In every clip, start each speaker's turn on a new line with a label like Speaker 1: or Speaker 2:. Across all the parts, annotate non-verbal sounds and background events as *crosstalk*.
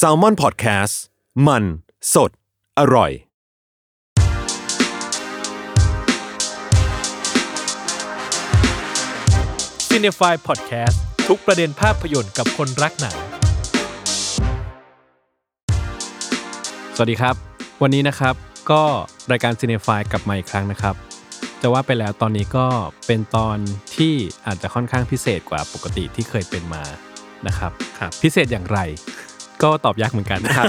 Speaker 1: s a l m o n PODCAST มัน สด อร่อย
Speaker 2: c i n e f y Podcast ทุกประเด็นภาพยนตร์กับคนรักหนัง สวัสดีครับ วันนี้นะครับก็รายการ c i n e f y กลับมาอีกครั้งนะครับ จะว่าไปแล้วตอนนี้ก็เป็นตอนที่อาจจะค่อนข้างพิเศษกว่าปกติที่เคยเป็นมานะครับ
Speaker 3: ครับ
Speaker 2: พิเศษอย่างไร ก็ตอบยากเหมือนกันครับ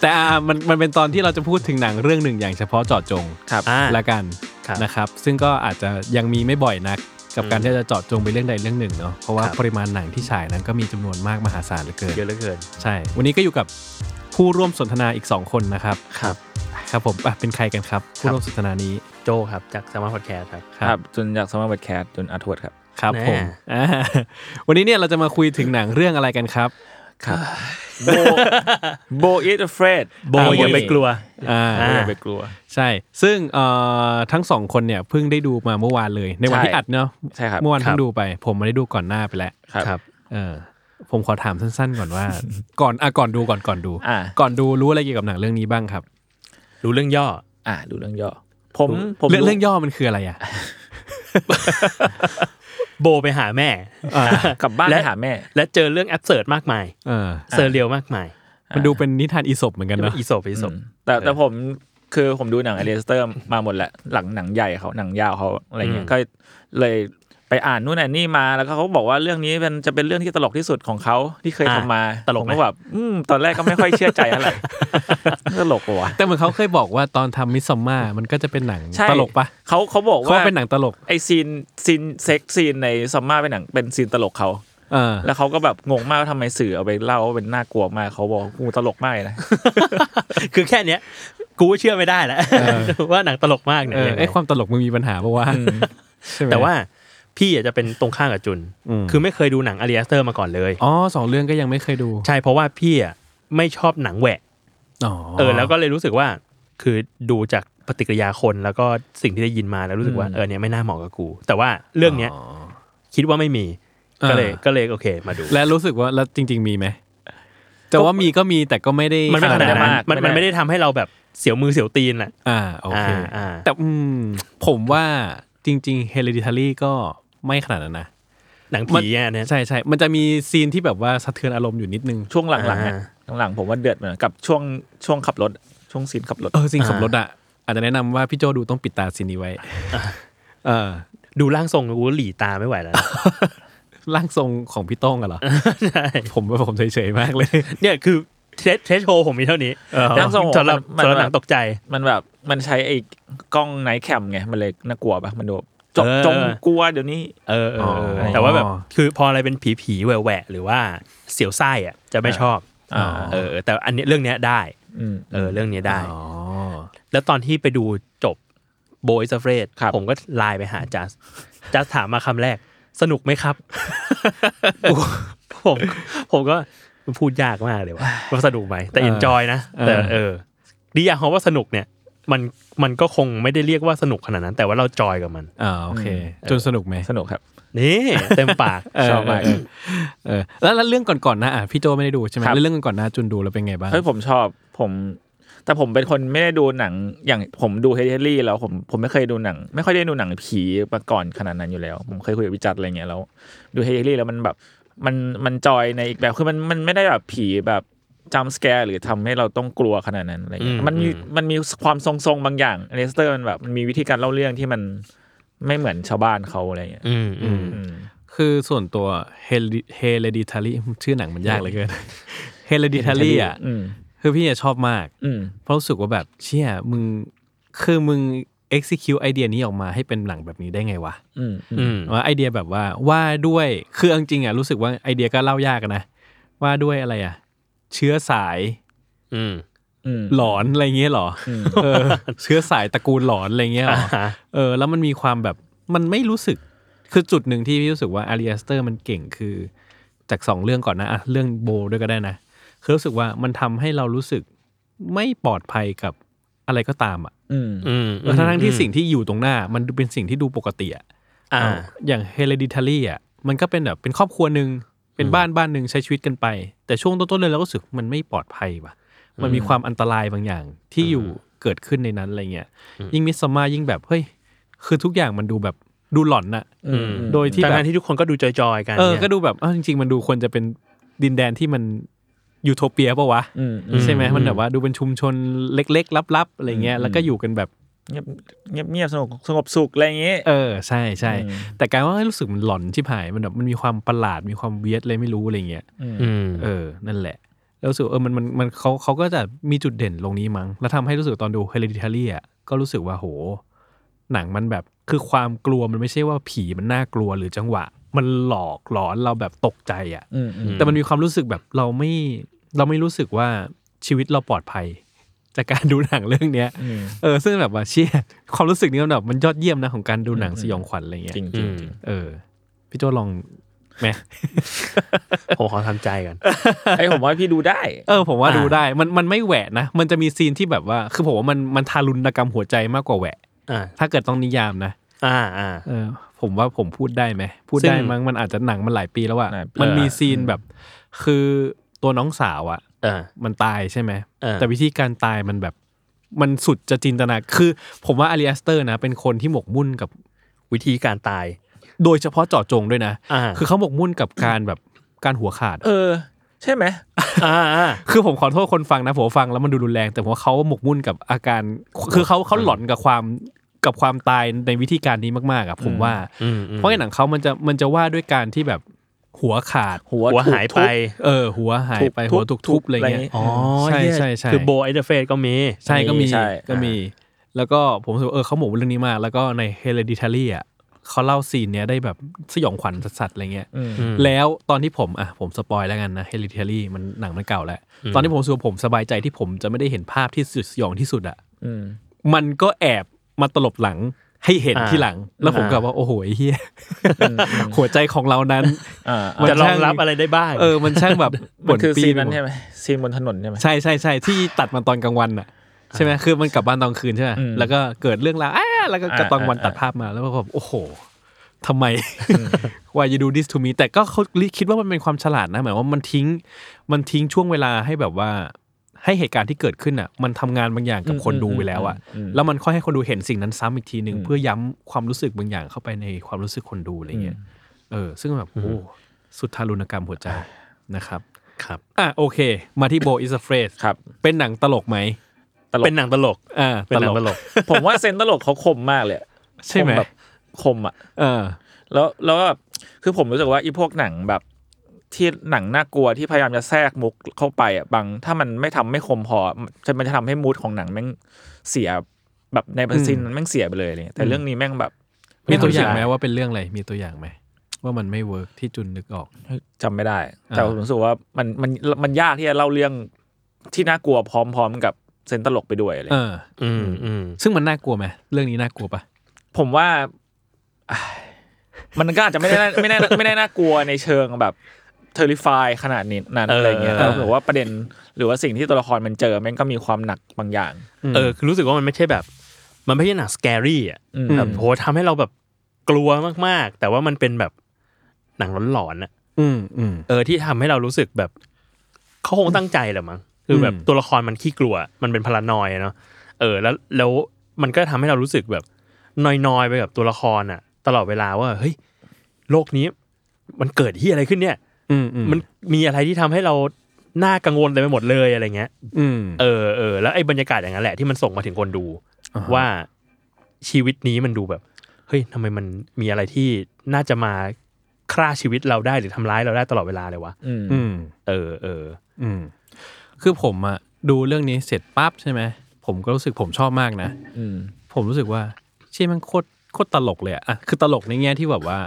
Speaker 2: แต่อ่ะมันมันเป็นตอนที่เราจะพูดถึงหนังเรื่องหนึ่งอย่างเฉพาะเจาะจง
Speaker 3: *laughs* ครับ
Speaker 2: ละกัน
Speaker 3: ครับ
Speaker 2: นะครับ ซึ่งก็อาจจะยังมีไม่บ่อยนัก กับการที่จะเจาะจงไปเรื่องใดเรื่องหนึ่งเนาะเพราะว่า
Speaker 3: ครับ
Speaker 2: ปริมาณหนังที่ฉายนั้นก็มีจำนวนมากมหาศาลเหลือเกิน
Speaker 3: เยอะเหลือเกิน
Speaker 2: ใช่ วันนี้ก็อยู่กับผู้ร่วมสนทนาอีก 2 คนนะครับ
Speaker 3: ครับ
Speaker 2: ครับผมอ่ะเป็นใครกันครับ ผู้ร่วมสนทนานี้
Speaker 3: โจครับ จากสมาร์ทพอดแคสต์ครับ
Speaker 4: ครับจนจากสมาร์ทแคสจนอาทวดครับ
Speaker 2: ครับ
Speaker 3: แน่
Speaker 2: ผมอ่า *laughs* วันนี้เนี่ยเราจะมาคุยถึงหนังเรื่องอะไรกันครับ
Speaker 4: ครับโบ *laughs* โบอิทเฟรด
Speaker 2: โบ
Speaker 3: อ่ะอย่าไปกลัว
Speaker 2: อ่า
Speaker 3: อ่า
Speaker 4: ไปกลัว
Speaker 2: ใช่ ซึ่งเอ่อทั้งสองคนเนี่ยเพิ่งได้ดูมาเมื่อวานเลย ในวัน
Speaker 4: ใช่
Speaker 2: ที่อัดเนาะ
Speaker 4: ใช่ครับ
Speaker 2: เมื่อวานเพิ่งดูไป ผมไม่ได้ดูก่อนหน้าไปแล้ว
Speaker 4: ครับ
Speaker 2: เออผมขอถามสั้นๆก่อน
Speaker 4: *laughs*
Speaker 2: ว่า ก่อนอ่ะก่อนดูก่อนก่อนดู
Speaker 4: อ่ะ
Speaker 2: ก่อนดูรู้อะไรเกี่ยวกับหนังเรื่องนี้บ้างครับ
Speaker 3: รู้เรื่องย่อ
Speaker 4: อ่าดูเรื่องย่อ ผมผม
Speaker 2: เรื่องเรื่องย่อมันคืออะไรอ่ะ
Speaker 3: โบไปหาแม่
Speaker 4: กลับบ้าน
Speaker 3: และ
Speaker 4: ไปหาแม่
Speaker 3: และเจอเรื่องแอปเสิร์ตมากมาย
Speaker 2: เออ
Speaker 3: เซอร์เรียลมากมาย
Speaker 2: มันดูเป็นนิทานอีสปเหมือนกันเนาะ
Speaker 3: อีโซปอีโซป
Speaker 4: แต่แต่ผมคือผมดูหนังอเลสเตอร์มาหมดแหละ หลังหนังใหญ่เขาหนังยาวเขาอะไรเงี้
Speaker 3: อื
Speaker 4: ย
Speaker 3: ม
Speaker 4: ก็เลยไปอ่านนู่นอ่านนี่มาแล้วก็เขาบอกว่าเรื่องนี้เป็นจะเป็นเรื่องที่ตลกที่สุดของเขาที่เคยทำมา
Speaker 3: ตลก
Speaker 4: ผม
Speaker 3: ไหม
Speaker 4: ก็แบบอืมตอนแรกก็ไม่ค่อยเชื่อใจเท่าไหร่ *laughs* ตลกว่ะ
Speaker 2: แต่เหมือนเขาเคยบอกว่าตอนทำมิสซอมมามันก็จะเป็นหนัง
Speaker 4: ใช่
Speaker 2: ตลกปะ
Speaker 4: เขาเขาบอก
Speaker 2: เขา
Speaker 4: ว่า
Speaker 2: ว่าเป็นหนังตลก
Speaker 4: ไอซีนซีนเซ็กซีนในซัมมาเป็นหนังเป็นซีนตลกเขา
Speaker 2: เออ
Speaker 4: แล้วเขาก็แบบงงมากว่าทำไมสื่อเอาไปเล่าว่าเป็นน่ากลัวมากเขาบอกกูตลกมากเลยนะ
Speaker 3: คือแค่เนี้ย กูก็เชื่อไม่ได้แล้ว *laughs* ว่าหนังตลกมากเนี่ย
Speaker 2: เออ
Speaker 3: ยังไง
Speaker 2: ไอความตลกมันมีปัญหาปะวะใช่ไหม
Speaker 3: แต่ว่าพี่อาจจะเป็นตรงข้างกับจุน คือไม่เคยดูหนังอเลียสเตอร์มาก่อนเลย
Speaker 2: อ๋อสองเรื่องก็ยังไม่เคยดู
Speaker 3: ใช่เพราะว่าพี่อ่ะไม่ชอบหนังแหวะ
Speaker 2: อ๋อ
Speaker 3: เออแล้วก็เลยรู้สึกว่าคือดูจากปฏิกิริยาคนแล้วก็สิ่งที่ได้ยินมาแล้วรู้สึกว่าเออเนี่ยไม่น่าเหมาะกับกู แต่ว่าเรื่องเนี้ยคิดว่าไม่มีก็เลยก็เลยโอเคมาดู
Speaker 2: และรู้สึกว่าแล้วจริง ๆ มีไหมแต่ว่ามีก็มีแต่ก็ไม่ได้
Speaker 3: มันไม่ขนาดนั้น
Speaker 4: มาก
Speaker 3: มัน
Speaker 4: ไม่ได้
Speaker 3: มันไม่ได้ทำให้เราแบบเสียวมือเสียวตีนอ่ะ
Speaker 2: อ่าโอเค
Speaker 3: าอ่า
Speaker 2: แต่อืมผมว่าจริง ๆ Hereditary ก็ไม่ขนาดนั้นนะ
Speaker 3: หนังผีอ่ะเนี่ย
Speaker 2: ใช่ใช่มันจะมีซีนที่แบบว่าสะเทือนอารมณ์อยู่นิดนึง
Speaker 4: ช่วงหลังๆเนี่ยหลังๆผมว่าเดือดเหมือนกับช่วงช่วงขับรถช่วงซีนขับรถ
Speaker 2: เออซีนขับ
Speaker 3: อ่า
Speaker 2: รถอ่ะ อาจจะแนะนำว่าพี่โจดูต้องปิดตาซีนนี้ไว้ เออ
Speaker 3: ดูร่างทรงกูหลีตาไม่ไหวแล้วนะ
Speaker 2: ร่างทรงของพี่โต้องอะเหรอ
Speaker 3: ใช่
Speaker 2: ผมว่าผมเฉยๆมากเลย
Speaker 3: เนี่ยคือเทสเทสโชว์ผมมีเท่านี้
Speaker 4: ร่างทรงผม
Speaker 3: สำหรับ
Speaker 4: มัน
Speaker 3: สำหรับ
Speaker 4: มั
Speaker 3: หนังตกใจ
Speaker 4: มันแบบมันใช้ไอ้กล้องไนท์แคมไงมันเลยน่ากลัวปะมันดูแบบจบ
Speaker 3: เออ
Speaker 4: จงกลัวเดี๋ยวนี้
Speaker 3: เออเออเออ
Speaker 4: อ
Speaker 3: แต่ว่าแบบคือพออะไรเป็นผีผีๆแหวะแหวะหรือว่าเสียวไส้อ่ะจะไม่ชอบ
Speaker 4: อ่า
Speaker 3: เออแต่อันเนี้ยเรื่องเนี้ยได้
Speaker 4: อืม
Speaker 3: เออเรื่องเนี้ยได้
Speaker 2: อ๋อ
Speaker 3: แล้วตอนที่ไปดูจบโบยสเฟรด
Speaker 4: ครับ
Speaker 3: ผมก็ไลน์ไปหาจัสจัสถามมาคำแรก สนุกไหมครับ
Speaker 2: *laughs*
Speaker 3: ผมผมก็มันพูดยากมากเลย
Speaker 2: *sighs*
Speaker 3: ว่าว่าสนุกไหมแต่
Speaker 2: เออ
Speaker 3: เอนจอยนะแต่
Speaker 2: เออ
Speaker 3: เออดีอย่างของว่าสนุกเนี่ย มันมันก็คงไม่ได้เรียกว่าสนุกขนาดนั้น แต่ว่าเราจอยกับมัน
Speaker 2: อ่าโอเค จนสนุกไหม
Speaker 4: สนุกครับ
Speaker 3: นี่เต็มปาก
Speaker 4: ชอบมาก
Speaker 2: เเออแล้วแล้วเรื่องก่อนๆหนะอ่ะพี่โจไม่ได้ดูใช่ไหม
Speaker 4: ครับ
Speaker 2: แล้วเรื่องก่อนๆหนะจุนดูแล้วเป็นไงบ้าง
Speaker 4: เฮ้ยผมชอบผม แต่ผมเป็นคนไม่ได้ดูหนังอย่างผมดูเฮเทลี่แล้วผมผมไม่เคยดูหนัง ไม่ค่อยได้ดูหนังผีมาก่อนขนาดนั้นอยู่แล้ว ผมเคยคุยกับวิจัดอะไรเงี้ยแล้ว ดูเฮเทลี่แล้วมันแบบมันมันจอยในอีกแบบคือมันมันไม่ได้แบบผีแบบจำสแกร์หรือทำให้เราต้องกลัวขนาดนั้นอะไรเงี้ยมันมีมันมีความทรงๆบางอย่างเลสเตอร์มันแบบมันมีวิธีการเล่าเรื่องที่มันไม่เหมือนชาวบ้านเขาอะไรเงี้ย
Speaker 3: อืมอืม
Speaker 4: อืม
Speaker 2: คือส่วนตัว Heli- Hereditary ชื่อหนังมันยากเหลือเกิน Hereditary อ่ะ
Speaker 4: อืม
Speaker 2: คือพี่อะชอบมาก
Speaker 4: อืม
Speaker 2: เพราะรู้สึกว่าแบบเชี่ยมึงคือมึง execute ไอเดียนี้ออกมาให้เป็นหนังแบบนี้ได้ไงวะ
Speaker 4: อืมอืม
Speaker 3: อืม
Speaker 2: ว่าไอเดียแบบว่าว่าด้วยคือเอาจริงๆอ่ะรู้สึกว่าไอเดียก็เล่ายากอะนะว่าด้วยอะไรอ่ะ เชื้อสาย
Speaker 3: อืม
Speaker 4: อืม
Speaker 2: หลอนอะไรเงี้ยเหรออ
Speaker 4: ม
Speaker 2: เออเชื้อสายตระกูลหลอนอะไรเงี้ยเหร
Speaker 3: อ่า
Speaker 2: อ
Speaker 3: ฮะ
Speaker 2: เออแล้วมันมีความแบบมันไม่รู้สึกคือจุดหนึ่งที่พี่รู้สึกว่าอาริอสเตอร์มันเก่งคือจากสองเรื่องก่อนนะอ่ะเรื่องโบด้วยก็ได้นะคือรู้สึกว่ามันทำให้เรารู้สึกไม่ปลอดภัยกับอะไรก็ตามอ่ะ
Speaker 4: อืม
Speaker 3: อืม
Speaker 2: แล้วทั้งๆที่สิ่งที่อยู่ตรงหน้า มันดูเป็นสิ่งที่ดูปกติอ่ะ
Speaker 3: อ่า
Speaker 2: อย่าง hereditary อ่ะมันก็เป็นแบบเป็นครอบครัวหนึ่งเป็นบ้านบ้านหนึ่งใช้ชีวิตกันไป แต่ช่วงต้นๆเลยเราก็รู้สึกมันไม่ปลอดภัยว่ะ มันมีความอันตรายบางอย่างที่อยู่เกิดขึ้นในนั้นอะไรเงี้ยยิ่งมิสซัมมายิ่งแบบเฮ้ยคือทุกอย่างมันดูแบบดูหลอนน่ะ
Speaker 4: อืม
Speaker 2: โดยที่
Speaker 3: แต่
Speaker 2: แบบ
Speaker 3: นั้นที่ทุกคนก็ดูจอยๆกัน
Speaker 2: เออ
Speaker 3: นี่ย
Speaker 2: ก็ดูแบบเอ้าจริง ๆ มันดูควรจะเป็นดินแดนที่มันยูโทเปียปะวะ
Speaker 4: อืม
Speaker 2: ใช่ไหม
Speaker 3: อืม
Speaker 2: มันแบบว่าดูเป็นชุมชนเล็ก ๆ ลับๆอะไรเงี้ยแล้วก็อยู่กันแบบ
Speaker 4: เงียบเงียบเงียบสงบสงบสุขอะไรอย่างเงี้ย
Speaker 2: เออใช่ใช่
Speaker 4: อืม
Speaker 2: แต่กลารว่าเอ้ยรู้สึกมันหลอนชิบหายมันแบบมันมีความประหลาดมีความเวียดเลยไม่รู้อะไรเงี้ย
Speaker 3: อืม
Speaker 2: เออนั่นแหละ แล้วรู้สึกเออมันมันมันเขาเขาก็จะมีจุดเด่นลงนี้มั้ง แล้วทำให้รู้สึกตอนดู hereditary อ่ะก็รู้สึกว่าโห หนังมันแบบคือความกลัวมันไม่ใช่ว่าผีมันน่ากลัวหรือจังหวะ มันหลอกหลอนเราแบบตกใจอ่ะ
Speaker 4: อืมอืม
Speaker 2: แต่มันมีความรู้สึกแบบเราไม่เราไม่รู้สึกว่าชีวิตเราปลอดภัย จากการดูหนังเรื่องเนี้ย
Speaker 4: อืม
Speaker 2: เออซึ่งแบบว่าเชี่ยความรู้สึกนี้มันแบบมันยอดเยี่ยมนะของการดูหนังสยองขวัญอะไรเงี้ย
Speaker 4: จริงจ
Speaker 3: อื
Speaker 4: ริง
Speaker 3: ม
Speaker 4: จริง
Speaker 2: เออ พี่โจลองไหม
Speaker 3: ผมขอทำใจก่อน
Speaker 4: ไอ้ผมว่าพี่ดูได้
Speaker 2: เออผมว่า
Speaker 3: อ่า
Speaker 2: ดูได้มันมันไม่แหวะนะ มันจะมีซีนที่แบบว่า คือผมว่ามันมันทารุณกรรมหัวใจมากกว่าแหวะ
Speaker 3: อ่า
Speaker 2: ถ้าเกิดต้องนิยามนะ
Speaker 3: อ่าอ่า
Speaker 2: เออ ผมว่าผมพูดได้ไหมพูด
Speaker 3: ซึ่ง
Speaker 2: ได้มั้งมันอาจจะหนังมันหลายปีแล้วอะ
Speaker 4: หลายปี
Speaker 2: มันมีซีนแบบ คือตัวน้องสาวอะ
Speaker 3: อ่า
Speaker 2: มันตายใช่ไหม
Speaker 3: เออ
Speaker 2: แต่วิธีการตายมันแบบมันสุดจะจินตนา คือ ผมว่าอาริอสเตอร์นะ เป็นคนที่หมกมุ่นกับ
Speaker 3: วิธีการตาย
Speaker 2: โดยเฉพาะเจาะจงด้วยนะ
Speaker 3: อ่า
Speaker 2: คือเขาหมกมุ่นกับการแบบการหัวขาดอะ
Speaker 4: เออ ใช่ไหม
Speaker 3: อ่าอ่า
Speaker 2: คือผมขอโทษคนฟังนะผมฟังแล้วมันดูรุนแรง แต่ผมว่าเขาหมกมุ่นกับอาการ คือเขาเขาหลอนกับความกับความตายในวิธีการนี้มากๆอะผมว่า
Speaker 3: อืมอืม
Speaker 2: เพราะในหนังเขามันจะมันจะว่าด้วยการที่แบบหัวขาด
Speaker 4: หัว
Speaker 3: หัว
Speaker 4: ถูก
Speaker 3: หาย
Speaker 4: ทุ
Speaker 3: ไป
Speaker 4: บ
Speaker 2: เออ หัวหายไป
Speaker 4: ทุบ
Speaker 2: หัวถูกทุบอะไร
Speaker 4: อะไรเงี้
Speaker 2: เงี้
Speaker 4: ย
Speaker 2: ย
Speaker 3: อ๋อ
Speaker 2: ใช่
Speaker 3: เหี้ย
Speaker 2: ใช่ใช่
Speaker 3: คือโบไอเดอร์เฟสก็มี
Speaker 2: ใช่ก็มี
Speaker 4: ใช่
Speaker 2: ก็มี แล้วก็ผมรู้สึกว่าเออเขาหมกมุ่นเรื่องนี้มาก แล้วก็ใน Hereditary อ่ะเขาเล่าซีนเนี้ยได้แบบสยองขวัญสัสๆอะไรเงี้ย
Speaker 4: อืม
Speaker 3: ม
Speaker 2: แล้วตอนที่ผมอ่ะผมสปอยแล้วกันนะ Hereditary มันหนังมันเก่าแล้ว ตอนที่ผมรู้สูผมสบายใจที่ผมจะไม่ได้เห็นภาพที่สุดสยองที่สุดอ่ะ
Speaker 4: อืม
Speaker 2: มันก็แอบมาตลบหลังให้เห็น
Speaker 3: อ่า
Speaker 2: ที่หลัง แล้วผมก็ว่าโอ้โหไอ้เฮียหัวใจของเรานั้น
Speaker 4: อ่า
Speaker 2: มัน
Speaker 3: จะรองรับอะไรได้บ้าง
Speaker 2: เออมันช่างแบบ
Speaker 4: มันคือ
Speaker 2: ปี
Speaker 4: ซีน
Speaker 2: ไป
Speaker 4: นั้
Speaker 2: ม
Speaker 4: น
Speaker 2: ด
Speaker 4: ใช่ไหมซีนบนถนนใช่ไหม
Speaker 2: ใช่ใช่ใช่ที่ตัดมาตอนกลางวันอ่ะใช่ไหมคือมันกลับบ้านตอนคืนใช่ไหม
Speaker 4: อืม
Speaker 2: แล้วก็เกิดเรื่องราวอ้าแล้วก็กระ
Speaker 4: อ่า
Speaker 2: ตอนวัน
Speaker 4: อ่า
Speaker 2: ตัดภาพมาแล้วก็แบบโอ้โหทำไม *laughs* ว่าจะดูดิสทูมีแต่ก็เขาคิดว่ามันเป็นความฉลาดนะหมายว่ามันทิ้ง มันทิ้งช่วงเวลาให้แบบว่า ให้เหตุการณ์ที่เกิดขึ้นอ่ะ มันทำงานบางอย่างกับคนดูไปแล้วอ่ะแล้วมันค่อยให้คนดูเห็นสิ่งนั้นซ้ำอีกทีหนึ่งเพื่อย้ำความรู้สึกบางอย่างเข้าไปในความรู้สึกคนดูอะไรเงี้ยเออ ซึ่งแบบโอ้สุดทารุณกรรมหัวใจนะครับ
Speaker 3: ครับ
Speaker 2: อ่ะโอเค มาที่โบอิสเฟรส
Speaker 4: ครับ
Speaker 2: เป็นหนังตลกไหม
Speaker 4: ตลก
Speaker 3: เป็นหนังตลก
Speaker 2: อ่า
Speaker 3: เป็นหนังตลก
Speaker 4: ผมว่าเซนส์ตลกเขาคมมากเลยอะ
Speaker 2: ใช่ไหม
Speaker 4: คแบบคมอ่ะ
Speaker 2: เออ
Speaker 4: แล้วแล้วก็คือผมรู้สึกว่าไอีพวกหนังแบบที่หนังน่ากลัวที่พยายามจะแทรกมุกเข้าไปอ่ะบางถ้ามันไม่ทำไม่คมพอจะมันจะทำให้มูดของหนังแม่งเสียแบบในประสินแม่งเสียไปเลยอะไรเลยแต่เรื่องนี้แม่งแบบ
Speaker 2: มีตัวอย่างไหม
Speaker 4: รู้สึก
Speaker 2: ว่าเป็นเรื่องอะไร มีตัวอย่างไหมว่ามันไม่เวิร์กที่จุนนึกออก
Speaker 4: จำไม่ได้ แต่
Speaker 2: อ่า
Speaker 4: ผมรู้สึกว่ามันมันมันยากที่จะเล่าเรื่องที่น่ากลัวพร้อม ๆ กับเซนส์ตลกไปด้วยอะไร
Speaker 2: เอ
Speaker 4: เงี้ย
Speaker 2: อ
Speaker 3: อืมอืม
Speaker 2: ซึ่งมันน่ากลัวไหมเรื่องนี้น่ากลัวปะ
Speaker 4: ผมว่า *sighs* อ่ะมันก็อาจจะไม่ได้น่าไม่ได้ไม่ได้น่ากลัวในเชิงแบบ เทอริฟายขนาดนี้นั้นอะไรเงี้ยแต่ผมรู้สึกว่าประเด็นหรือว่าสิ่งที่ตัวละครมันเจอแม่งก็มีความหนักบางอย่าง
Speaker 3: เออคือรู้สึกว่ามันไม่ใช่แบบ มันไม่ใช่หนังสแกรี่อ่ะ
Speaker 4: อืม
Speaker 3: แบบโหทำให้เราแบบกลัวมากๆ แต่ว่ามันเป็นแบบหนังหลอนๆอ่ะ
Speaker 2: อืมอืม
Speaker 3: เออที่ทำให้เรารู้สึกแบบเขาคงตั้งใจแหละมั้งคือแบบ
Speaker 2: อืม
Speaker 3: ตัวละครมันขี้กลัว มันเป็นพลานอยด์อะเนาะเออ แล้วแล้วมันก็ทำให้เรารู้สึกแบบนอยๆไปกับตัวละครอ่ะ ตลอดเวลาว่าเฮ้ยโลกนี้ มันเกิดที่อะไรขึ้นเนี่ย
Speaker 2: อืมอืม
Speaker 3: มันมีอะไรที่ทำให้เราน่ากังวลเต็มไปหมดเลยอะไรเงี้ย
Speaker 2: อืม
Speaker 3: เออเออแล้วไอ้บรรยากาศอย่างนั้นแหละที่มันส่งมาถึงคนดู ว่าชีวิตนี้มันดูแบบเฮ้ยทำไมมันมีอะไรที่น่าจะมาฆ่าชีวิตเราได้หรือทำร้ายเราได้ตลอดเวลาเลยวะ
Speaker 4: อืม
Speaker 2: อืม
Speaker 3: เออเออ
Speaker 2: อืมคือผมอะดูเรื่องนี้เสร็จปั๊บใช่ไหมผมก็รู้สึกผมชอบมากนะ
Speaker 4: อืม
Speaker 2: ผมรู้สึกว่า เชี่ยมันโคตรโคตรตลกเลยอะอะคือตลกในแง่ที่แบบว่า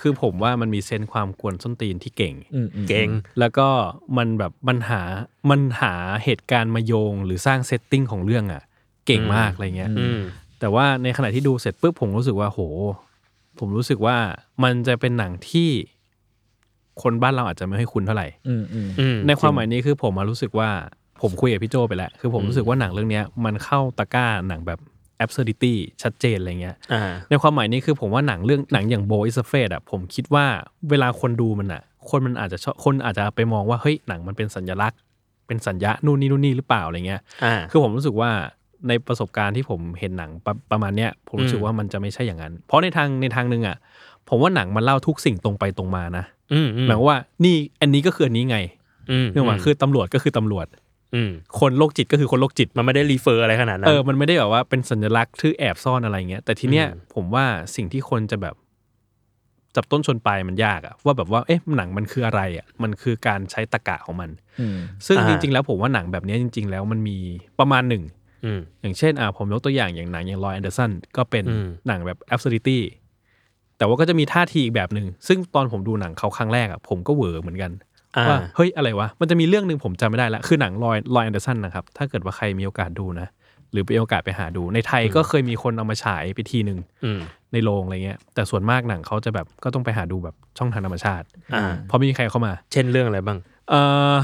Speaker 2: คือผมว่ามันมีเซนส์ความกวนส้นตีนที่เก่ง
Speaker 4: อืมอืม
Speaker 3: เก่ง
Speaker 2: แล้วก็มันแบบมันหามันหาเหตุการณ์มาโยงหรือสร้างเซตติ้งของเรื่องอะเก่งมากอะไรเงี้ย
Speaker 3: อืม
Speaker 2: แต่ว่าในขณะที่ดูเสร็จปุ๊บผมรู้สึกว่าโห ผมรู้สึกว่ามันจะเป็นหนังที่คนบ้านเราอาจจะไม่ให้คุณเท่าไหร่
Speaker 4: อืมอืม
Speaker 3: อืม
Speaker 2: ในความหมายนี้คือผมมารู้สึกว่าผมคุยกับพี่โจไปแล้ว คือผมรู้สึกว่าหนังเรื่องเนี้ยมันเข้าตะกร้าหนังแบบ absurdity ชัดเจนอะไรเงี้ย
Speaker 3: อ่า
Speaker 2: ในความหมายนี้คือผมว่าหนังเรื่องหนังอย่างโบอิสเฟดอะผมคิดว่าเวลาคนดูมันอะคนมันอาจจะชอบคนอาจจะไปมองว่าเฮ้ยหนังมันเป็นสัญลักษณ์ เป็นสัญญานู่นนี่นู่นนี่หรือเปล่าอะไรเงี้ย
Speaker 3: อ่า
Speaker 2: คือผมรู้สึกว่าในประสบการณ์ที่ผมเห็นหนังประประมาณเนี้ยผมรู้สึก
Speaker 3: อืม
Speaker 2: ว่ามันจะไม่ใช่อย่างนั้น เพราะในทางในทางหนึ่งอ่ะผมว่าหนังมันเล่าทุกสิ่งตรงไปตรงมานะ
Speaker 3: อืมอืม
Speaker 2: หมายความว่านี่อันนี้ก็คืออันนี้ไง
Speaker 3: อืม
Speaker 2: เนื่องมาคือตำรวจก็คือตำรวจ
Speaker 3: อืม
Speaker 2: คนโรคจิตก็คือคนโรคจิต
Speaker 3: มันไม่ได้รีเฟอร์อะไรขนาดนั้น
Speaker 2: เออ มันไม่ได้แบบว่าเป็นสัญลักษณ์ที่แอบซ่อนอะไรเงี้ย แต่ทีเนี้ย
Speaker 3: อืม
Speaker 2: ผมว่าสิ่งที่คนจะแบบจับต้นชนปลายมันยากอะว่าแบบว่าเอ๊ะหนังมันคืออะไรอะมันคือการใช้ตะกะของมัน
Speaker 4: อืม
Speaker 2: ซึ่งจริงๆ แล้วผมว่าหนังแบบเนี้ยจริง ๆ แล้วมันมีประมาณหนึ่ง
Speaker 3: อืม
Speaker 2: อย่างเช่นอ่าผมยกตัวอย่างอย่างหนังอย่างลอยแอนเดอร์สันก็เป็น
Speaker 3: อืม
Speaker 2: หนังแบบ absurdity แต่ว่าก็จะมีท่าทีอีกแบบหนึ่งซึ่งตอนผมดูหนังเขาครั้งแรกอ่ะผมก็เหวอเหมือนกัน
Speaker 3: อ่า
Speaker 2: ว่าเฮ้ยอะไรวะ มันจะมีเรื่องหนึ่งผมจำไม่ได้ละ คือหนังลอยลอยแอนเดอร์สันนะครับ ถ้าเกิดว่าใครมีโอกาสดูนะ หรือไปโอกาสไปหาดู ในไทยก็เคยมีคนเอามาฉายไปทีหนึ่ง
Speaker 3: อืม
Speaker 2: ในโรงอะไรเงี้ย แต่ส่วนมากหนังเขาจะแบบก็ต้องไปหาดูแบบช่องทางธรรมชาติ
Speaker 3: อ่า
Speaker 2: เพราะไม่มีใครเข้ามา
Speaker 3: เช่นเรื่องอะไรบ้าง
Speaker 2: เออ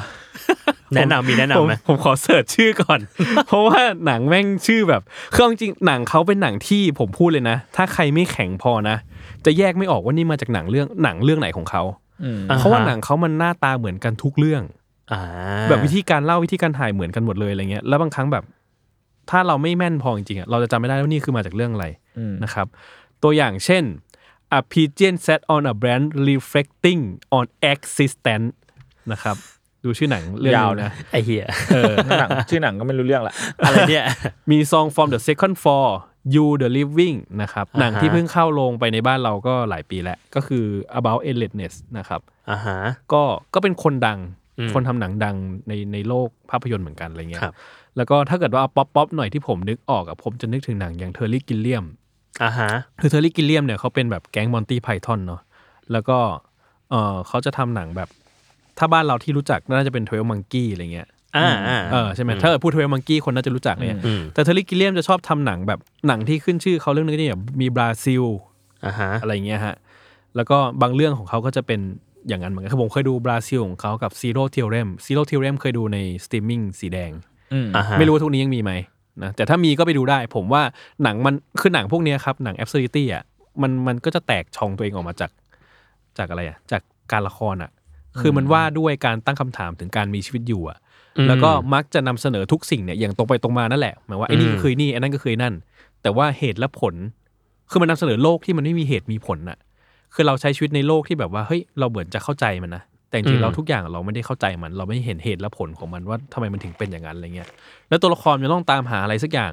Speaker 3: แนะนำมีแนะนำไหม
Speaker 2: ผมผมขอเสิร์ชชื่อก่อน *laughs* เพราะว่าหนังแม่งชื่อแบบคือเอาจริงๆหนังเขาเป็นหนังที่ผมพูดเลยนะ ถ้าใครไม่แข็งพอนะ จะแยกไม่ออกว่านี่มาจากหนังเรื่องหนังเรื่องไหนของเขา
Speaker 4: อืม
Speaker 3: อ่าฮะ
Speaker 2: เพราะว่าหนังเขามันหน้าตาเหมือนกันทุกเรื่อง
Speaker 3: อ่า
Speaker 2: แบบวิธีการเล่าวิธีการถ่ายเหมือนกันหมดเลยอะไรเงี้ยแล้วบางครั้งแบบ ถ้าเราไม่แม่นพอจริงๆอะเราจะจำไม่ได้ว่านี่คือมาจากเรื่องอะไร
Speaker 4: อืม
Speaker 2: นะครับ ตัวอย่างเช่น a pigeon set on a branch reflecting on existence นะครับดูชื่อหนังเรื่องนี้นะ
Speaker 3: ไอเหี้ย
Speaker 4: หนังชื่อหนังก็ไม่รู้เรื่องละ
Speaker 3: อะไรเนี่ย
Speaker 2: มีซอง from the second floor you the living นะครับ
Speaker 3: อ่าฮะ
Speaker 2: หนังที่เพิ่งเข้าโรงไปในบ้านเราก็หลายปีแล้ว ก็คือ about endlessness นะครับ
Speaker 3: อ่าฮะ
Speaker 2: ก็ก็เป็นคนดัง
Speaker 3: อืม
Speaker 2: คนทำหนังดังในในโลกภาพยนตร์เหมือนกันอะไรเงี้ย
Speaker 3: ครับ
Speaker 2: แล้วก็ถ้าเกิดว่าป๊อปป๊อปหน่อยที่ผมนึกออกอะผมจะนึกถึงหนังอย่างเทอร์รี่กิลเลียม
Speaker 3: อ่าฮะ
Speaker 2: คือเทอร์รี่กิลเลียมเนี่ยเขาเป็นแบบแก๊งมอนตี้ไพทอนเนาะแล้วก็เออเขาจะทำหนังแบบ ถ้าบ้านเราที่รู้จักน่าจะเป็นทเวลมังกี้อะไรเงี้ย
Speaker 3: อ่าอ่า
Speaker 2: เออใช่ไหมถ้าเกิดพูดทเวลมังกี้คนน่าจะรู้จักเนี่ย
Speaker 3: อืม
Speaker 2: แต่เทอร์รี่กิลเลียมจะชอบทำหนังแบบหนังที่ขึ้นชื่อเขาเรื่องนึงก็จะแบบมีบราซิล
Speaker 3: อ่าฮะ
Speaker 2: *laughs* อะไรอย่างเงี้ยฮะ แล้วก็บางเรื่องของเขาก็จะเป็นอย่างนั้นเหมือนกันคือผมเคยดูบราซิลของเขากับซีโร่เท r เรมซีโร่เท r เรมเคยดูในสตรีมมิ่งสีแดง
Speaker 4: อืม
Speaker 3: อ่าฮะ
Speaker 2: ไม่รู้ว่าทุกนี้ยังมีไหมนะแต่ถ้ามีก็ไปดูได้ ผมว่าหนังมันคือหนังพวกเนี้ยครับ หนังแอ s ซ r d ิตี้อ่ะมันมันก็จะแตกช่องตัวเองออกมาจากจากอะไรอ่ะจากการละครอ่ะ คือมันว่าด้วยการตั้งคำถามถึงการมีชีวิตอยู่อ่ะ แล้วก็มักจะนำเสนอทุกสิ่งเนี่ยอย่างตรงไปตรงมานั่นแหละหมายว่าไอ้นี่ก็คือนี่ไอ้นั่นก็คือนั่น แต่ว่าเหตุและผล คือมันนำเสนอโลกที่มันไม่มีเหตุมีผลน่ะ คือเราใช้ชีวิตในโลกที่แบบว่าเฮ้ยเราเหมือนจะเข้าใจมันนะแต่จริงๆเราทุกอย่างเราไม่ได้เข้าใจมัน เราไม่เห็นเหตุและผลของมันว่าทำไมมันถึงเป็นอย่างนั้นอะไรเงี้ยแล้วตัวละครจะต้องตามหาอะไรสักอย่าง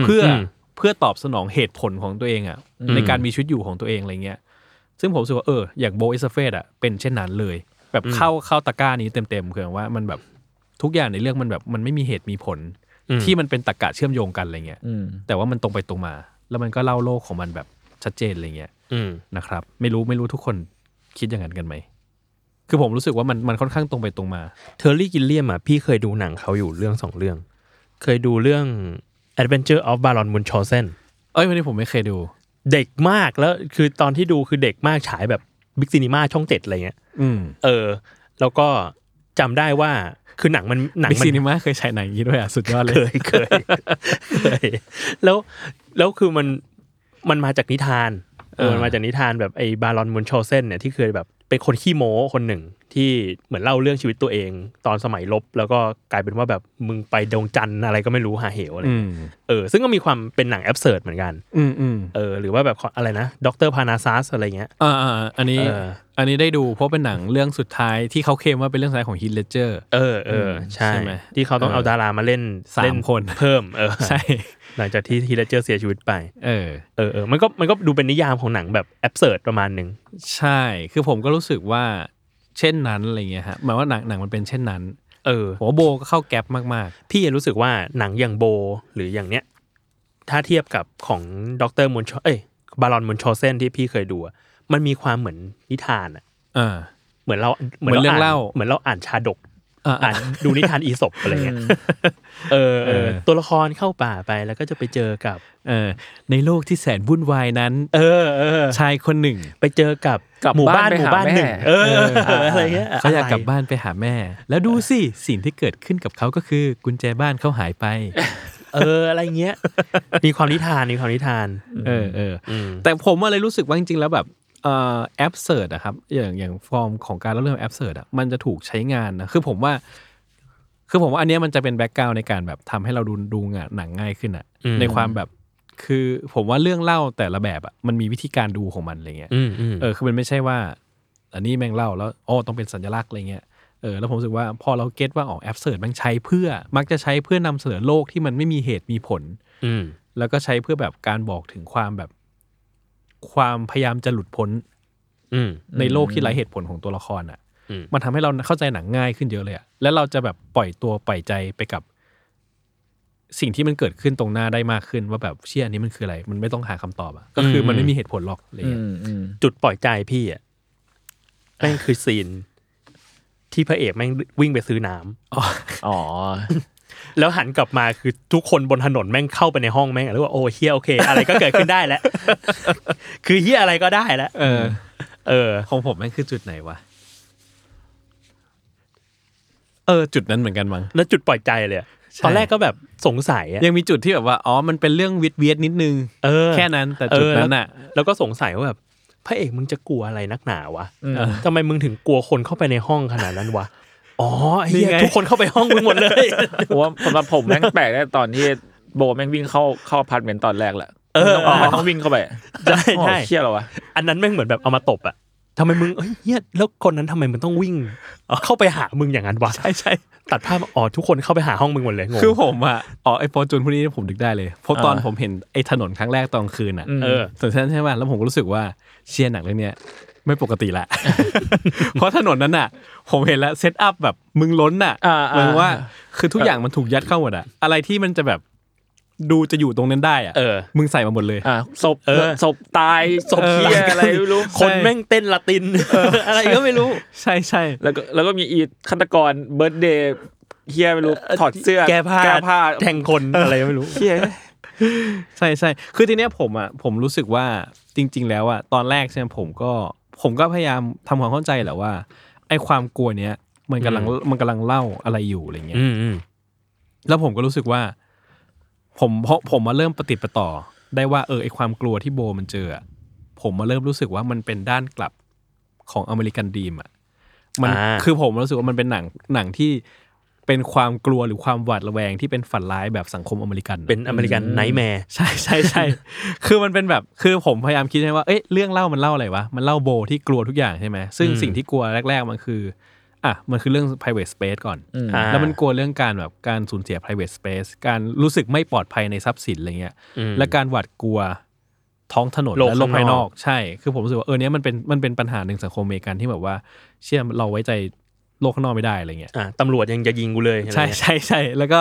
Speaker 3: ม
Speaker 2: เพื่ออ
Speaker 3: ม
Speaker 2: เพื่อตอบสนองเหตุผลของตัวเองอะในการมีชีวิตอยู่ของตัวเองอะไรเงี้ย ซึ่งผมรู้สึกว่าเอออย่างโบอิสเฟตอะเป็นเช่นนั้นเลย แบบเข้าเข้าตะกร้านี้เต็มๆคือว่ามันแบบทุกอย่างในเรื่องมันแบบมันไม่มีเหตุมีผล
Speaker 3: อืม
Speaker 2: ที่มันเป็นตะกะเชื่อมโยงกันอะไรเงี้ย
Speaker 4: อืม
Speaker 2: แต่ว่ามันตรงไปตรงมา แล้วมันก็เล่าโลกของมันแบบชัดเจนอะไรเงี้ย
Speaker 3: อืม
Speaker 2: นะครับ ไม่รู้ไม่รู้ทุกคนคิดอย่างนั้นกันไหมคือผมรู้สึกว่ามันมันค่อนข้างตรงไปตรงมา
Speaker 3: เทอร์รี่กิลเลียมอ่ะพี่เคยดูหนังเขาอยู่เรื่องสองเรื่อง เคยดูเรื่อง Adventure of Baron Munchausen
Speaker 2: เอ้ยวันนี้ผมไม่เคยดู
Speaker 3: เด็กมากแล้วคือตอนที่ดูคือเด็กมากฉายแบบบิ๊กซีนีมาช่องเจ็ดอะไรเงี้ย
Speaker 2: อืม
Speaker 3: เออ แล้วก็จำได้ว่าคือหนังมันหนัง
Speaker 2: บิ๊ก
Speaker 3: มั
Speaker 2: ซี
Speaker 3: น
Speaker 2: นีมาเคยฉายหนังอย่างนี้ด้วยอ่ะสุดยอดเลย
Speaker 3: เคยเคยเคย แล้วแล้วคือมันมันมาจากนิทานเออ
Speaker 2: อ่ามั
Speaker 3: มันมาจากนิทานแบบไอ้บารอนมุนโชเซนเนี่ยที่เคยแบบเป็นคนขี้โม้คนหนึ่งที่เหมือนเล่าเรื่องชีวิตตัวเอง ตอนสมัยลบ แล้วก็กลายเป็นว่าแบบมึงไปดงจันทร์อะไรก็ไม่รู้หาเหวอะไร
Speaker 2: อืม
Speaker 3: เออซึ่งก็มีความเป็นหนังแอบเสิร์ดเหมือนกัน
Speaker 2: อืมอืม
Speaker 3: เออหรือว่าแบบอะไรนะด็อกเตอร์พานาซัสอะไรเงี้ย
Speaker 2: อ่าอ่าอันนี้
Speaker 3: เออ
Speaker 2: อันนี้ได้ดูเพราะเป็นหนังเรื่องสุดท้ายที่เขาเคลมว่าเป็นเรื่องสุดท้ายของฮิตเลเจอร์
Speaker 3: เออเออใช่
Speaker 2: ใช่ไหม
Speaker 3: ที่เขาต้องเอาดารามาเล่น
Speaker 2: สาม
Speaker 3: เล่
Speaker 2: คน
Speaker 3: เพิ่มเออ
Speaker 2: ใช่
Speaker 3: หลังจากที่ทีเลเจอร์เสียชีวิตไป
Speaker 2: เออ
Speaker 3: เออเออมันก็มันก็ดูเป็นนิยามของหนังแบบแอบเสิร์ประมาณหนึ่ง
Speaker 2: ใช่ คือผมก็รู้สึกว่าเช่นนั้นอะไรเงี้ยฮะหมายว่าหนังหนังมันเป็นเช่นนั้น
Speaker 3: เออ
Speaker 2: ผมว่าโบก็เข้าแก๊ปมาก
Speaker 3: พี่รู้สึกว่าหนังอย่างโบ หรืออย่างเนี้ย ถ้าเทียบกับของดรมอนชอเอ้ยบารอนมอนชอเซนที่พี่เคยดูอะมันมีความเหมือนนิทานอะ
Speaker 2: อ่า
Speaker 3: เหมือนเรา
Speaker 2: เหมือนเรื่องเล่า
Speaker 3: เหมือนเราอ่านชาดก
Speaker 2: อ่า
Speaker 3: อ่านดูนิทานอีส *laughs* ปอะไรเงี้ยเออเออ ตัวละครเข้าป่าไปแล้วก็จะไปเจอกับ
Speaker 2: เออในโลกที่แสนวุ่นวายนั้น
Speaker 3: เออเออ
Speaker 2: ชายคนหนึ่ง
Speaker 3: ไปเจอกับ
Speaker 4: กลับ
Speaker 3: หมู่บ้า
Speaker 4: บ้านนไป
Speaker 3: หมู่
Speaker 4: หา
Speaker 3: บ้าน
Speaker 4: แม่
Speaker 3: หนึ่งเออเอออะไรเงี้ย
Speaker 2: เขาอยากกลับ
Speaker 3: ะไร
Speaker 2: บ้านไปหาแม่ แล้วดูสิสิ่งที่เกิดขึ้นกับเขาก็คือกุญแจบ้านเขาหายไป
Speaker 3: เอออะไรเงี้ย มีความนิทานมีความนิทาน
Speaker 2: เออเอออ
Speaker 3: ม
Speaker 2: แต่ผมอะไรรู้สึกว่าจริงๆแล้วแบบเอ่อแอปเสิร์ชอะครับอย่างอย่างฟอร์มของการเล่าเรื่องแอปเสิร์ชอะมันจะถูกใช้งานนะคือผมว่า คือผมว่าอันเนี้ยมันจะเป็นแบ็กกราวในการแบบทำให้เราดูดูงานหนังง่ายขึ้นอะ
Speaker 3: อืม
Speaker 2: ในความแบบคือผมว่าเรื่องเล่าแต่ละแบบอะมันมีวิธีการดูของมันอะไรเงี้ย
Speaker 3: อืมอืม
Speaker 2: เออคือมันไม่ใช่ว่า อันนี้แม่งเล่าแล้วอ๋อต้องเป็นสัญลักษณ์อะไรเงี้ยเออแล้วผมรู้สึกว่าพอเราเก็ตว่าออกแอปเสิร์ชมันใช้เพื่อ มักจะใช้เพื่อนำเสนอโลกที่มันไม่มีเหตุมีผล
Speaker 3: อืม
Speaker 2: แล้วก็ใช้เพื่อแบบการบอกถึงความแบบ ความพยายามจะหลุดพ้น
Speaker 3: อืม
Speaker 2: ในโลกที่ไร้เหตุผลของตัวละครอ่ะ
Speaker 3: อืม
Speaker 2: มันทำให้เราเข้าใจหนังง่ายขึ้นเยอะเลยอะแล้วเราจะแบบปล่อยตัวปล่อยใจไปกับ สิ่งที่มันเกิดขึ้นตรงหน้าได้มากขึ้น ว่าแบบเชี่ยอันนี้มันคืออะไร มันไม่ต้องหาคำตอบอะก็คือมันไม่มีเหตุผลหรอกอะไร
Speaker 4: อื
Speaker 2: เงี้ย
Speaker 4: มอืม
Speaker 3: จุดปล่อยใจพี่อ่ะแม่งคือซีน ที่พระเอกแม่งวิ่งไปซื้อน้ำ
Speaker 2: อ๋อ
Speaker 4: อ๋อ
Speaker 3: แล้วหันกลับมาคือทุกคนบนถนนแม่งเข้าไปในห้องแม่งแล้วว่าโอ้เฮียโอเค อะไรก็เกิดขึ้นได้แล้ว คือเฮียอะไรก็ได้แล้ว
Speaker 2: เออ
Speaker 3: เออ
Speaker 2: ของผมแม่งคือจุดไหนวะ เออ จุดนั้นเหมือนกันมั้ง
Speaker 3: แล้วจุดปล่อยใจเลยอะ
Speaker 2: ใช่
Speaker 3: ตอนแรกก็แบบสงสัยอะ
Speaker 2: ยังมีจุดที่แบบว่า อ๋อ มันเป็นเรื่องวิดเวียดนิดนึง
Speaker 3: เออ
Speaker 2: แค่นั้น แต่จุดนั้นอ่ะ
Speaker 3: เแล้วแล้วก็สงสัยว่าแบบพระเอกมึงจะกลัวอะไรนักหนาวะ
Speaker 4: อืม
Speaker 3: ทำไมมึงถึงกลัวคนเข้าไปในห้องขนาดนั้นวะ อ๋อไอ้เฮี
Speaker 2: นี่
Speaker 3: ย
Speaker 2: ไง
Speaker 3: ทุกคนเข้าไปห้องมึงหมดเลย *laughs*
Speaker 4: ผมว่าสำหรับผมแม่งแปลกได้ตอนที่โบแม่งวิ่งเข้าเข้าอพาร์ทเมนต์ตอนแรกแหละ
Speaker 3: เออ
Speaker 4: ต้องมันต้องวิ่งเข้าไป
Speaker 3: ใช่
Speaker 4: โอ้
Speaker 3: ใช่
Speaker 4: เชี่ยเหรอวะ
Speaker 3: อันนั้นแม่งเหมือนแบบเอามาตบอะทำไมมึงเอ้ยเฮียแล้วคนนั้นทำไมมึงต้องวิ่งเข้าไปหามึงอย่างนั้นวะใช่ใช่ตัดภาพมาอ๋อทุกคนเข้าไปหาห้องมึงหมดเลยงง
Speaker 2: คือผมอ่ะ อ๋อ ไอ้ฟอร์จูนพวกนี้ผมดึกได้เลย เพราะตอน
Speaker 4: อ่า
Speaker 2: ผมเห็นไอ้ถนนครั้งแรกตอนกลางคืนอ่ะ
Speaker 3: เออ
Speaker 2: ส่วนท่านใช่ไหมแล้วผมก็รู้สึกว่าเชียร์หนังเรื่องเนี้ยไม่ปกติละ เพราะถนนนั้นอ่ะ ผมเห็นแล้วเซตอัพแบบมึงล้นอ่ะ
Speaker 4: อ่าอ่า
Speaker 2: เหมือนว่า คือทุกอย่างมันถูกยัดเข้าหมดอ่ะ อะไรที่มันจะแบบดูจะอยู่ตรงนั้นได้อ่ะ
Speaker 3: เออ
Speaker 2: มึงใส่มาหมดเลย
Speaker 4: อ่ะศพ
Speaker 3: เออ
Speaker 4: ศพตายศพเชี่ยอะไรไม่รู้
Speaker 3: คนแม่งเต้นละติน *laughs* อะไรก็ไม่รู้
Speaker 2: ใช่ใช่
Speaker 4: แล้วก็แล้วก็มีอีฆาตกรเบิร์ดเดย์เฮียไม่รู้ถอดเสื้อ
Speaker 3: แก้ผ้า
Speaker 4: แก้ผ้า
Speaker 3: แทงคนอะไรก็ไม่รู้
Speaker 4: เฮีย
Speaker 2: ใช่ใช่ คือทีเนี้ยผมอ่ะผมรู้สึกว่าจริง ๆ แล้วอ่ะตอนแรกใช่ไหมผมก็ผมก็พยายามทำความเข้าใจแหละว่าไอ้ความกลัวเนี้ยมันกำลัง
Speaker 3: อืม
Speaker 2: มันกำลังเล่าอะไรอยู่อะไรเงี้ย
Speaker 3: อืมอืม
Speaker 2: แล้วผมก็รู้สึกว่า ผมเพราะผมมาเริ่มปฏิดประต่อ ได้ว่าเออไอความกลัวที่โบมันเจออะผมมาเริ่มรู้สึกว่ามันเป็นด้านกลับของอเมริกันดีมอ่ะมัน
Speaker 3: อ่า
Speaker 2: คือผมรู้สึกว่ามันเป็นหนังหนังที่เป็นความกลัวหรือความหวาดระแวงที่เป็นฝันร้ายแบบสังคมอเมริกันอะ
Speaker 3: เป็นอเมริกันไนท์แมร์
Speaker 2: ใช่ *laughs* ใช่ใช่ คือมันเป็นแบบคือผมพยายามคิดใช่ไหมว่าเอ๊ะเรื่องเล่ามันเล่าอะไรวะ มันเล่าโบที่กลัวทุกอย่างใช่ไหมซึ่ง
Speaker 3: อืม
Speaker 2: สิ่งที่กลัวแรก ๆ มันคืออ่ะมันคือเรื่อง private space ก่อน
Speaker 3: อ่า
Speaker 2: แล้วมันกลัวเรื่องการแบบการสูญเสีย private space การรู้สึกไม่ปลอดภัยในทรัพย์สินอะไรเงี้ย
Speaker 3: อืม
Speaker 2: และการหวาดกลัวท้องถนน
Speaker 3: โลก
Speaker 2: และโลก
Speaker 3: ข้า
Speaker 2: ภาง ย
Speaker 3: น
Speaker 2: น
Speaker 3: อ
Speaker 2: อก กใช่ คือผมรู้สึกว่าเออเนี้ยมันเป็นมันเป็นปัญหาหนึ่งสังคมอเมริกันที่แบบว่าเชื่อเราไว้ใจโลกข้างนอกไม่ได้อะไรเงี้ย
Speaker 3: อ่าตำรวจยังจะยิงกูเลยอะไร
Speaker 2: ใช่
Speaker 3: เงี้ย
Speaker 2: ใช่ใช่แล้วก็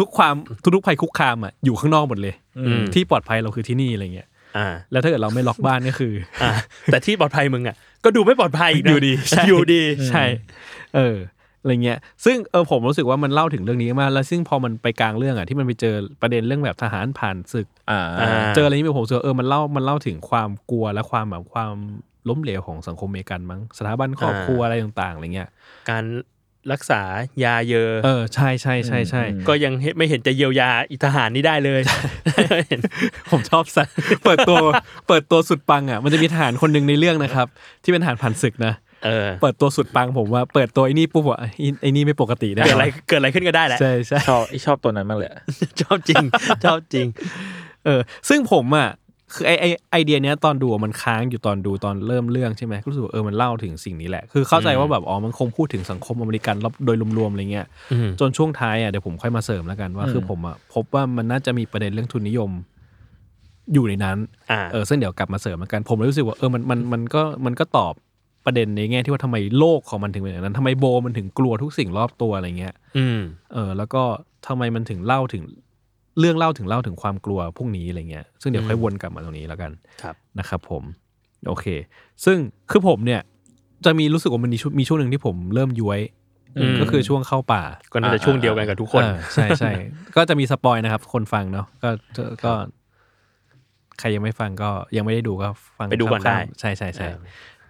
Speaker 2: ทุกๆความทุกๆภัยคุกคามอ่ะอยู่ข้างนอกหมดเลย
Speaker 3: อืม
Speaker 2: ที่ปลอดภัยเราคือที่นี่อะไรเงี้ย
Speaker 3: อ่า
Speaker 2: แล้วถ้าเกิดเราไม่ล็อกบ้านก็คือ
Speaker 3: อ่าแต่ที่ปลอดภัยมึงอ่ะก็ดูไม่ปลอดภัยกนะ
Speaker 2: อยู่ดีใช่
Speaker 3: อยู่ดี
Speaker 2: ใช่ เอออะไรเงี้ยซึ่งเออผมรู้สึกว่ามันเล่าถึงเรื่องนี้มากแล้วซึ่งพอมันไปกลางเรื่องอ่ะที่มันไปเจอประเด็นเรื่องแบบทหารผ่านศึก
Speaker 4: อ่า
Speaker 3: า
Speaker 2: เจออะไรนี้ผมรู้สึกว่าเออมันเล่ามันเล่าถึงความกลัวและความแบบความล้มเหลวของสังคมอเมริกันมั้งสถาบันครอบครัวอะไรต่างๆอะไรเงี้ย
Speaker 3: การรักษายาเยอะ
Speaker 2: เออใช่ใช่ใช่ใช่
Speaker 3: ก็ยังเห็นไม่เห็นจะเยียวยาอิทหารนี่ได้เลยเห็น
Speaker 2: *laughs* ผมชอบสัตว์ *laughs* เปิดตัว เปิดตัวสุดปังอ่ะ มันจะมีทหารคนหนึ่งในเรื่องนะครับ ที่เป็นทหารผ่านศึกนะ
Speaker 3: เออ
Speaker 2: เปิดตัวสุดปังผมว่า เปิดตัวไอ้นี่ปุ๊บว่าไอ้ไอ้นี่ไม่ปกติแน่
Speaker 3: เกิด
Speaker 2: น
Speaker 3: อะ
Speaker 2: อ *laughs*
Speaker 3: ไร
Speaker 2: น
Speaker 3: เกิดอะไรขึ้นก็ได้แหละ
Speaker 2: ใช่ใช่
Speaker 4: ชอบไอ้ชอบตัวนั้นมากเลยอะ
Speaker 3: ชอบจ
Speaker 2: *laughs*
Speaker 3: ริงชอบจริง
Speaker 2: เออ ซึ่งผมอ่ะ คือไอไอไอเดียเนี้ยตอนดูอะมันค้างอยู่ตอนดูตอนเริ่มเรื่องใช่ไหมก็รู้สึกว่าเออมันเล่าถึงสิ่งนี้แหละ คือเข้าใจว่าแบบอ๋อมันคงพูดถึงสังคมอเมริกันรอบโดยรวมๆอะไรเงี้ย
Speaker 3: อืม
Speaker 2: จนช่วงท้ายอ่ะเดี๋ยวผมค่อยมาเสริมแล้วกันว่า คือผมอ่ะพบว่ามันน่าจะมีประเด็นเรื่องทุนนิยม อยู่ในนั้น
Speaker 3: อ่า
Speaker 2: เออซึ่งเดี๋ยวกลับมาเสริมแล้วกัน ผมเลยรู้สึกว่าเออมันมันมันก็มันก็ตอบประเด็นในแง่ที่ว่าทำไมโลกของมันถึงเป็นอย่างนั้นทำไมโบมันถึงกลัวทุกสิ่งรอบตัวอะไรเงี้ย
Speaker 3: อืม
Speaker 2: เออแล้วก็ทำไมมันถึงเล่าถึง เรื่องเล่าถึงเล่าถึงความกลัวพวกนี้อะไรเงี้ยซึ่งเดี๋ยวค่อยวนกลับมาตรงนี้แล้วกัน
Speaker 3: ครับ
Speaker 2: นะครับผมโอเค ซึ่งคือผมเนี่ยจะมีรู้สึกว่ามันมีช่วงมีช่วงหนึ่งที่ผมเริ่มย้วย
Speaker 4: อืม
Speaker 2: ก็คือช่วงเข้าป่า
Speaker 3: ก็น่าจะช่วงเดียวกันกับทุกคน
Speaker 2: เออใช่ *laughs* ใช่ ก็จะมีสปอยนะครับ คนฟังเนาะก็ก็ก็ ใครยังไม่ฟังก็ยังไม่ได้ดูก็ฟัง
Speaker 3: ไปดูก่อน
Speaker 2: ค
Speaker 3: ได้
Speaker 2: ร่าวๆใช่ใช่ใช่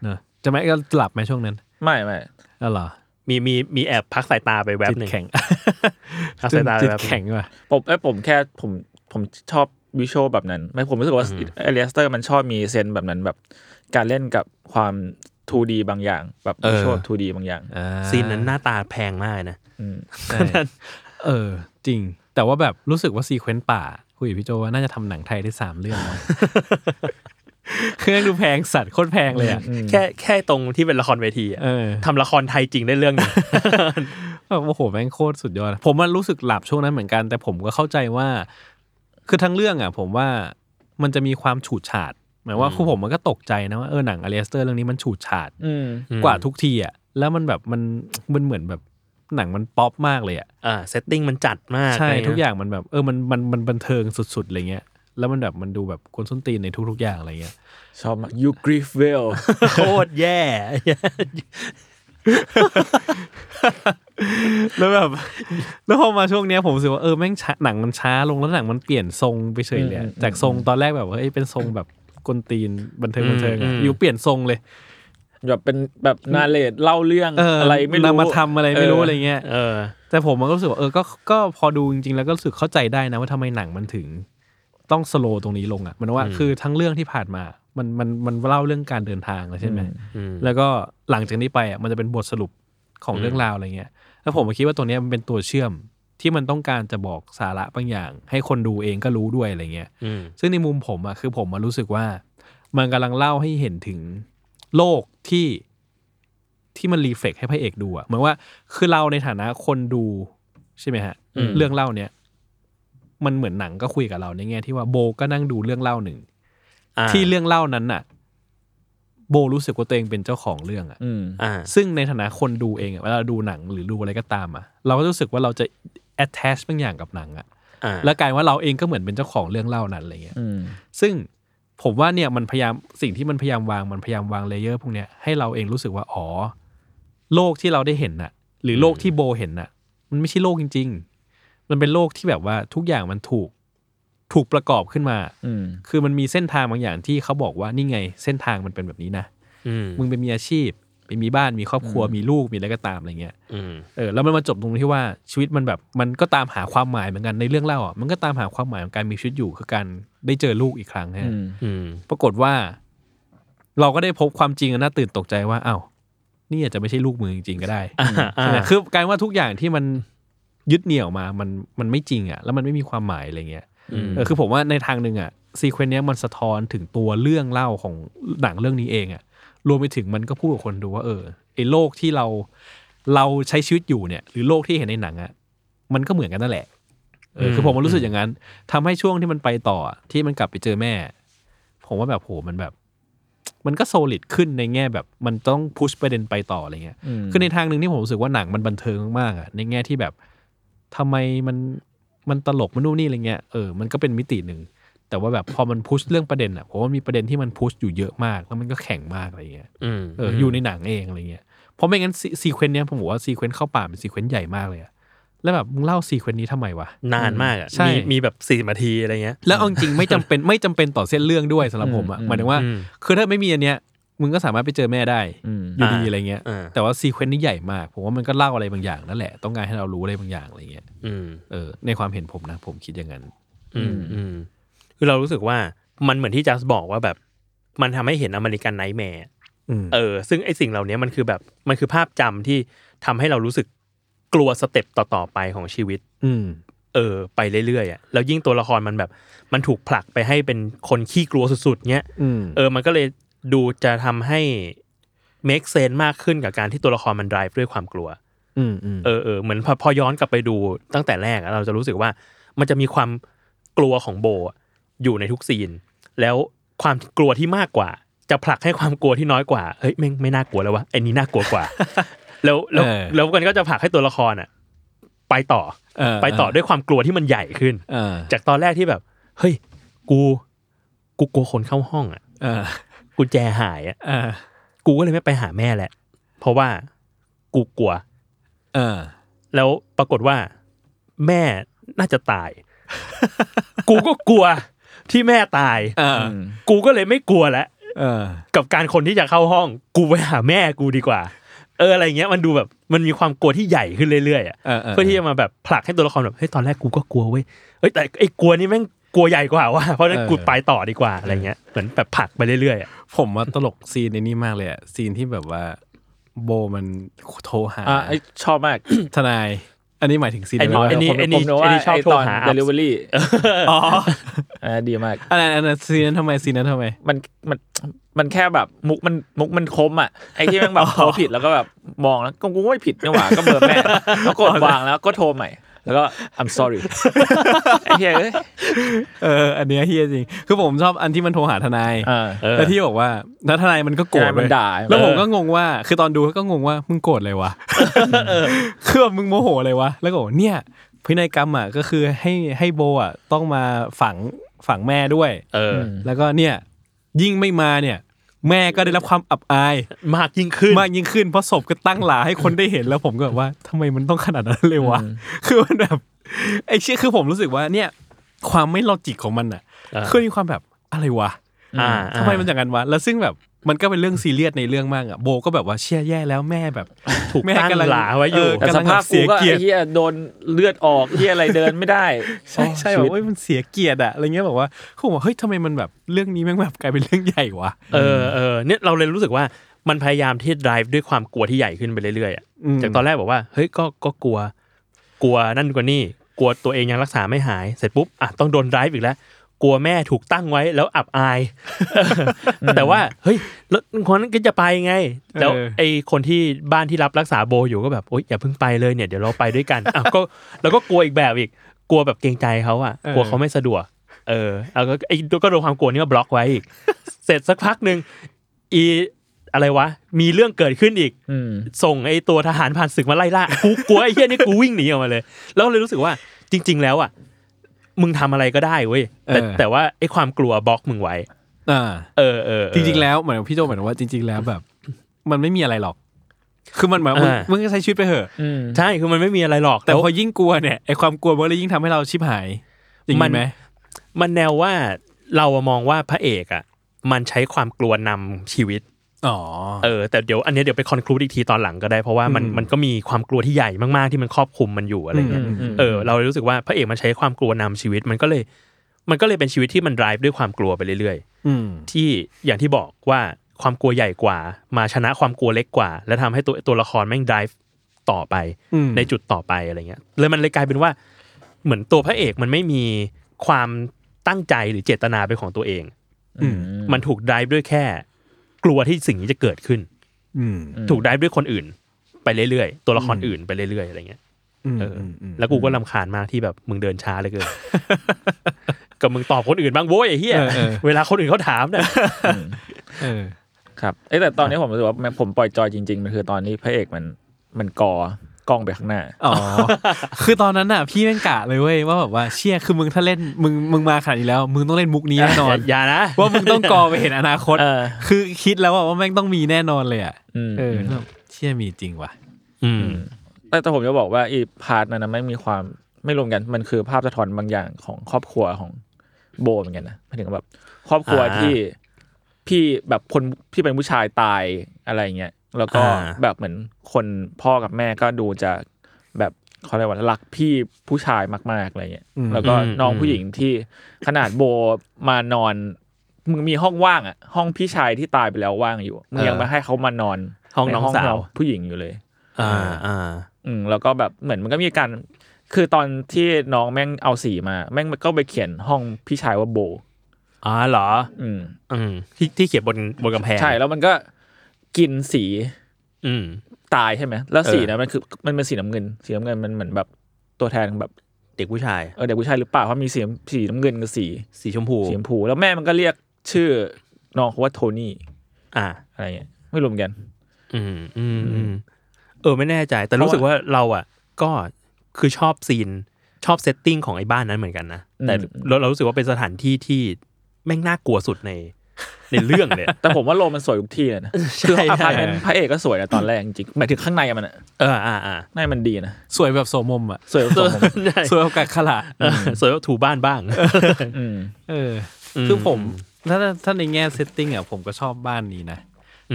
Speaker 2: เนอะจะไม่ก็หลับไหมช่วงนั้น
Speaker 4: ไม่ไม่
Speaker 2: อ๋อเหรอ
Speaker 3: มีมีมีแอบพักสายตาไปแวบ
Speaker 2: จิต
Speaker 3: หนึ่ง
Speaker 2: แข็ง
Speaker 3: เอาสายตาไป
Speaker 2: จิต
Speaker 3: แบบ
Speaker 2: แข็งว่ะ
Speaker 4: ผมเอ้ยผมแค่ผมผมชอบวิชวลแบบนั้น ไม่ผมรู้สึกว่าเอเลสเตอร์มันชอบมีเซนส์แบบนั้นแบบ การเล่นกับความ 2D บางอย่างแบบ
Speaker 2: เออ
Speaker 4: วิชวล 2D บางอย่าง
Speaker 2: อ่า
Speaker 3: ซีนนั้นหน้าตาแพงมากนะ
Speaker 4: อืม
Speaker 2: ใช่เออ จริง แต่ว่าแบบรู้สึกว่าซีเควนต์ป่า คุยกับพี่โจว่าน่าจะทำหนังไทยได้สามเรื่อง *laughs* มั้ง เครื่องดูแพงสัตว์โคตรแพงเลยอ่ะ
Speaker 4: อืม
Speaker 3: แค่แค่ตรงที่เป็นละครเวทีอะ
Speaker 2: เออ
Speaker 3: ทำละครไทยจริงได้เรื่องหนึง
Speaker 2: แบบโอ้โหแม่งโคตรสุดยอด ผมมันรู้สึกหลับช่วงนั้นเหมือนกัน แต่ผมก็เข้าใจว่า คือทั้งเรื่องอ่ะ ผมว่ามันจะมีความฉูดฉาดหมายว่าคู่ผมมันก็ตกใจนะว่าเออหนังอเลสเตอร์เรื่องนี้มันฉูดฉาด
Speaker 4: อืม
Speaker 2: กว่าทุกทีอ่ะแล้วมันแบบมันมันเหมือนแบบหนังมันป๊อปมากเลยอ่ะ
Speaker 3: อ่าเซตติ้งมันจัดมา
Speaker 2: ใช่
Speaker 3: กะไรเ
Speaker 2: ทุกอย่างมันแบบเออมันมันมันบันเทิงสุดๆอะไรเงี้ยแล้วมันแบบมันดูแบบคนส้นตีนในทุก ๆ อย่างอะไรเงี้ย
Speaker 4: ชอบมาก you grief well
Speaker 3: โคตรแย่
Speaker 2: แล้วแบบ แล้วพอมาช่วงเนี้ยผมรู้สึกว่าเออแม่งช้าหนังมันช้าลงแล้วหนังมันเปลี่ยนทรงไปเฉยเลยอะ
Speaker 4: อืมอืม
Speaker 2: จากทรงตอนแรกแบบว่าเอ้ยเป็นทรงแบบกลตีนบันเทิง
Speaker 3: อืม
Speaker 2: บันเทิงอะ
Speaker 3: อืม
Speaker 2: อยู่เปลี่ยนทรงเลย
Speaker 4: แบบเป็นแบบนาเลดเล่าเรื่อง
Speaker 2: เอออ
Speaker 4: อะไรไม่รู้
Speaker 2: นำมาทำอะไรไม่รู้
Speaker 4: เ
Speaker 2: อะไรเงี้ย
Speaker 3: เออ
Speaker 2: แต่ผมมันก็รู้สึกว่าเออก็ก็พอดูจริงๆแล้วก็รู้สึกเข้าใจได้นะว่าทำไมหนังมันถึง ต้องสโลว์ตรงนี้ลงอะมันว่า
Speaker 3: อืม
Speaker 2: คือทั้งเรื่องที่ผ่านมา มันมันมันเล่าเรื่องการเดินทางแล้วใช่ไหม
Speaker 3: อืม
Speaker 2: แล้วก็หลังจากนี้ไปอ่ะมันจะเป็นบทสรุปของ
Speaker 3: อืม
Speaker 2: เรื่องราวอะไรเงี้ย แล้วผมก็คิดว่าตัวเนี้ยมันเป็นตัวเชื่อมที่มันต้องการจะบอกสาระบางอย่าง ให้คนดูเองก็รู้ด้วยอะไรเงี้ย
Speaker 3: อืม
Speaker 2: ซึ่งในมุมผมอ่ะคือผมมารู้สึกว่า มันกำลังเล่าให้เห็นถึงโลกที่ที่มันรีเฟกให้พระเอกดูอ่ะเหมือนว่าคือเราในฐานะคนดูใช่ไหมฮะ
Speaker 3: อืม
Speaker 2: เรื่องเล่าเนี้ยมันเหมือนหนังก็คุยกับเราในแง่ที่ว่าโบก็นั่งดูเรื่องเล่าหนึ่ง
Speaker 3: อ่า
Speaker 2: ที่เรื่องเล่านั้นน่ะ โบรู้สึกว่าตัวเองเป็นเจ้าของเรื่องอ่ะ
Speaker 4: อืม
Speaker 3: อ่า
Speaker 2: ซึ่งในฐานะคนดูเองอะเวลาดูหนังหรือดูอะไรก็ตามอะเราก็รู้สึกว่าเราจะ attach บางอย่างกับหนังอะ
Speaker 3: อ่า
Speaker 2: แล้วกลายว่าเราเองก็เหมือนเป็นเจ้าของเรื่องเล่านั้นอะไรเงี้ย
Speaker 4: อืม
Speaker 2: ซึ่งผมว่าเนี่ยมันพยายามสิ่งที่มันพยายามวางมันพยายามวางเลเยอร์พวกเนี้ยให้เราเองรู้สึกว่าอ๋อโลกที่เราได้เห็นน่ะ หรือโลกที่โบเห็นน่ะ มันไม่ใช่โลกจริง ๆ มันเป็นโลกที่แบบว่าทุกอย่างมันถูกถูกประกอบขึ้นมา
Speaker 4: อืม
Speaker 2: คือมันมีเส้นทางบางอย่างที่เขาบอกว่านี่ไงเส้นทางมันเป็นแบบนี้นะ
Speaker 3: อืม
Speaker 2: มึงไปมีอาชีพไปมีบ้านมีครอบครัวมีลูกมีอะไรก็ตามอะไรเงี้ย
Speaker 3: อืม
Speaker 2: เออแล้วมันมาจบตรงที่ว่าชีวิตมันแบบมันก็ตามหาความหมายเหมือนกันในเรื่องเล่าอ่ะมันก็ตามหาความหมายของการมีชีวิตอยู่คือการได้เจอลูกอีกครั้ง
Speaker 4: อื
Speaker 2: ฮะ
Speaker 4: ม
Speaker 3: อืม
Speaker 2: ปรากฏว่า เราก็ได้พบความจริงอันน่าตื่นตกใจว่าอ้าวนี่อาจจะไม่ใช่ลูกมึงจริงๆก็ได้
Speaker 3: อ่า
Speaker 2: ใช่ไหม
Speaker 3: อ่า
Speaker 2: คือการว่าทุกอย่างที่มันยึดเหนี่ยวมามันมันไม่จริงอ่ะแล้วมันไม่มีความหมายอะไรเงี้ย
Speaker 3: อืม
Speaker 2: เออคือผมว่าในทางหนึ่งอะซีเควนต์เนี้ยมันสะท้อนถึงตัวเรื่องเล่าของหนังเรื่องนี้เองอะรวมไปถึงมันก็พูดกับคนดูว่าเออไอ้โลกที่เราเราใช้ชีวิตอยู่เนี่ย หรือโลกที่เห็นในหนังอะมันก็เหมือนกันนั่นแหละเออคือผมมันรู้สึกอย่างนั้นทำให้ช่วงที่มันไปต่ออะที่มันกลับไปเจอแม่ ผมว่าแบบโหมันแบบ มันก็โซลิดขึ้นในแง่แบบมันต้องพุชประเด็นไปต่ออะไรเงี้ย
Speaker 4: อืม
Speaker 2: คือในทางหนึ่งที่ผมรู้สึกว่าหนังมันบันเทิงมากๆอะในแง่ที่แบบทำไมมันมันตลกมันนู่นนี่อะไรเงี้ยเออมันก็เป็นมิติหนึ่ง แต่ว่าแบบพอมันพุชเรื่องประเด็นอะผมว่ามีประเด็นที่มันพุชอยู่เยอะมาก แล้วมันก็แข็งมากอะไรเงี้ย
Speaker 3: อืม
Speaker 2: เออออยู่ในหนังเองอะไรเงี้ยเพราะไม่งั้นซีซีเควนต์เนี้ยผมบอกว่าซีเควนต์เข้าป่าเป็นซีเควนต์ใหญ่มากเลยอะแล้วแบบมึงเล่าซีเควนต์นี้ทำไมวะ
Speaker 3: นานมากอ่ะ
Speaker 2: ใช่
Speaker 3: มีมีแบบสี่นาทีอะไรเงี้ย
Speaker 2: แล้วเอาจริงๆไม่จำเป็นไม่จำเป็นต่อเส้นเรื่องด้วยสำหรับผมอะ
Speaker 4: อืม
Speaker 2: หมายถึงว่า
Speaker 3: อืม
Speaker 2: คือถ้าไม่มีอันเนี้ยมึงก็สามารถไปเจอแม่ได้
Speaker 4: อืม
Speaker 2: อยู่ดี
Speaker 3: อ่า
Speaker 2: อะไรเงี้ย
Speaker 3: อ่า
Speaker 2: แต่ว่าซีเควนต์นี่ใหญ่มาก ผมว่ามันก็เล่าอะไรบางอย่างนั่นแหละ ต้องการให้เรารู้อะไรบางอย่างอะไรเงี้ย
Speaker 3: อืม
Speaker 2: เออ ในความเห็นผมนะ ผมคิดอย่างนั้น
Speaker 3: อืมอืมคือเรารู้สึกว่ามันเหมือนที่จัสบอกว่าแบบมันทำให้เห็นอเมริกันไนท์แมร์
Speaker 2: อืม
Speaker 3: เออซึ่งไอ้สิ่งเหล่านี้มันคือแบบมันคือภาพจำที่ทำให้เรารู้สึกกลัวสเต็ปต่อ ๆ ไปของชีวิต
Speaker 2: อืม
Speaker 3: เออ ไปเรื่อยๆอ่ะแล้วยิ่งตัวละครมันแบบ มันถูกผลักไปให้เป็นคนขี้กลัวสุดๆเนี้ย
Speaker 2: อืม
Speaker 3: เออ มันก็เลยดูจะทำให้ make sense มากขึ้นกับการที่ตัวละครมัน drive ด้วยความกลัว
Speaker 2: อืม อืม
Speaker 3: เออเออเหมือนพอพอย้อนกลับไปดูตั้งแต่แรกอะเราจะรู้สึกว่ามันจะมีความกลัวของโบอะอยู่ในทุกซีน แล้วความกลัวที่มากกว่า จะผลักให้ความกลัวที่น้อยกว่าเฮ้ยไม่ง *laughs* ไม่น่ากลัวแล้ววะไอ้นี่น่ากลัวกว่า แล้วแล้ว
Speaker 2: เออ
Speaker 3: แล้วกันก็จะผลักให้ตัวละครอะ ไปต่อ
Speaker 2: เออ
Speaker 3: ไปต่อด้วยความกลัวที่มันใหญ่ขึ้น
Speaker 2: เออ
Speaker 3: จากตอนแรกที่แบบ เฮ้ย กู กูกลัวคนเข้าห้องอ่ะ
Speaker 2: เออ
Speaker 3: กุญแจหายอ่ะ
Speaker 2: เออ
Speaker 3: กูก็เลยไม่ไปหาแม่แหละ เพราะว่ากูกลัว
Speaker 2: เออ
Speaker 3: แล้วปรากฏว่า แม่น่าจะตาย กูก็กลัวที่แม่ตาย
Speaker 2: เออ
Speaker 4: ม
Speaker 3: กูก็เลยไม่กลัวแล้ว
Speaker 2: เออ
Speaker 3: กับการคนที่จะเข้าห้อง กูไปหาแม่กูดีกว่า เอออะไรเงี้ยมันดูแบบมันมีความกลัวที่ใหญ่ขึ้นเรื่อยๆอะ
Speaker 2: เออเออ
Speaker 3: เพื่อที่จะมาแบบผลักให้ตัวละครแบบเฮ้ยตอนแรกกูก็กลัวเว้ยเอ้ยแต่ไอ้กลัวนี่แม่งกลัวใหญ่กว่าว่ะเพราะฉะนั้นกูไปต่อดีกว่าอะไรเงี้ยเหมือนแบบผลักไปเรื่อยๆอะ
Speaker 2: ผมว่าตลกซีนในนี้มากเลยอะซีนที่แบบว่าโบมันโทรหา
Speaker 4: อ่ะไอ้ชอบมาก
Speaker 2: ทนาย อันนี้หมายถึงซีน
Speaker 3: ไอ้หมอ
Speaker 2: ไหม
Speaker 3: ไอ้นี่
Speaker 4: ผม
Speaker 3: ไอ้
Speaker 4: ผ
Speaker 3: นี่
Speaker 4: มนึก
Speaker 3: ไอ้
Speaker 4: ว่า
Speaker 3: นี่ชอบ
Speaker 4: ไอ้
Speaker 3: โทร
Speaker 4: ตอน
Speaker 3: หา
Speaker 4: เดลิเวอรี่
Speaker 2: อ๋อ
Speaker 4: อ่ะดีมาก
Speaker 2: อันนั้นอันนั้นซีนนั้นทำไมซีนนั้นทำไม
Speaker 4: มันมันมันแค่แบบมุกมันมุกมันคมอ่ะไอ้ที่แมันแบบโทรผิดแล้วก็แบบมองแล้วก็กูไม่ผิดนี่หว่าก็เบอร์แม่แล้วกดวางแล้วก็โทรใหม่ แล้วก็ I'm *laughs* sorry ไอ้เหี้ยเอ้ย
Speaker 2: เออ อันเนี้ยเฮียจริง คือผมชอบอันที่มันโทรหาทนาย
Speaker 4: อ่า
Speaker 3: เออ
Speaker 2: แล้วที่บอกว่าแล้วทนายมันก็โกรธ
Speaker 4: ใช่มัน
Speaker 2: เว้ย
Speaker 4: ด่า
Speaker 2: แล้วผมก็งงว่า คือตอนดูก็งงว่า มึงโกรธอะไรวะคือแบบมึงโมโหอะไรวะ แล้วก็บอกเนี่ย พินัยกรรมอ่ะก็คือให้ให้โบอ่ะต้องมาฝังฝังแม่ด้วย
Speaker 3: เออ
Speaker 2: แล้วก็เนี่ย ยิ่งไม่มาเนี่ย แม่ก็ได้รับความอับอาย
Speaker 3: มากยิ่งขึ้น
Speaker 2: มากยิ่งขึ้นเพราะศพก็ตั้งหลาให้คนได้เห็นแล้วผมก็แบบว่าทำไมมันต้องขนาดนั้นเลยวะคือมันแบบไอ้เชี่ยคือผมรู้สึกว่าเนี่ย ความไม่ลอจิกของมันอ่ะคือมีความแบบอะไรวะ
Speaker 3: อ่า
Speaker 2: ทำไมมันอย่างนั้นวะ แล้วซึ่งแบบมันก็เป็นเรื่องซีเรียสในเรื่องมากอะโบก็แบบว่าเชี่ยแย่แล้วแม่แบบ
Speaker 3: ถูกตั้งหลาไว้อยู่
Speaker 4: แต่สภาพกู
Speaker 2: เสีย
Speaker 4: ก็
Speaker 2: เกียร
Speaker 4: ไอ้
Speaker 2: ติ
Speaker 4: เหี้ยโดนเลือดออกเหี้ยอะไรเดินไม่ได้
Speaker 2: ใช่ใช่
Speaker 4: ชี
Speaker 2: แบบ
Speaker 4: วิต
Speaker 2: เฮ้ยมันเสียเกียรติอะอะไรเงี้ยบอกว่าเขาบอกว่าเฮ้ยทำไมมันแบบเรื่องนี้แม่งแบบกลายเป็นเรื่องใหญ่วะ
Speaker 3: เออเออเนี่ยเราเลยรู้สึกว่ามันพยายามที่ drive ด้วยความกลัวที่ใหญ่ขึ้นไปเรื่อยๆอะ
Speaker 2: ม
Speaker 3: จากตอนแรกบอกว่าเฮ้ยก็ก็กลัว กลัวนั่นกลัวนี่กลัวตัวเองยังรักษาไม่หายเสร็จปุ๊บอ่ะต้องโดน drive อีกแล้ว กลัวแม่ถูกตั้งไว้แล้วอับอาย *laughs* แต่ว่าเฮ้ยแล้วคนนั้นก็จะไปไง แล้วไอ้คนที่บ้านที่รับรักษาโบอยู่ก็แบบโอ๊ยอย่าเพิ่งไปเลยเนี่ยเดี๋ยวเราไปด้วยกัน *laughs* อ่ะก็แล้วก็กลัวอีกแบบอีกกลัวแบบเกรงใจเขาอ่ะกลัวเขาไม่สะดวก เออแล้วก็ไอ้ก็โดนความกลัวนี่ก็บล็อกไว้อีก เสร็จสักพักหนึ่งอีอะไรวะ มีเรื่องเกิดขึ้นอีก
Speaker 4: อืม
Speaker 3: ส่งไอ้ตัวทหารผ่านศึกมาไล่ล่า *laughs* กูกลัวไอ้เหี้ยนี่กูวิ่งหนีออกมาเลย แล้วเลยรู้สึกว่าจริง ๆ แล้วอ่ะมึงทำอะไรก็ได้เว้ยแต่แต่ว่าไอ้ความกลัวบล็อกมึงไว้
Speaker 2: อ่า
Speaker 3: เออเออเออ
Speaker 2: จริงๆแล้วเหมือนพี่โจเหมือนว่าจริง ๆแล้วแบบ มันไม่มีอะไรหรอก คือมันเหมือนมึง
Speaker 3: อ่ามึ
Speaker 2: มึงก็ใช้ชีวิตไปเถอะ
Speaker 4: อืม
Speaker 3: ใช่คือมันไม่มีอะไรหรอก
Speaker 2: แต่
Speaker 3: ล้ว
Speaker 2: พอยิ่งกลัวเนี่ยไอความกลัวมันเลยยิ่งทำให้เราชิบหายจริง
Speaker 3: มัน
Speaker 2: ไหม
Speaker 3: มันแนวว่าเราอะมองว่าพระเอกอ่ะมันใช้ความกลัวนำชีวิต
Speaker 2: อ๋อ
Speaker 3: เออแต่เดี๋ยวอันเนี้ยเดี๋ยวไปคอนคลูดอีกทีตอนหลังก็ได้เพราะว่ามัน
Speaker 2: อืม
Speaker 3: มันก็มีความกลัวที่ใหญ่มากๆที่มันครอบคลุมมันอยู่อะไรเงี้ย
Speaker 4: อืม
Speaker 3: เออเราเลยรู้สึกว่าพระเอกมันใช้ความกลัวนำชีวิตมันก็เลย มันก็เลยเป็นชีวิตที่มัน drive ด้วยความกลัวไปเรื่อย
Speaker 2: อืม
Speaker 3: ๆ ที่อย่างที่บอกว่าความกลัวใหญ่กว่า มาชนะความกลัวเล็กกว่า และทำให้ตัวตัวละครแม่ง drive ต่อไป
Speaker 2: อืม
Speaker 3: ในจุดต่อไปอะไรเงี้ยเลยมันเลยกลายเป็นว่า เหมือนตัวพระเอกมันไม่มีความตั้งใจหรือเจตนาเป็นของตัวเอง
Speaker 4: อืม
Speaker 3: มันถูก drive ด้วยแค่ กลัวที่สิ่งนี้จะเกิดขึ้น
Speaker 2: อืม
Speaker 3: ถูก drive ด้วยคนอื่น ไปเรื่อยๆตัวละครอื่นไปเรื่อยๆอะไรเงี้ย
Speaker 2: ม
Speaker 3: เอออ
Speaker 2: มม
Speaker 3: แล้วกูก็ลำคาญมากที่แบบมึงเดินช้าเหลยเกิน *laughs* กับมึงตอบคนอื่นบ้างโว้ยไอ้เฮีย
Speaker 2: เออเออ
Speaker 3: เวลาคนอื่นเขาถามเนี่ย
Speaker 2: เออ
Speaker 4: ครับเอ้ยแต่ตอนนี้ผมรู้สึกว่าผมปล่อยจอยจริงๆมันคือตอนนี้พระเอกมันมันกอกล้องไปข้างหน้า
Speaker 2: อ๋อ คือตอนนั้นน่ะ พี่แม่งกะเลยเว้ยว่าแบบว่าเชี่ยคือมึงถ้าเล่นมึงมึงมาขนาดนี้แล้ว มึงต้องเล่นมุกนี้แน่นอน
Speaker 3: อย่านะ
Speaker 2: ว่ามึงต้องกอไปเห็นอนาคต
Speaker 4: เออ
Speaker 2: คือคิดแล้วอะว่าแม่งต้องมีแน่นอนเลยอ่ะ
Speaker 4: อืม
Speaker 2: เออแล้วเชี่ยมีจริงว่ะ
Speaker 3: อืม
Speaker 4: แต่แต่ผมจะบอกว่าไอีพาร์ทนั้นนะไม่มีความไม่รวมกันมันคือภาพสะท้อนบางอย่างของครอบครัวของโบเหมือนกันนะหมายถึงแบบ ครอบครัว
Speaker 3: อ่า
Speaker 4: ที่พี่แบบคนที่เป็นผู้ชายตายอะไรอย่างเงี้ยแล้วก็
Speaker 3: อ่า
Speaker 4: แบบเหมือนคนพ่อกับแม่ก็ดูจะแบบเขาเรียกว่ารักพี่ผู้ชายมากๆอะไรเงี้ย
Speaker 2: อืม
Speaker 4: แล้วก็น้องผู้หญิงที่ขนาดโบมานอนมึงมีห้องว่างอะห้องพี่ชายที่ตายไปแล้วว่างอยู่มึงยังมาให้เขามานอน
Speaker 3: ห้อง
Speaker 4: ใน
Speaker 3: น้องสาว
Speaker 4: ผู้หญิงอยู่เลย
Speaker 3: อ่าอ่า
Speaker 4: อืมแล้วก็แบบเหมือนมันก็มีการคือตอนที่น้องแม่งเอาสีมา แม่งก็ไปเขียนห้องพี่ชายว่าโบ
Speaker 3: อ๋อเหรอ
Speaker 4: อืม
Speaker 3: อืมที่ที่เขียนบนบนกำแพง
Speaker 4: ใช่แล้วมันก็กินสี
Speaker 3: อืม
Speaker 4: ตายใช่ไหมแล้วสี
Speaker 3: เออ
Speaker 4: นะมันคือมันเป็นสีน้ำเงิน สีน้ำเงินมันเหมือนแบบตัวแทนของแบบ
Speaker 3: เด็กผู้ชาย
Speaker 4: เออเด็กผู้ชายหรือเปล่าเพราะมีสีสีน้ำเงินกับสี
Speaker 3: สีชมพู
Speaker 4: สีชมพูแล้วแม่มันก็เรียกชื่อน้องเขาว่าโทนี่
Speaker 3: อ่า
Speaker 4: อะไรเงี้ยไม่รู้เหมือนกัน
Speaker 3: อืมอืมอืมเออไม่แน่ใจ แต่รู้สึกว่าเราอ่ะ ก็ คือชอบซีนชอบเซตติ้งของไอ้บ้านนั้นเหมือนกันนะ แต่
Speaker 4: อืม
Speaker 3: เราเรารู้สึกว่าเป็นสถานที่ที่แม่งน่ากลัวสุดในในเรื่องเลย
Speaker 4: แต่ผมว่าโลมันสวยทุกที่
Speaker 3: *laughs*
Speaker 4: เลยนะ
Speaker 3: ใช่
Speaker 4: คืออ
Speaker 3: ใช่
Speaker 4: พาร์ตเมนต์พระเอกก็สวยนะตอนแรกจริงๆหมายถึงข้างในอะมันอะ
Speaker 3: เอออ่าอ่า
Speaker 4: ข้างในมันดีนะ
Speaker 2: สวยแบบโสมมอ่ะ
Speaker 4: สวยสม
Speaker 3: *laughs*
Speaker 4: ผม
Speaker 3: ใช่
Speaker 2: สวยแบบกักขละ
Speaker 3: เออสวยว่าถูบ้านบ้าง
Speaker 4: อืม
Speaker 2: เอออ
Speaker 3: ม
Speaker 2: คือผมถ้าถ้าในแง่เซตติ้งอ่ะผมก็ชอบบ้านนี้นะ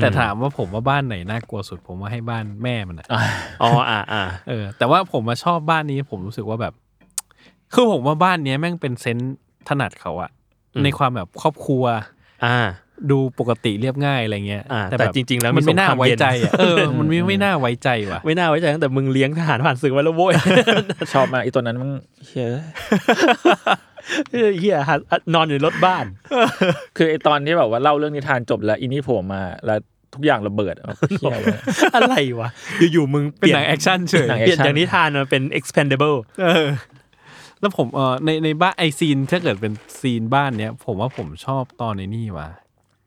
Speaker 2: แต่ถามว่าผมว่าบ้านไหนน่ากลัวสุด ผมว่าให้บ้านแม่มันอ่ะ
Speaker 3: อ๋ออ่าอ่า
Speaker 2: เออแต่ว่าผมมาชอบบ้านนี้ผมรู้สึกว่าแบบ คือผมว่าบ้านเนี้ยแม่งเป็นเซนส์ถนัดเขาอะในความแบบครอบครัว
Speaker 3: อ่า
Speaker 2: ดูปกติเรียบง่ายอะไรเงี้ย
Speaker 3: อ่า
Speaker 2: บ
Speaker 3: แต่
Speaker 2: บ
Speaker 3: จริงๆแล้วมี
Speaker 2: มันไม่น่า
Speaker 3: สงคราม
Speaker 2: ไว้
Speaker 3: เย็น
Speaker 2: ใจ
Speaker 3: *laughs*
Speaker 2: อะเออ มันไม่ไม่น่าไว้ใจว่ะ
Speaker 3: ไม่น่าไว้ใจตั้งแต่มึงเลี้ยงทหารผ่านศึกไว้แล้วโว้ย
Speaker 4: ชอบมากไอีตัวนั้นมันเฮ้ย
Speaker 3: เออเฮียหานอนอยู่ในรถบ้าน
Speaker 4: คือไอตอนที่แบบว่าเล่าเรื่องนิทานจบแล้วอินี่โผล่มาแล้วทุกอย่างระเบิด
Speaker 2: *laughs*
Speaker 4: เอาเหี้ยเว้ย
Speaker 3: *laughs* อะไรวะ อยู่ๆมึงเป
Speaker 2: เป็นหนั
Speaker 3: ลี่ยน
Speaker 2: งแอคชั่นเฉย
Speaker 4: หนัง
Speaker 3: เปลี่ยนจากนิทานมาเป็น expendable
Speaker 2: เออ แล้วผมเออในในบ้านไอซีนถ้าเกิดเป็นซีนบ้านเนี้ย ผมว่าผมชอบตอนในนี่ว่ะ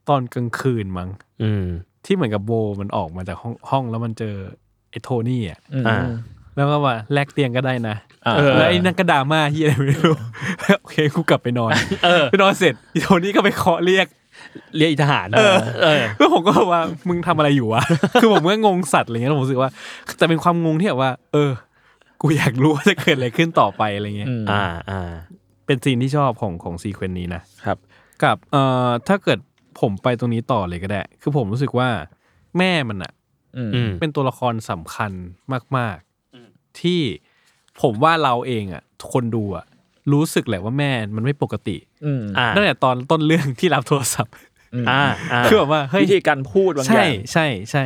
Speaker 2: ตอนกลางคืนมั้ง
Speaker 3: อืม
Speaker 2: ที่เหมือนกับโบมันออกมาจากห้องห้องแล้วมันเจอไอโทนี่อ่ะ
Speaker 4: อืม
Speaker 3: อ่า
Speaker 2: แล้วก็ว่าแลกเตียงก็ได้นะ
Speaker 4: อ่า
Speaker 3: เออ
Speaker 2: แล้วไอ้นั่นก็ดราม่าเฮียอะไรไม่รู้ *laughs* โอเคกูกลับไปนอนไปนอนเสร็จอีโทนี่ก็ไปเคาะเรียก
Speaker 3: เรียกอีทหารเออ
Speaker 2: แล้วผมก็ว่ามึงทำอะไรอยู่วะ *laughs* คือผมก็งงสัตว์อะไรเงี้ยแล้วผมรู้สึกว่า แต่เป็นความงงที่แบบว่า เออ กูอยากรู้ว่าจะเกิดอะไรขึ้นต่อไปอะไรเงี้ย
Speaker 4: อืม
Speaker 3: อ่าอ่า
Speaker 2: เป็นซีนที่ชอบของของซีเควนต์นี้นะ
Speaker 4: ครับ
Speaker 2: กับเอ่อถ้าเกิดผมไปตรงนี้ต่อเลยก็ได้ คือผมรู้สึกว่าแม่มันอะ
Speaker 4: อืม
Speaker 3: อืม
Speaker 2: เป็นตัวละครสำคัญมาก ๆ ที่ผมว่าเราเองอ่ะ คนดูอ่ะ รู้สึกแหละว่าแม่มันไม่ปกติ
Speaker 4: อืม
Speaker 3: อ่า
Speaker 2: ตั้งแต่ตอนต้นเรื่องที่รับโทรศัพท์
Speaker 3: อ่าอ่า
Speaker 2: คือแบบว่าเฮ้ย
Speaker 4: วิธีการพูดบางอ
Speaker 2: ใช่
Speaker 4: ย่าง
Speaker 2: ใช่ใช่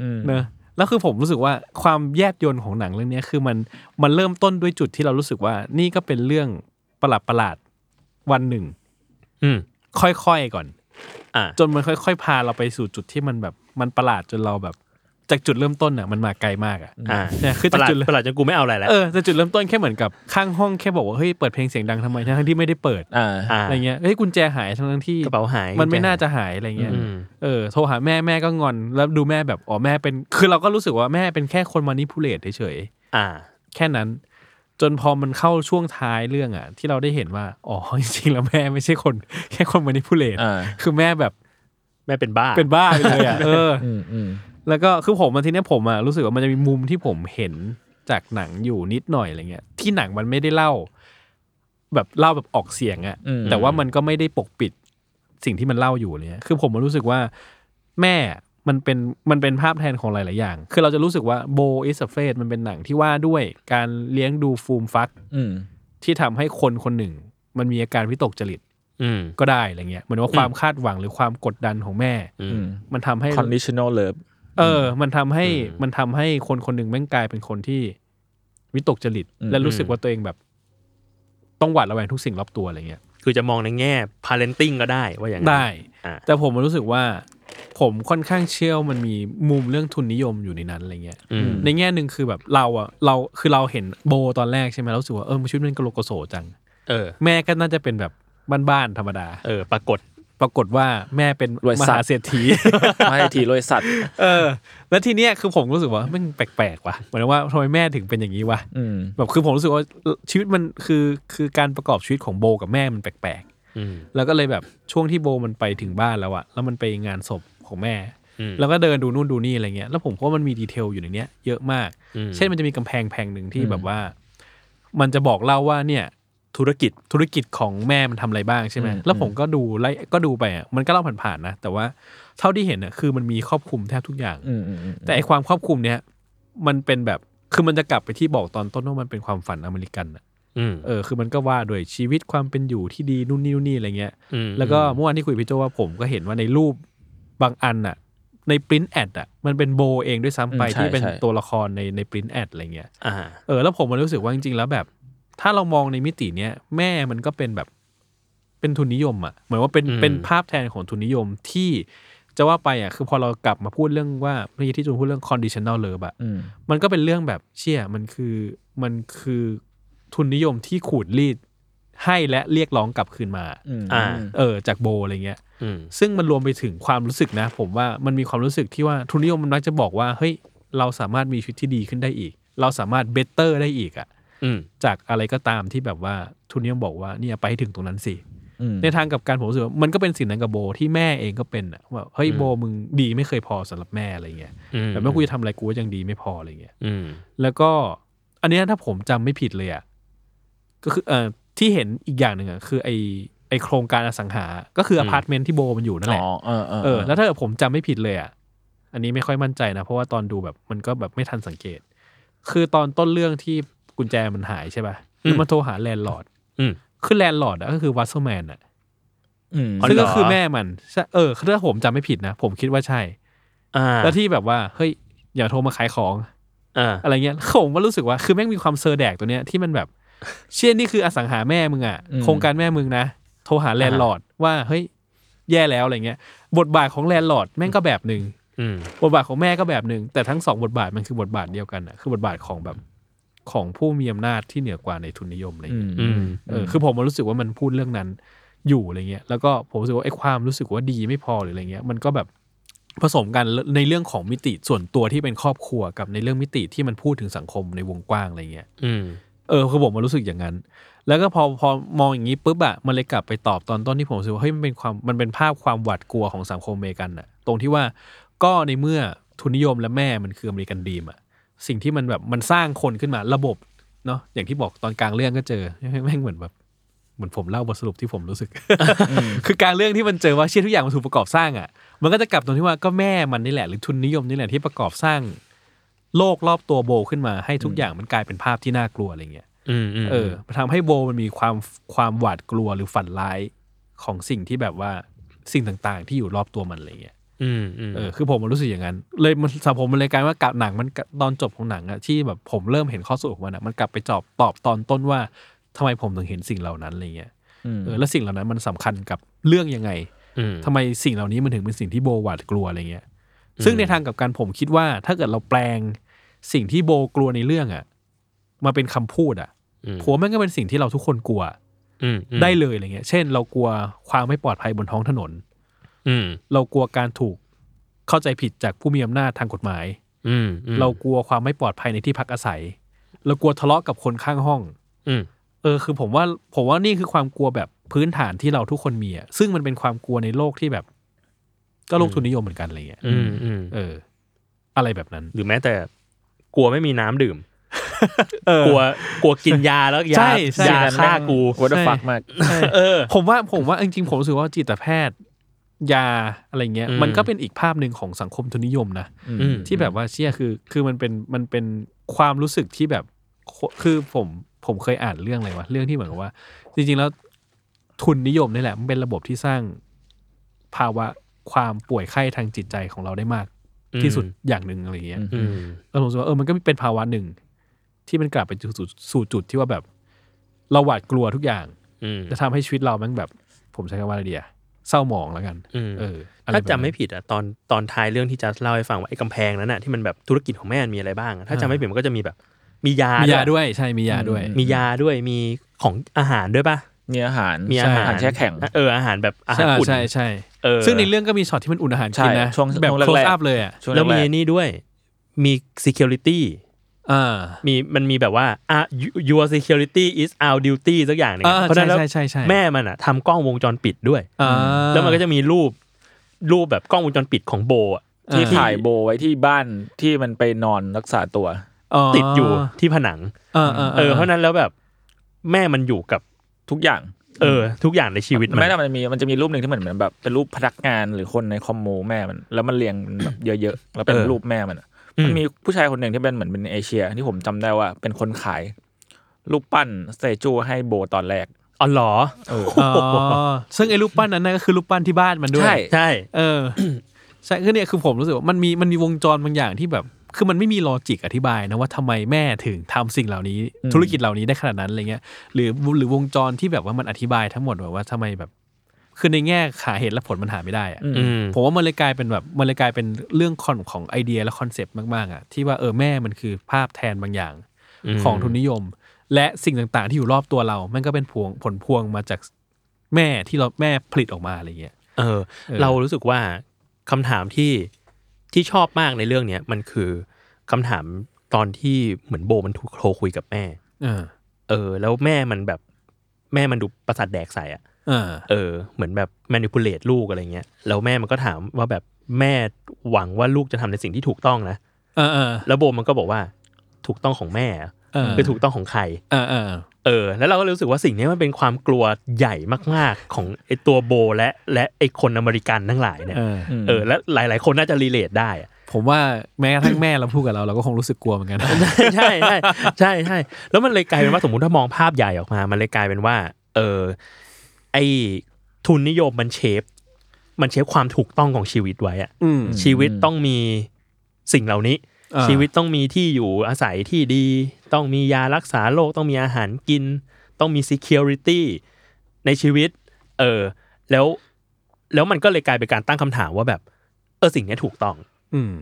Speaker 4: อืม
Speaker 2: เนอะแล้วคือผมรู้สึกว่าความแยบยนของหนังเรื่องเนี้ยคือมันมันเริ่มต้นด้วยจุดที่เรารู้สึกว่า นี่ก็เป็นเรื่องประหลาดประหลาดๆวันหนึ่ง
Speaker 3: อืม
Speaker 2: ค่อยๆก่อน
Speaker 3: อ่า
Speaker 2: จนมันค่อย ๆ พาเราไปสู่จุดที่มันแบบมันประหลาดจนเราแบบ จากจุดเริ่มต้นอ่ะมันมาไกลมากอ่ะ
Speaker 3: อ่า
Speaker 2: เนี่ยคือ
Speaker 3: ป
Speaker 2: จา
Speaker 3: ระ
Speaker 2: ก
Speaker 3: หลา
Speaker 2: จุ
Speaker 3: ด
Speaker 2: ดเริ่ม
Speaker 3: ประหลาดจนกูไม่เอาอะไรแล้ว
Speaker 2: เออแต่จุดเริ่มต้นแค่เหมือนกับข้างห้องแค่บอกว่าเฮ้ยเปิดเพลงเสียงดังทำไมทั้งที่ไม่ได้เปิด
Speaker 4: อ่า
Speaker 3: อ่า
Speaker 2: อะไรเงี้ยเฮ้ยกุญแจหายทั้งที่
Speaker 3: กระเป๋าหาย
Speaker 2: มันไม่น่าจะหายอะไรเงี้ย
Speaker 3: อืม
Speaker 2: เออโทรหาแม่แม่ก็งอน แล้วดูแม่แบบอ๋อแม่เป็นคือเราก็รู้สึกว่าแม่เป็นแค่คนมานิพูเลตเฉย
Speaker 3: อ่า
Speaker 2: ๆแค่นั้น จนพอมันเข้าช่วงท้ายเรื่องอ่ะ ที่เราได้เห็นว่าอ๋อ *laughs* จริงๆแล้วแม่ไม่ใช่คน แค่คนมานิพูเลต
Speaker 4: อ่า
Speaker 2: คือแม่แบบ
Speaker 3: แม่เป็นบ้า
Speaker 2: เป็นบ้าไปเลยอ่ะเออ
Speaker 4: อืมอืม
Speaker 2: แล้วก็คือผมมาทีเนี้ยผมอ่ะรู้สึกว่ามันจะมีมุมที่ผมเห็นจากหนังอยู่นิดหน่อยอะไรเงี้ยที่หนังมันไม่ได้เล่า แบบเล่าแบบออกเสียงอะ
Speaker 4: อืม
Speaker 2: แต่ว่ามันก็ไม่ได้ปกปิดสิ่งที่มันเล่าอยู่อะไรเลยคือผมมันรู้สึกว่าแม่มันเป็นมันเป็นภาพแทนของหลาย ๆ อย่าง คือเราจะรู้สึกว่าโบอิสเฟสมันเป็นหนังที่ว่าด้วยการเลี้ยงดูฟูมฟัก
Speaker 4: อืม
Speaker 2: ที่ทำให้คนคนหนึ่ง มันมีอาการวิตกจริต
Speaker 3: อืม
Speaker 2: ก็ได้อะไรเงี้ยเหมือนว่าความคาดหวังหรือความกดดันของแม่
Speaker 3: อื
Speaker 4: อืม
Speaker 2: มันทำให้
Speaker 4: conditional
Speaker 2: *laughs*
Speaker 4: love
Speaker 2: เออ มันทำให้
Speaker 3: อืม
Speaker 2: มันทำให้คนคนหนึ่งแม่งกลายเป็นคนที่วิตกจริต
Speaker 4: อืม
Speaker 2: และรู้สึก
Speaker 3: อืม
Speaker 2: ว่าตัวเองแบบ ต้องหวาดระแวงทุกสิ่งรอบตัวอะไรเงี้ย
Speaker 3: คือจะมองในแง่ parenting ก็ได้ว่าอย่างนั้น
Speaker 2: ได้
Speaker 3: อ่า
Speaker 2: แต่ผมมันรู้สึกว่า ผมค่อนข้างเชื่อว่ามันมีมุมเรื่องทุนนิยมอยู่ในนั้นอะไรเงี้ย
Speaker 3: อืม
Speaker 2: ในแง่หนึ่งคือแบบเราอะเรา คือเราเห็นโบตอนแรกใช่ไหมเรารู้สึกว่าเออชีวิตมันกระโหลกกระโสจัง
Speaker 3: เออ
Speaker 2: แม่ก็น่าจะเป็นแบบบ้านๆธรรมดา
Speaker 3: เออ ปรากฏ
Speaker 2: ปรากฏว่าแม่เป็น
Speaker 4: รวย
Speaker 2: ม
Speaker 4: สั
Speaker 2: หา
Speaker 4: ตว์
Speaker 2: เศรษฐี
Speaker 3: *laughs*
Speaker 4: ไม่ให้ทีรวยสัตว์
Speaker 2: เออ แล้วทีเนี้ยคือผมรู้สึกว่าแม่งแปลกๆว่ะเหมือนว่าทำไมแม่ถึงเป็นอย่างนี้วะ
Speaker 4: อืม
Speaker 2: แบบคือผมรู้สึกว่าชีวิตมันคือคือการประกอบชีวิตของโบกับแม่มันแปลก
Speaker 3: อืม
Speaker 2: ๆ แล้วก็เลยแบบช่วงที่โบมันไปถึงบ้านแล้วอะแล้วมันไปงานศพของแม่
Speaker 3: อืม
Speaker 2: แล้วก็เดินดูนู่นดูนี่อะไรเงี้ยแล้วผมก็ว่ามันมีดีเทลอยู่ในเนี้ยเยอะมาก
Speaker 3: อืม
Speaker 2: เช่นมันจะมีกำแพงแพงหนึ่งที่
Speaker 4: อืม
Speaker 2: แบบว่า มันจะบอกเล่าว่าเนี่ย
Speaker 3: ธุรกิจ
Speaker 2: ธุรกิจของแม่มันทำอะไรบ้างใช่ไหม
Speaker 4: อืม
Speaker 2: แล้วผมก็ดูไล่ก็ดูไปอะมันก็เล่าผ่านๆนะ แต่ว่าเท่าที่เห็นอะคือมันมีครอบคลุมแทบทุกอย่าง
Speaker 4: อืมอืมอืม
Speaker 2: แต่ไอความครอบคลุมเนี้ยมันเป็นแบบคือมันจะกลับไปที่บอกตอนต้นว่ามันเป็นความฝันอเมริกันอะ
Speaker 3: อืม
Speaker 2: เออคือมันก็ว่าด้วยชีวิตความเป็นอยู่ที่ดีนู่นนี่นู่นนี่อะไรเงี้ย
Speaker 3: อืม
Speaker 2: แล้วก็เมื่อวานที่คุยกับพี่โจว่าผมก็เห็นว่าในรูปบางอันน่ะ ในปริ้นแอดอ่ะมันเป็นโบเองด้วยซ้ำไป
Speaker 4: อืมใช่
Speaker 2: ที่เป็น
Speaker 4: ใช่
Speaker 2: ตัวละครในในปริ้นแอดอะไรเงี้ย
Speaker 3: อ่า
Speaker 2: เออแล้วผมมันรู้สึกว่าจริงๆแล้วแบบ ถ้าเรามองในมิติเนี้ยแม่มันก็เป็นแบบเป็นทุนนิยมอ่ะเหมือนว่าเป็น
Speaker 3: อืม
Speaker 2: เป็นภาพแทนของทุนนิยมที่จะว่าไปอ่ะคือพอเรากลับมาพูดเรื่องว่าเมื่อกี้ที่จูนพูดเรื่อง conditional love อ่ะ
Speaker 4: อืม
Speaker 2: มันก็เป็นเรื่องแบบเชี่ยมันคือมันคือทุนนิยมที่ขูดรีดให้และเรียกร้องกลับคืนมา
Speaker 4: อืม
Speaker 3: อ่า
Speaker 2: เออจากโบอะไรเงี้ย
Speaker 3: อืม
Speaker 2: ซึ่งมันรวมไปถึงความรู้สึกนะ ผมว่ามันมีความรู้สึกที่ว่าทุนนิยมมันมักจะบอกว่าเฮ้ยเราสามารถมีชีวิตที่ดีขึ้นได้อีก เราสามารถเบเตอร์ได้อีกอะ
Speaker 3: อืม
Speaker 2: จากอะไรก็ตามที่แบบว่าทุนนิยมบอกว่าเนี่ยไปให้ถึงตรงนั้นสิ
Speaker 4: อืม
Speaker 2: ในทางกลับการผมรู้สึกว่ามันก็เป็นสิ่งนั้นกับโบที่แม่เองก็เป็นอะว่าเฮ้ย
Speaker 3: อืม
Speaker 2: โบมึงดีไม่เคยพอสำหรับแม่อะไรเงี้ย
Speaker 3: อื
Speaker 2: แบบไม่คุยทำอะไรกูก็ยังดีไม่พออะไรเงี้ย
Speaker 3: อืม
Speaker 2: แล้วก็อันเนี้ยถ้าผมจำไม่ผิดเลยอ่ะก็คือเอ่อที่เห็นอีกอย่างหนึ่งอ่ะคือไอไอโครงการอสังหา ก็คืออ
Speaker 3: ม
Speaker 2: พาร์ตเมนต์ที่โบมันอยู่นั่นแหละ
Speaker 4: อ๋อเออเออ
Speaker 2: เออแล้วถ้าเกิดผมจำไม่ผิดเลยอ่ะ อันนี้ไม่ค่อยมั่นใจนะ เพราะว่าตอนดูแบบมันก็แบบไม่ทันสังเกต คือตอนต้นเรื่องที่กุญแจมันหายใช่ป่ะ
Speaker 3: อืม
Speaker 2: แล้วมันโทรหาแลนด์ลอร์ด
Speaker 3: อืม
Speaker 2: คือแลนด์ลอร์ดอะก็คือวัตเซอร์แมนอ่ะ
Speaker 4: อืม
Speaker 2: ซึ่ง
Speaker 3: เหรอ
Speaker 2: ก็คือแม่มันใช่เออถ้าผมจำไม่ผิดนะ ผมคิดว่าใช่
Speaker 3: อ่า
Speaker 2: แล้วที่แบบว่าเฮ้ยอย่าโทรมาขายของ
Speaker 3: อ่า
Speaker 2: อะไรเงี้ย *laughs* ผมก็รู้สึกว่าคือแม่งมีความเซอร์แดกตัวเนี้ยที่มันแบบ เช่นนี่คืออสังหาแม่มึงอ่ะ
Speaker 4: อืม
Speaker 2: โครงการแม่มึงนะโทรหาแลนด์ลอร์ดว่าเฮ้ยแย่แล้วอะไรเงี้ย บทบาทของแลนด์ลอร์ดแม่งก็แบบหนึ่ง
Speaker 3: อืม
Speaker 2: บทบาทของแม่ก็แบบหนึ่งแต่ทั้งสองบทบาทมันคือบทบาทเดียวกันอะคือบทบาทของแบบของผู้มีอำนาจที่เหนือกว่าในทุนนิยมอะไร
Speaker 4: อื
Speaker 2: เงี้ย
Speaker 4: ม
Speaker 3: อืม
Speaker 2: เออคือผมรู้สึกว่ามันพูดเรื่องนั้นอยู่อะไรเงี้ยแล้วก็ผมรู้สึกว่าไอ้ความรู้สึกว่าดีไม่พอหรืออะไรเงี้ยมันก็แบบผสมกันในเรื่องของมิติส่วนตัวที่เป็นครอบครัวกับในเรื่องมิติที่มันพูดถึงสังคมในวงกว้างอะไรเงี้ย
Speaker 3: อืม
Speaker 2: เออคือผมมารู้สึกอย่างนั้น แล้วก็พอพอมองอย่างนี้ปุ๊บอะมันเลยกลับไปตอบตอนต้นที่ผมรู้สึกว่าเฮ้ยมันเป็นความมันเป็นภาพความหวาดกลัวของสังคมอเมริกันอะตรงที่ว่าก็ในเมื่อทุนนิยมและแม่มันคืออเมริกันดีมอะสิ่งที่มันแบบมันสร้างคนขึ้นมาระบบเนาะอย่างที่บอกตอนกลางเรื่องก็เจอแม่งเหมือนแบบเหมือนผมเล่าบทสรุปที่ผมรู้สึก คือกลารเรื่องที่มันเจอว่าเชื่อทุกอย่างมันถูกประกอบสร้างอะมันก็จะกลับตรงที่ว่าก็แม่มันนี่แหละหรือทุนนิยมนี่แหละที่ประกอบสร้าง โลกรอบตัวโบขึ้นมาให้ทุกอย่างมันกลายเป็นภาพที่น่ากลัวอะไรเงี้ย
Speaker 3: อืมอืม
Speaker 2: เออทำให้โบมันมีความความหวาดกลัวหรือฝันร้ายของสิ่งที่แบบว่าสิ่งต่างๆ ที่อยู่รอบตัวมันอะไรเงี้ย
Speaker 3: อืมอืม
Speaker 2: เออคือผมมันรู้สึกอย่างนั้น เลยมันสำหรับผมมันเลยกลายว่ากลับหนังมันตอนจบของหนังอะที่แบบผมเริ่มเห็นข้อสรุปของมันอะมันกลับไปจอบตอบตอนต้นว่าทำไมผมถึงเห็นสิ่งเหล่านั้นอะไรเงี้ยเออแล้วสิ่งเหล่านั้นมันสำคัญกับเรื่องยังไง
Speaker 3: อืม
Speaker 2: ทำไมสิ่งเหล่านี้มันถึงเป็นสิ่งที่โบหวาดกลัวอะไรเงี้ย ซึ่งในทางกลับการผมคิดว่าถ้าเกิดเราแปลงสิ่งที่โบกลัวในเรื่องอะมาเป็นคำพูดอะ ผัวแม่งก็เป็นสิ่งที่เราทุกคนกลัว
Speaker 3: อืมอืม
Speaker 2: ได้เลยอะไรเงี้ย เช่น เรากลัวความไม่ปลอดภัยบนท้องถนน
Speaker 3: อืม
Speaker 2: เรากลัวการถูกเข้าใจผิดจากผู้มีอำนาจทางกฎหมาย
Speaker 3: อืมอืม
Speaker 2: เรากลัวความไม่ปลอดภัยในที่พักอาศัย เรากลัวทะเลาะกับคนข้างห้อง
Speaker 3: อืม
Speaker 2: เออคือผมว่าผมว่านี่คือความกลัวแบบพื้นฐานที่เราทุกคนมีอะซึ่งมันเป็นความกลัวในโลกที่แบบ ก็โลกทุนนิยมเหมือนกันอะไรเงี้ย
Speaker 3: อืมอืม
Speaker 2: เออ อะไรแบบนั้น
Speaker 3: หรือแม้แต่กลัวไม่มีน้ำดื่ม
Speaker 2: เออ
Speaker 3: กลัวกลัวกินยาแล้วยา
Speaker 2: ใช่ใช่
Speaker 3: ยาฆ่ากู
Speaker 4: วัต
Speaker 2: ใช่
Speaker 4: ฟักมาก
Speaker 3: เออ
Speaker 2: ผมว่าผมว่าจริงๆผมรู้สึกว่าจิตแพทย์ ยาอะไรเงี้ย
Speaker 3: อืม
Speaker 2: มันก็เป็นอีกภาพหนึ่งของสังคมทุนนิยมนะ
Speaker 3: อืม
Speaker 2: ที่แบบว่าเชี่ยคือคือมันเป็นมันเป็นความรู้สึกที่แบบโคคือผมผมเคยอ่านเรื่องอะไรวะเรื่องที่เหมือนกับว่า จริงๆแล้วทุนนิยมนี่แหละ มันเป็นระบบที่สร้างภาวะความป่วยไข้ทางจิตใจของเราได้มาก ที่สุดอย่างหนึ่งอะไรเงี้ย
Speaker 4: อืม
Speaker 3: อืม
Speaker 2: เราผมรู้สึกว่าเออมันก็เป็นภาวะหนึ่ง ที่มันกลับไปสู่สู่จุดที่ว่าแบบ เราหวาดกลัวทุกอย่าง
Speaker 3: อืม
Speaker 2: จะทำให้ชีวิตเราแมันแบบ ผมใช้คำว่าอะไรดีอะเศร้าหมองแล้วกัน
Speaker 3: อืม
Speaker 2: เอออะร
Speaker 3: ถ้า
Speaker 2: แบบนั้น
Speaker 3: จำไม่ผิดอ่ะตอนตอนท้ายเรื่องที่จัสเล่าให้ฟังว่าไอ้กำแพงนั้นน่ะที่มันแบบธุรกิจของแม่มันมีอะไรบ้างอะถ้าจำไม่ผิดมันก็จะมีแบบ มียา
Speaker 2: มี
Speaker 3: มี
Speaker 2: ยาด้วยใช่มียาด้วย
Speaker 3: มียาด้วยมีของอาหารด้วยป่ะ
Speaker 4: มีอาหาร
Speaker 3: มีอาหาร
Speaker 4: อาหารแช่แข็ง
Speaker 3: เอออาหารแบบอาหาร
Speaker 2: ใช่
Speaker 3: อุ่น
Speaker 2: ใช่ใช่
Speaker 3: เออ
Speaker 2: ซึ่งในเรื่องก็มีช็อตที่มันอุ่นอาหารกินนะ
Speaker 4: ใช่ช่วง
Speaker 2: แบบ
Speaker 4: ช่วงแรก
Speaker 2: close up เลยอ่ะ
Speaker 4: ช่วง
Speaker 3: แล้วมี
Speaker 4: แรก
Speaker 3: ไอ้นี่ด้วยมี security
Speaker 2: อ่า
Speaker 3: มีมันมีแบบว่าอ่ะ you- your security is our duty สักอย่างหนึง
Speaker 2: อ่า
Speaker 3: เพราะฉะ
Speaker 2: ใช่
Speaker 3: นั้นแล้ว
Speaker 2: ใช่ใช่ใช่
Speaker 3: แม่มันอ่ะทำกล้องวงจรปิดด้วย
Speaker 2: อ่า
Speaker 3: แล้วมันก็จะมีรูปรูปแบบกล้องวงจรปิดของโบอะ
Speaker 2: เออ
Speaker 4: ที่ถ่ายโบไว้ที่บ้านที่มันไปนอนรักษาตัว
Speaker 3: ติดอยู่ที่ผนัง
Speaker 2: เออเออ
Speaker 3: เออเพราะฉะนั้นแล้วแบบแม่มันอยู่กับ
Speaker 4: ทุกอย่าง
Speaker 3: เออทุกอย่างในชีวิตมัน
Speaker 4: แม่แต่มันจะมีมันจะมีรูปหนึ่งที่เหมือนเหมือนแบบเป็นรูปพนักงานหรือคนในคอมมูแม่มัน แล้วมันเรียงเป็นแบบเยอะๆแล้วเป็นรูปแม่มันอะมันมีผู้ชายคนหนึ่งที่เป็นเหมือนเป็นเอเชีย ที่ผมจำได้ว่าเป็นคนขายรูปปั้นสเตจูให้โบตอนแรก
Speaker 3: อ๋อเหรอ
Speaker 2: อ๋อซึ่งไอ้รูปปั้นนั้นน่ะก็คือรูปปั้นที่บ้านมันด้วย
Speaker 4: ใช่
Speaker 3: ใช่
Speaker 2: เออ ใช่คือเนี่ยคือผมรู้สึกว่ามันมีมันมีวงจรบางอย่างที่แบบ คือมันไม่มีลอจิกอธิบายนะว่าทำไมแม่ถึงทำสิ่งเหล่านี้
Speaker 4: อืม
Speaker 2: ธุรกิจเหล่านี้ได้ขนาดนั้นอะไรเงี้ยหรือหรือวงจรที่แบบว่ามันอธิบายทั้งหมดแบบว่าทำไมแบบ คือในแง่หาเหตุและผลมันหาไม่ได้อะ
Speaker 3: อืม
Speaker 2: ผมว่ามันเลยกลายเป็นแบบมันเลยกลายเป็นเรื่องคอนของไอเดียและคอนเซปต์มากๆอ่ะที่ว่าเออแม่มันคือภาพแทนบางอย่าง
Speaker 3: อืม
Speaker 2: ของทุนนิยม และสิ่งต่างๆ ที่อยู่รอบตัวเรา มันก็เป็นพวงผลพวงมาจากแม่ที่เราแม่ผลิตออกมาอะไรเงี้ย
Speaker 3: เออ
Speaker 2: เออ
Speaker 3: เรารู้สึกว่าคำถามที่ที่ชอบมากในเรื่องเนี้ยมันคือคำถามตอนที่เหมือนโบมันถูกโทรคุยกับแม่
Speaker 2: อ่า
Speaker 3: เออ แล้วแม่มันแบบแม่มันดูประสาทแดกใส่อะ
Speaker 2: อ่า
Speaker 3: เออเหมือนแบบ manipulate ลูกอะไรเงี้ยแล้วแม่มันก็ถามว่าแบบแม่หวังว่าลูกจะทำในสิ่งที่ถูกต้องนะ
Speaker 2: อ่าอ่า
Speaker 3: แล้วโบมันก็บอกว่าถูกต้องของแม่อะ
Speaker 2: อ่า
Speaker 3: คือถูกต้องของใคร
Speaker 2: อ่าอ่า
Speaker 3: เออแล้วเราก็รู้สึกว่าสิ่งนี้มันเป็นความกลัวใหญ่มาก ๆ ของไอตัวโบและและไอคนอเมริกันทั้งหลายเนี่ย
Speaker 2: อ่า
Speaker 4: ม
Speaker 3: เออและหลาย ๆ คนน่าจะรีเลทได้อะ
Speaker 2: ผมว่าแม้กระทั่งแม่เราพูดกับเราเราก็คงรู้สึกกลัวเหมือนกัน
Speaker 3: *laughs* ใช่ใช่ใช่ใช่แล้วมันเลยกลายเป็นว่าสมมติถ้ามองภาพใหญ่ออกมา มันเลยกลายเป็นว่า เออไอทุนนิยมมันเชฟ มันเชฟความถูกต้องของชีวิตไว้อะ
Speaker 2: อืม
Speaker 3: ชีวิตต้องมีสิ่งเหล่านี้
Speaker 2: อ่า
Speaker 3: ชีวิตต้องมีที่อยู่อาศัยที่ดี ต้องมียารักษาโรคต้องมีอาหารกิน ต้องมี security ในชีวิต เออ แล้วแล้วมันก็เลยกลายเป็นการตั้งคำถามว่าแบบ เออสิ่งเนี้ยถูกต้อง
Speaker 2: อืม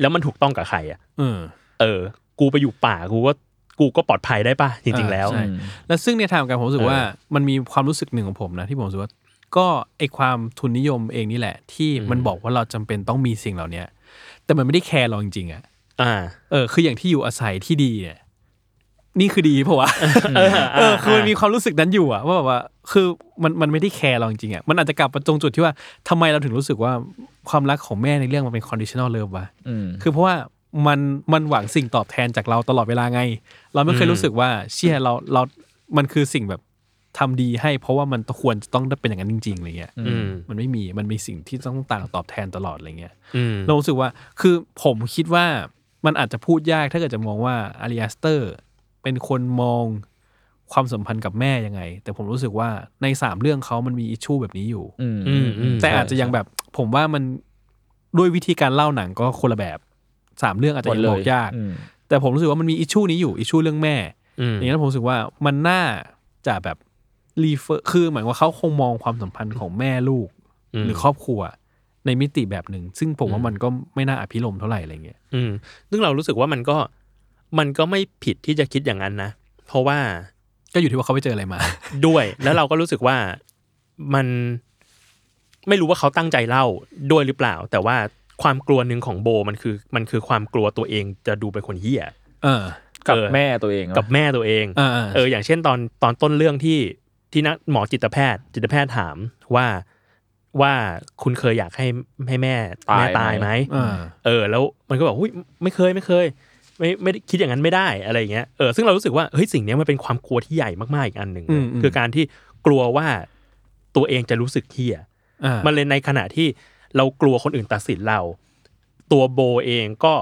Speaker 3: แล้วมันถูกต้องกับใครอะ
Speaker 2: เออ
Speaker 3: เออ กูไปอยู่ป่ากูก็กูก็ปลอดภัยได้ป่ะ จริง ๆ แล้ว
Speaker 2: ใช่ แล้วซึ่งในทางการผมรู้สึกว่ามันมีความรู้สึกหนึ่งของผมนะ ที่ผมรู้สึกว่าก็ไอความทุนนิยมเองนี่แหละ ที่มันบอกว่าเราจำเป็นต้องมีสิ่งเหล่าเนี้ยแต่มันไม่ได้แคร์เราจริงๆอะ
Speaker 3: อ่า
Speaker 2: เออคืออย่างที่อยู่อาศัยที่ดีเนี่ยนี่คือดีเพราะว่า
Speaker 3: เออ
Speaker 2: *laughs* เออคือมันมีความรู้สึกนั้นอยู่อะว่าแบบว่าคือมันมันไม่ได้แคร์เราจริงๆอะมันอาจจะกลับมาตรงจุดที่ว่าทำไมเราถึงรู้สึกว่าความรักของแม่ในเรื่องมันเป็น conditional love วะ
Speaker 4: อืม
Speaker 2: คือเพราะว่ามันมันหวังสิ่งตอบแทนจากเราตลอดเวลาไง เราไม่เคยรู้สึกว่าเชี่ยเราเรา มันคือสิ่งแบบทำดีให้ เพราะว่ามันควรจะต้องเป็นอย่างนั้นจริงๆอะไรเงี้ย
Speaker 3: อืม
Speaker 2: มันไม่มีมันมีสิ่งที่ต้องต่างตอบแทนตลอดอะไรเงี้ย
Speaker 3: อืม
Speaker 2: เรารู้สึกว่าคือผมคิดว่ามันอาจจะพูดยากถ้าเกิดจะมองว่าอาริอัสเตอร์เป็นคนมองความสัมพันธ์กับแม่ยังไง แต่ผมรู้สึกว่าในสามเรื่องเขามันมีอิชชูแบบนี้อยู่
Speaker 4: อืม
Speaker 3: อืมอืม
Speaker 2: แต่อาจจะยังแบบผมว่ามันด้วยวิธีการเล่าหนังก็คนละแบบสามเรื่องอาจ
Speaker 4: หม
Speaker 2: จะ
Speaker 4: ด
Speaker 2: ยัง
Speaker 4: เล
Speaker 2: บอย กยาก
Speaker 4: อืม
Speaker 2: แต่ผมรู้สึกว่ามันมีอิชชูนี้อยู่อิชชูเรื่องแม่
Speaker 3: อืม
Speaker 2: อย่างนั้นผมรู้สึกว่ามันน่าจะแบบรีเฟอร์คือหมายว่าเขาคงมองความสัมพันธ์ของแม่ลูก หรือครอบครัว ในมิติแบบหนึ่ง ซึ่งผมว่ามันก็ไม่น่าอภิรมย์เท่าไหร่อะไรเงี้ย
Speaker 3: อืมซึ่งเรารู้สึกว่ามันก็มันก็ไม่ผิดที่จะคิดอย่างนั้นนะ เพราะว่า
Speaker 2: ก็อยู่ที่ว่าเขาไปเจออะไรมา
Speaker 3: ด้วย *laughs* แล้วเราก็รู้สึกว่ามันไม่รู้ว่าเขาตั้งใจเล่าด้วยหรือเปล่า แต่ว่าความกลัวหนึ่งของโบมันคือ มันคือความกลัวตัวเองจะดูเป็นคนเหี้ย
Speaker 2: เออ
Speaker 4: กับ
Speaker 3: เออ
Speaker 4: แม่ตัวเองเหรอ
Speaker 3: กับแม่ตัวเอง
Speaker 2: เออเออ
Speaker 3: เอออย่างเช่นตอนตอนต้นเรื่องที่ที่นักหมอจิตแพทย์ จิตแพทย์ถามว่าว่าคุณเคยอยากให้ให้แม่แม่ตายไหม
Speaker 2: เออ
Speaker 3: เออ แล้วมันก็บอกหุ้ยไม่เคยไม่เคย ไม่ไม่ได้คิดอย่างนั้นไม่ได้อะไรอย่างเงี้ยเออซึ่งเรารู้สึกว่าเฮ้ยสิ่งเนี้ยมันเป็นความกลัวที่ใหญ่มากๆอีกอันหนึ่งเลยคือการที่กลัวว่าตัวเองจะรู้สึกเฮีย
Speaker 2: เออ
Speaker 3: มันเลยในขณะที่เรากลัวคนอื่นตัดสินเรา ตัวโบเองก็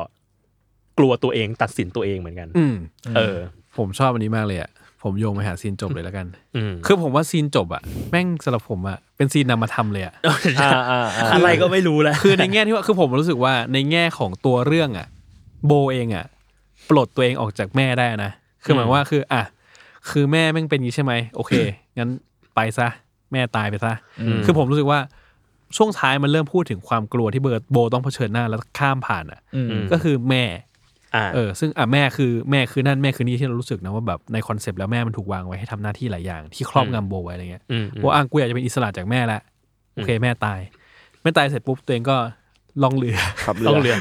Speaker 3: กลัวตัวเองตัดสินตัวเองเหมือนกัน
Speaker 2: อืม
Speaker 3: เออ
Speaker 2: ผมชอบอันนี้มากเลยอ่ะผมโยงไปหาซีนจบเลยแล้วกัน
Speaker 3: อืม
Speaker 2: คือผมว่าซีนจบอะแม่งสำหรับผมอะเป็นซีนนำมาทำเลยอะ
Speaker 4: อ่าอ่าอ่า
Speaker 3: อะไรก็ไม่รู้แล้ว
Speaker 2: คือในแง่ที่ว่าคือผมรู้สึกว่าในแง่ของตัวเรื่องอะโบเองอะปลดตัวเองออกจากแม่ได้นะคือหมายว่าคืออ่ะคือแม่แม่งเป็นอย่างนี้ใช่ไหมโอเค งั้นไปซะ แม่ตายไปซะ คือผมรู้สึกว่าช่วงท้ายมันเริ่มพูดถึงความกลัวที่เบิร์ดโบต้องเผชิญหน้าแล้วข้ามผ่านอะ
Speaker 4: อืม
Speaker 3: ม
Speaker 2: ก็คือแม่
Speaker 3: อ่า
Speaker 2: เออซึ่งอ่ะแม่คือแม่คือนั่นแม่คือนี่ที่เรารู้สึกนะว่าแบบในคอนเซปต์แล้วแม่มันถูกวางไว้ให้ทำหน้าที่หลายอย่างที่ครอบงำโบไว้อะไรเงี้ย
Speaker 3: อืมอืม
Speaker 2: ว่าอ่ะกูอยากจะเป็นอิสระจากแม่ละโอเคแม่ตาย แม่ตายเสร็จปุ๊บตัวเองก็ล่องเรือ
Speaker 4: ขับเรื
Speaker 3: ล่อง
Speaker 4: อ
Speaker 3: เรือ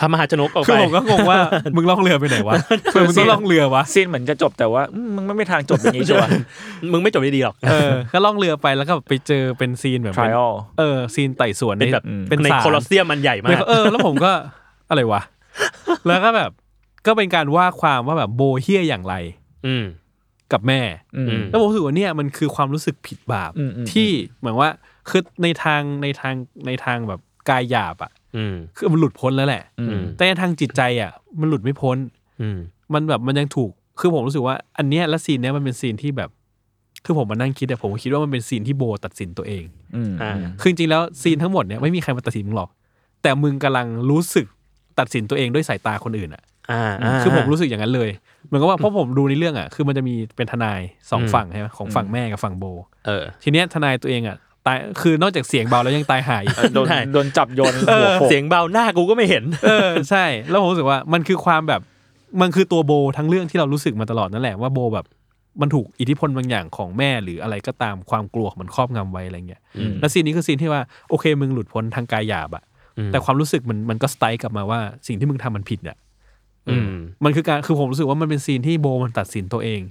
Speaker 3: พระมหาชนกออก
Speaker 2: คือ
Speaker 3: ไป
Speaker 2: ผมก็งง
Speaker 3: *laughs*
Speaker 2: ว่า มึงล่องเรือไปไหนวะทำไมมึงต้องล่องเรือวะ
Speaker 4: ซีนเหมือนจะจบแต่ว่าอืมมึงไม่มีทางจบอย่างนี้ชัวร์
Speaker 3: มึงไม่จบดีๆหรอก
Speaker 2: เออก็ล่องเรือไปแล้วก็ไปเจอเป็นซีนแบบเป็น
Speaker 4: trial
Speaker 2: เออซีนไต่สวน
Speaker 3: เป็นแบบ
Speaker 2: เป็น
Speaker 3: ใน
Speaker 2: ศาล
Speaker 3: โคลอสเซียมมันใหญ่มาก
Speaker 2: เออ แล้วผมก็ อะไรวะ แล้วก็แบบก็เป็นการว่าความว่าแบบโบเฮี้ยอย่างไร
Speaker 3: อืม
Speaker 2: กับแม่
Speaker 4: อืม
Speaker 2: แล้วผมรู้สึกว่าเนี่ยมันคือความรู้สึกผิดบาป
Speaker 4: อืมอืม
Speaker 2: ที่เหมือนว่าคือในทางในทางในทางแบบกายหยาบอ่ะ
Speaker 3: อืม
Speaker 2: คือมันหลุดพ้นแล้วแหละ
Speaker 3: อืม
Speaker 2: แต่ในทางจิตใจอ่ะ มันหลุดไม่พ้น
Speaker 3: อืม
Speaker 2: มันแบบมันยังถูก คือผมรู้สึกว่า อันเนี้ยและซีนเนี้ยมันเป็นซีนที่แบบ คือผมมานั่งคิดแต่ผมคิดว่ามันเป็นซีนที่โบตัดสินตัวเอง
Speaker 4: อืม
Speaker 3: อ่า
Speaker 2: คือจริงๆแล้วซีนทั้งหมดเนี่ยไม่มีใครมาตัดสินมึงหรอก แต่มึงกำลังรู้สึกตัดสินตัวเองด้วยสายตาคนอื่นอ่ะ
Speaker 3: อ่าา
Speaker 2: คือผมรู้สึกอย่างนั้นเลย เหมือนกับว่าเพราะผมดูในเรื่องอ่ะ คือมันจะมีเป็นทนายสองฝั่งใช่ไหมของฝั่งแม่กับฝั่งโบ
Speaker 3: เออ
Speaker 2: ทีเนี้ยทนายตัวเองอ่ะตาย คือนอกจากเสียงเบาแล้วยังตายหายอีก
Speaker 4: โดน
Speaker 3: ได้
Speaker 4: โดนจับโยน
Speaker 3: เอ
Speaker 4: หัว
Speaker 3: อ
Speaker 4: โขก
Speaker 3: เสียงเบาหน้ากูก็ไม่เห็น
Speaker 2: เออใช่ แล้วผมรู้สึกว่ามันคือความแบบมันคือตัวโบทั้งเรื่องที่เรารู้สึกมาตลอดนั่นแหละว่าโบแบบมันถูกอิทธิพลบางอย่างของแม่หรืออะไรก็ตามความกลัวของมันครอบงำไว้อะไรเงี้ย
Speaker 3: อืม
Speaker 2: แล้วซีนนี้คือซีนที่ว่าโอเคมึงหลุดพ้นทางกายหยาบอะแต่ความรู้สึกมันมันก็สไตล์กลับมาว่าสิ่งที่มึงทำมันผิดอะ
Speaker 3: อืม
Speaker 2: มันคือการคือผมรู้สึกว่ามันเป็นซีนที่โบมันตัดสินตัวเอง